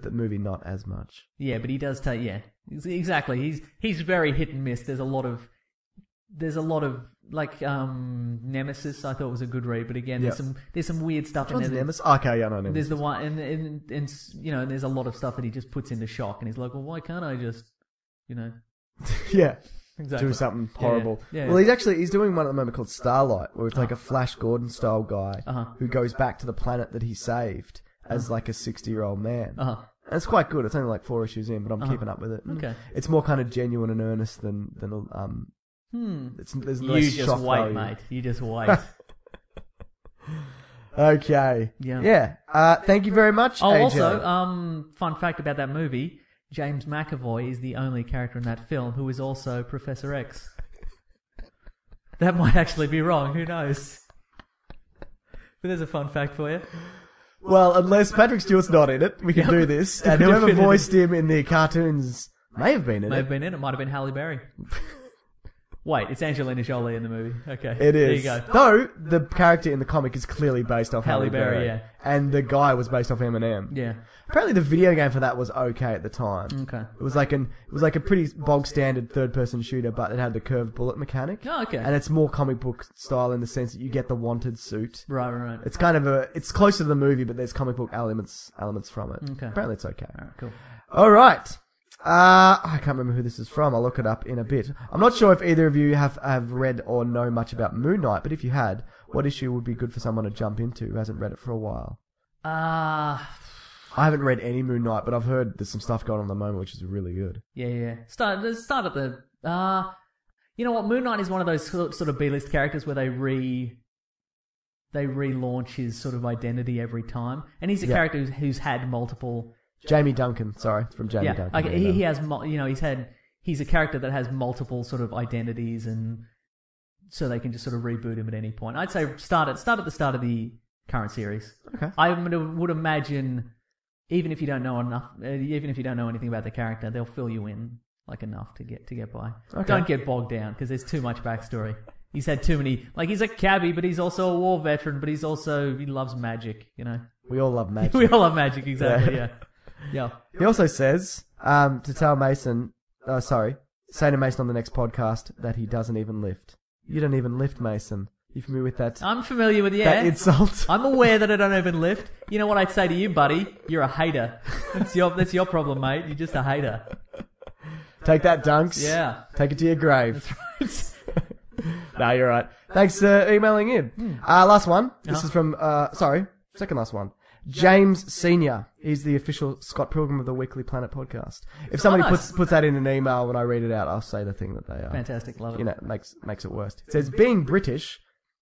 S5: the movie not as much.
S6: yeah. But he does take yeah, Ex- exactly. He's he's very hit and miss. There's a lot of there's a lot of like um Nemesis. I thought was a good read, but again, there's
S5: Yeah.
S6: some there's some weird stuff
S5: John's
S6: in there. that-
S5: Nemesis. Okay, yeah, no, Nemesis.
S6: There's the one, and, and and you know, and there's a lot of stuff that he just puts into shock, and he's like, well, why can't I just, you know,
S5: yeah.
S6: Exactly.
S5: Do something
S6: Yeah, yeah.
S5: horrible.
S6: Yeah,
S5: well,
S6: yeah.
S5: he's actually he's doing one at the moment called Starlight, where it's like a Flash Gordon style guy
S6: Uh-huh.
S5: who goes back to the planet that he saved as like a sixty year old man.
S6: Uh-huh.
S5: And it's quite good. It's only like four issues in, but I'm keeping up with it.
S6: Okay.
S5: It's more kind of genuine and earnest than than um. It's, there's
S6: Hmm. you
S5: less
S6: just
S5: shock
S6: wait,
S5: value.
S6: mate, you just wait.
S5: Okay.
S6: Yeah.
S5: Yeah. Uh, thank you very much.
S6: oh,
S5: AJ.
S6: also, um, fun fact about that movie: James McAvoy is the only character in that film who is also Professor X. that might actually be wrong. Who knows? But there's a fun fact for you.
S5: Well, unless Patrick Stewart's not in it, we can
S6: Yep.
S5: do this. And whoever
S6: Definitely.
S5: voiced him in the cartoons may have been in
S6: May
S5: it.
S6: have been in. It might have been Halle Berry. Wait, it's Angelina Jolie in the movie. Okay,
S5: It is.
S6: There you go.
S5: Though the character in the comic is clearly based off
S6: Halle
S5: Halle
S6: Berry,
S5: Berry,
S6: yeah.
S5: and the guy was based off Eminem.
S6: Yeah.
S5: Apparently, the video game for that was okay at the time.
S6: Okay.
S5: It was like an it was like a pretty bog standard third person shooter, but it had the curved bullet mechanic.
S6: Oh, okay.
S5: And it's more comic book style in the sense that you get the wanted suit.
S6: Right, right, right.
S5: It's kind of a it's closer to the movie, but there's comic book elements elements from it.
S6: Okay.
S5: Apparently, it's okay.
S6: All right, cool.
S5: All right. Uh, I can't remember who this is from. I'll look it up in a bit. I'm not sure if either of you have, have read or know much about Moon Knight, but if you had, what issue would be good for someone to jump into who hasn't read it for a while?
S6: Uh,
S5: I haven't read any Moon Knight, but I've heard there's some stuff going on at the moment which is really good.
S6: yeah, yeah. Start, let's start at the. Uh, you know what? Moon Knight is one of those sort sort of B-list characters where they re, they relaunch his sort of identity every time, and he's a
S5: Yeah.
S6: character who's, who's had multiple.
S5: Jamie Duncan, sorry, it's from Jamie
S6: yeah,
S5: Duncan.
S6: like
S5: Yeah.
S6: he, he has. mul- You know, he's had. He's a character that has multiple sort of identities, and so they can just sort of reboot him at any point. I'd say start at start at the start of the current series.
S5: Okay.
S6: I would would imagine, even if you don't know enough, uh, even if you don't know anything about the character, they'll fill you in like enough to get to get by.
S5: Okay.
S6: Don't get bogged down because there's too much backstory. He's had too many. Like he's a cabbie, but he's also a war veteran. But he's also he loves magic. You know,
S5: We all love magic.
S6: we all love magic. Exactly.
S5: Yeah.
S6: Yeah. Yeah.
S5: He also says um, to tell Mason, uh, sorry, say to Mason on the next podcast that he doesn't even lift. You don't even lift, Mason. You familiar with that?
S6: I'm familiar with Oh, yeah.
S5: that insult.
S6: I'm aware that I don't even lift. You know what I'd say to you, buddy? You're a hater. That's your that's your problem, mate. You're just a hater.
S5: Take that, Dunks.
S6: Yeah.
S5: Take it to your grave. no, you're right. Thanks for emailing
S6: Hmm.
S5: in. Uh, last one. This
S6: Uh-huh.
S5: is from, uh, sorry, second last one. James Senior. He's the official Scott Pilgrim of the Weekly Planet podcast. If somebody
S6: Oh, nice.
S5: puts puts that in an email when I read it out, I'll say the thing that they are.
S6: Fantastic, love it.
S5: You know, makes makes it worse. It says being British.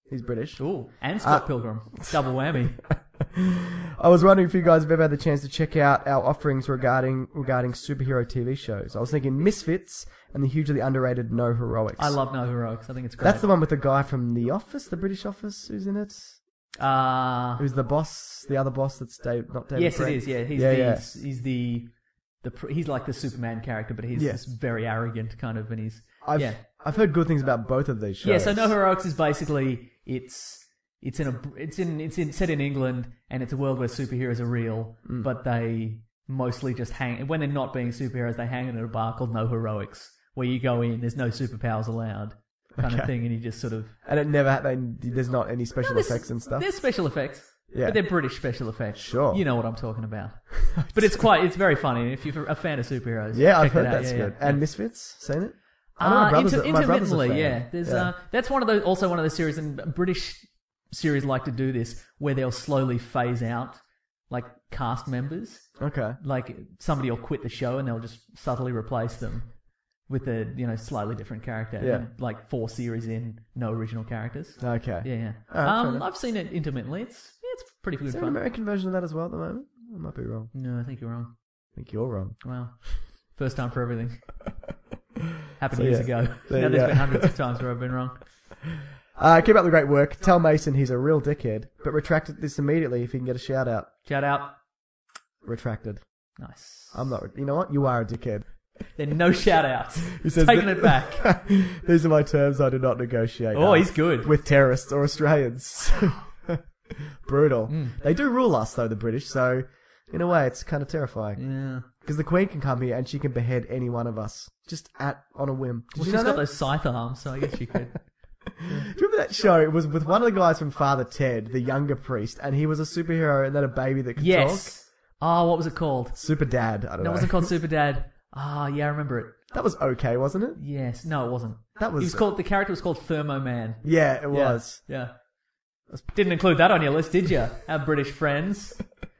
S5: He's British.
S6: Ooh, and Scott
S5: uh,
S6: Pilgrim, double whammy.
S5: I was wondering if you guys have ever had the chance to check out our offerings regarding regarding superhero TV shows. I was thinking Misfits and the hugely underrated No Heroics.
S6: I love No Heroics. I think it's great.
S5: That's the one with the guy from The Office, the British Office, who's in it.
S6: Uh,
S5: Who's the boss? The other boss that's Dave, not David.
S6: yes, it
S5: Brent.
S6: is. Yeah, he's
S5: yeah,
S6: the,
S5: yeah.
S6: he's the the pr- he's like the Superman character, but he's
S5: Yes.
S6: just very arrogant kind of, and he's
S5: I've
S6: yeah.
S5: I've heard good things about both of these shows.
S6: Yeah, so No Heroics is basically it's it's in a it's in it's in set in England and it's a world where superheroes are real,
S5: Mm.
S6: but they mostly just hang when they're not being superheroes, they hang in a bar called No Heroics, where you go in, there's no superpowers allowed, kind of thing, and you just sort of
S5: and it never they, there's not any special
S6: there's-
S5: effects and stuff.
S6: There's special effects.
S5: Yeah.
S6: But they're British special effects.
S5: Sure.
S6: You know what I'm talking about. but it's quite, it's very funny. And if you're a fan of superheroes,
S5: Yeah, I've
S6: check that
S5: heard
S6: out.
S5: that's
S6: Yeah,
S5: good.
S6: yeah.
S5: And Misfits, seen it? I know my
S6: Uh,
S5: brother's
S6: inter-
S5: a- my brother's a
S6: intermittently,
S5: fan.
S6: yeah. There's Uh, that's one of those also one of the series, and British series like to do this, where they'll slowly phase out like cast members.
S5: Okay.
S6: Like somebody will quit the show, and they'll just subtly replace them with a you know slightly different character.
S5: Yeah.
S6: And, like four series in, no original characters.
S5: Okay.
S6: Yeah, yeah.
S5: fair
S6: um,
S5: enough.
S6: I've seen it intermittently. It's yeah, it's pretty good
S5: Is there an
S6: fun.
S5: American version of that as well at the moment? I might be wrong.
S6: No, I think you're wrong.
S5: I think you're wrong.
S6: Wow. First time for everything. Happened
S5: So,
S6: years
S5: yeah.
S6: ago.
S5: There
S6: now
S5: you
S6: there's
S5: go.
S6: been hundreds of times where I've been wrong.
S5: Uh, keep up the great work. Tell Mason he's a real dickhead, but retract this immediately if you can get a shout out.
S6: Shout out.
S5: Retracted.
S6: Nice.
S5: I'm not. You know what? You are a dickhead.
S6: Then no shout outs.
S5: He
S6: he's
S5: says
S6: taking
S5: that-
S6: it back.
S5: These are my terms I do not negotiate.
S6: Oh,
S5: on
S6: he's good.
S5: With terrorists or Australians. Brutal.
S6: Hmm.
S5: They do rule us, though, the British, so in a way it's kind of terrifying.
S6: yeah.
S5: Because the Queen can come here and she can behead any one of us. Just at on a whim. Did
S6: Well,
S5: you
S6: she's
S5: know that?
S6: got those scythe arms, so I guess she could.
S5: Do you remember that show? It was with one of the guys from Father Ted, the younger priest, and he was a superhero and then a baby that could talk.
S6: yes. Oh, what was it called?
S5: Super Dad. I don't
S6: No,
S5: know.
S6: it wasn't called Super Dad. Ah, yeah, I remember it.
S5: That was okay, wasn't it?
S6: Yes. No, it wasn't.
S5: That was-
S6: He was called. The character was called Thermo Man.
S5: Yeah, it was.
S6: Yeah. Didn't include that on your list, did you? Our British friends.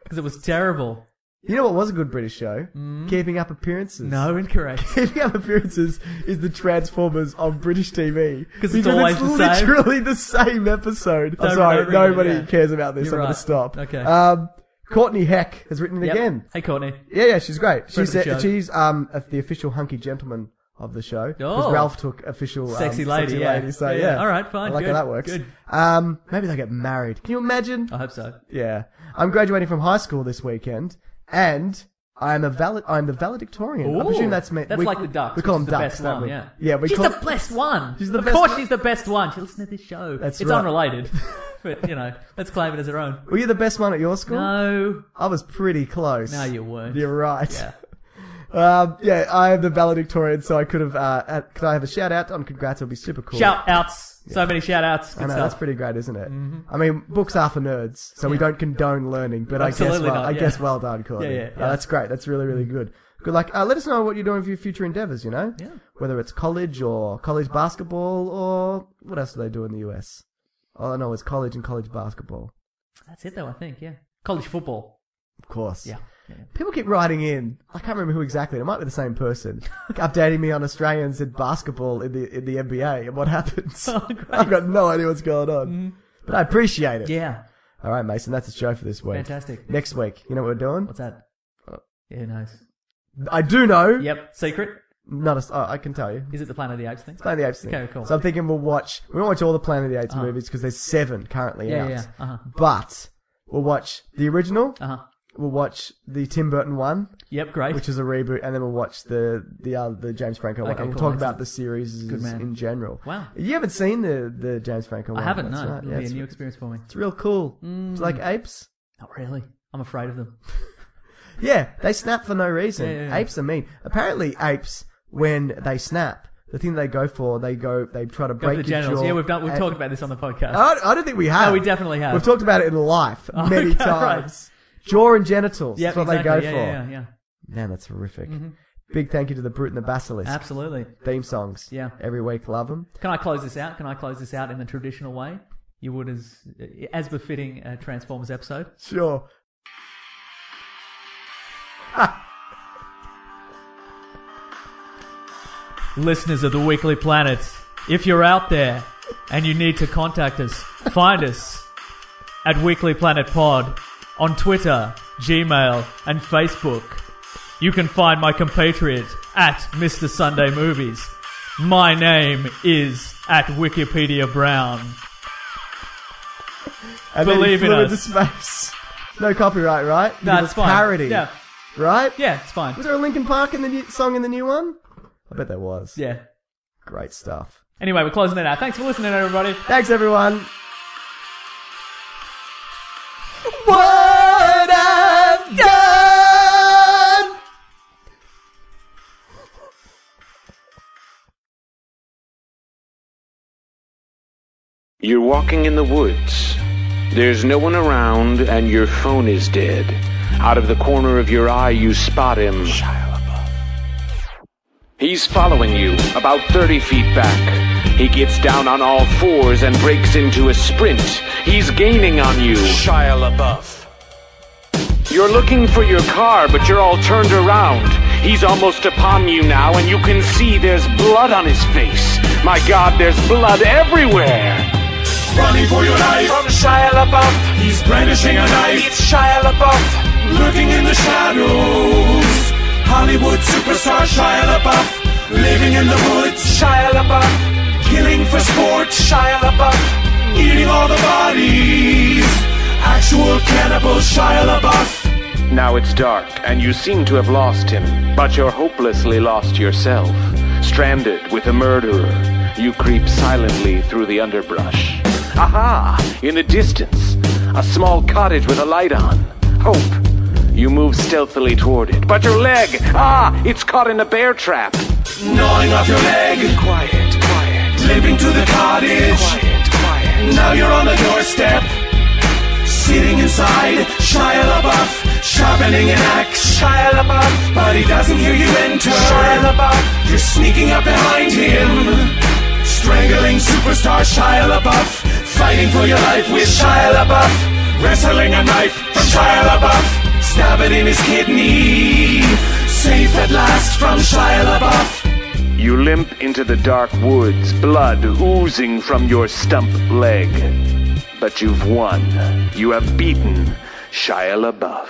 S6: Because it was terrible.
S5: You know what was a good British show? Keeping Up Appearances.
S6: Mm. No, incorrect.
S5: Keeping Up Appearances is the Transformers on British TV.
S6: 'Cause it's always the same.
S5: literally the same episode. I'm
S6: Over
S5: sorry,
S6: and over again,
S5: nobody
S6: yeah.
S5: cares about this.
S6: You're
S5: I'm going
S6: right.
S5: to stop.
S6: Okay.
S5: Um, Courtney Heck has written it
S6: Yep.
S5: again.
S6: Hey, Courtney.
S5: Yeah, yeah, she's great.
S6: Friend
S5: She's
S6: of the
S5: uh,
S6: show.
S5: she's um uh, the official hunky gentleman of the show. 'Cause
S6: Oh.
S5: Ralph took official um,
S6: Sexy lady, yeah.
S5: so yeah.
S6: Yeah, yeah. All right, fine,
S5: I like how
S6: good,
S5: that works.
S6: good. Uh.
S5: Um, maybe they'll get married. Can you imagine?
S6: I hope so.
S5: Yeah, I'm graduating from high school this weekend, and I'm a valid. I'm the valedictorian. I
S6: Ooh.
S5: presume that's me.
S6: That's
S5: we-
S6: like the ducks.
S5: We call
S6: which
S5: them
S6: is the
S5: ducks.
S6: best
S5: don't
S6: one,
S5: we?
S6: yeah.
S5: yeah. We
S6: she's
S5: call
S6: the best one.
S5: She's the
S6: of
S5: best
S6: course,
S5: one.
S6: she's the best one. She listens to this show.
S5: That's
S6: it's
S5: right.
S6: unrelated, but you know, let's claim it as her own.
S5: Were you the best one at your school?
S6: No,
S5: I was pretty close.
S6: no, you weren't.
S5: You're right.
S6: Yeah.
S5: Um, yeah, I am the valedictorian, so I could have. Uh, uh could I have a shout out on congrats? It would be super cool.
S6: Shout outs. So many shout outs. Good
S5: I know,
S6: stuff.
S5: that's pretty great, isn't it?
S6: Mm-hmm.
S5: I mean, books are for nerds, so we don't condone learning, but I guess
S6: Absolutely
S5: well,
S6: not,
S5: I
S6: yeah.
S5: guess well done, Courtney.
S6: Yeah, yeah,
S5: Uh,
S6: yeah. Mm.
S5: that's great. That's really, really good. Good luck. Uh, let us know what you're doing for your future endeavors, you know?
S6: Yeah.
S5: Whether it's college or college basketball or what else do they do in the US? All I know is college and college basketball,
S6: That's it, though. I think. Yeah. College football.
S5: of course.
S6: Yeah. yeah.
S5: People keep writing in. I can't remember who exactly. It might be the same person. updating me on Australians in basketball in the in the NBA and what happens.
S6: Oh, great. Mm-hmm.
S5: I've got no idea what's going on, but I appreciate it.
S6: Yeah.
S5: All right, Mason, that's the show for this week.
S6: Fantastic.
S5: Next week, you know what we're doing?
S6: What's that? Yeah, nice.
S5: I do know.
S6: Yep. Secret.
S5: Not a, oh, I can tell you.
S6: Is it the Planet of the Apes thing?
S5: Planet of the Apes thing.
S6: Okay, cool.
S5: So I'm thinking we'll watch. We won't watch all the Planet of the Apes
S6: Uh-huh.
S5: movies because there's seven currently
S6: Yeah,
S5: out.
S6: yeah, yeah. Uh-huh.
S5: But we'll watch the original.
S6: Uh huh.
S5: We'll watch the Tim Burton one,
S6: Yep. Great.
S5: which is a reboot, and then we'll watch the the uh, the James Franco one.
S6: Okay,
S5: and we'll
S6: cool,
S5: talk about
S6: excellent.
S5: the series
S6: Good man.
S5: in general.
S6: Wow.
S5: You haven't seen the the James Franco
S6: I
S5: one?
S6: haven't.
S5: That's
S6: No,
S5: right.
S6: it'll
S5: Yeah,
S6: be a
S5: it's,
S6: new Mm. experience for me.
S5: it's real cool. It's like apes.
S6: Not really. I'm afraid of them.
S5: Yeah, they snap for no reason.
S6: Yeah, yeah, yeah.
S5: Apes are mean. Apparently, apes when they snap, the thing they go for, they go, they try to
S6: Go
S5: break
S6: for the
S5: your
S6: generals.
S5: jaw
S6: Yeah, we've done. We've
S5: and-
S6: talked about this on the podcast.
S5: I don't, I don't think we have.
S6: No, we definitely have.
S5: We've talked about it in life
S6: Oh,
S5: many
S6: okay, right.
S5: times. Jaw and genitals.
S6: yeah,
S5: that's what
S6: exactly.
S5: they go
S6: yeah,
S5: for.
S6: Yeah, yeah, Mm-hmm.
S5: Man, that's horrific. Big thank you to the Brute and the Basilisk.
S6: yeah. Absolutely.
S5: Theme songs.
S6: Yeah.
S5: Every week, love them.
S6: Can I close this out? Can I close this out in the traditional way? You would as as befitting a Transformers episode.
S5: Sure.
S6: Listeners of the Weekly Planet, if you're out there and you need to contact us, find us at Weekly Planet Pod on Twitter, Gmail, and Facebook. You can find my compatriot at Mr. Sunday Movies. My name is at Wikipedia Brown.
S5: And then he
S6: Believe in
S5: flew
S6: us.
S5: into space. No copyright, right? Because
S6: That's
S5: it's
S6: fine.
S5: parody.
S6: Yeah,
S5: Right?
S6: yeah, it's fine.
S5: Was there a Linkin Park in the new, song in the new one? I bet there was.
S6: Yeah.
S5: Great stuff.
S6: Anyway, we're closing it out. Thanks for listening, everybody.
S5: Thanks, everyone. What I've done.
S8: You're walking in the woods. There's no one around, and your phone is dead. Out of the corner of your eye, you spot him. He's following you, about 30 feet back. He gets down on all fours and breaks into a sprint. He's gaining on you.
S4: Shia LaBeouf.
S8: You're looking for your car, but you're all turned around. He's almost upon you now, and you can see there's blood on his face. My god, there's blood everywhere!
S4: Running for your life from Shia LaBeouf. He's brandishing a knife. It's Shia LaBeouf. Lurking in the shadows. Hollywood superstar Shia LaBeouf. Living in the woods. Shia LaBeouf. Killing for sport. Shia LaBeouf. Eating all the bodies. Actual cannibal Shia LaBeouf.
S8: Now it's dark, and you seem to have lost him, but you're hopelessly lost yourself. Stranded with a murderer, you creep silently through the underbrush. Aha! In the distance, a small cottage with a light on. Hope. You move stealthily toward it, but your leg! Ah! It's caught in a bear trap!
S4: Gnawing off your leg.
S8: Quiet, quiet,
S4: Limping to the cottage.
S8: quiet.
S4: Now you're on the doorstep, sitting inside Shia LaBeouf, sharpening an axe. Shia LaBeouf, but he doesn't hear you enter. Shia LaBeouf, you're sneaking up behind him, strangling superstar Shia LaBeouf, fighting for your life with Shia LaBeouf, wrestling a knife from Shia LaBeouf, stab it in his kidney, safe at last from Shia LaBeouf.
S8: You limp into the dark woods, blood oozing from your stump leg. But you've won. You have beaten Shia LaBeouf.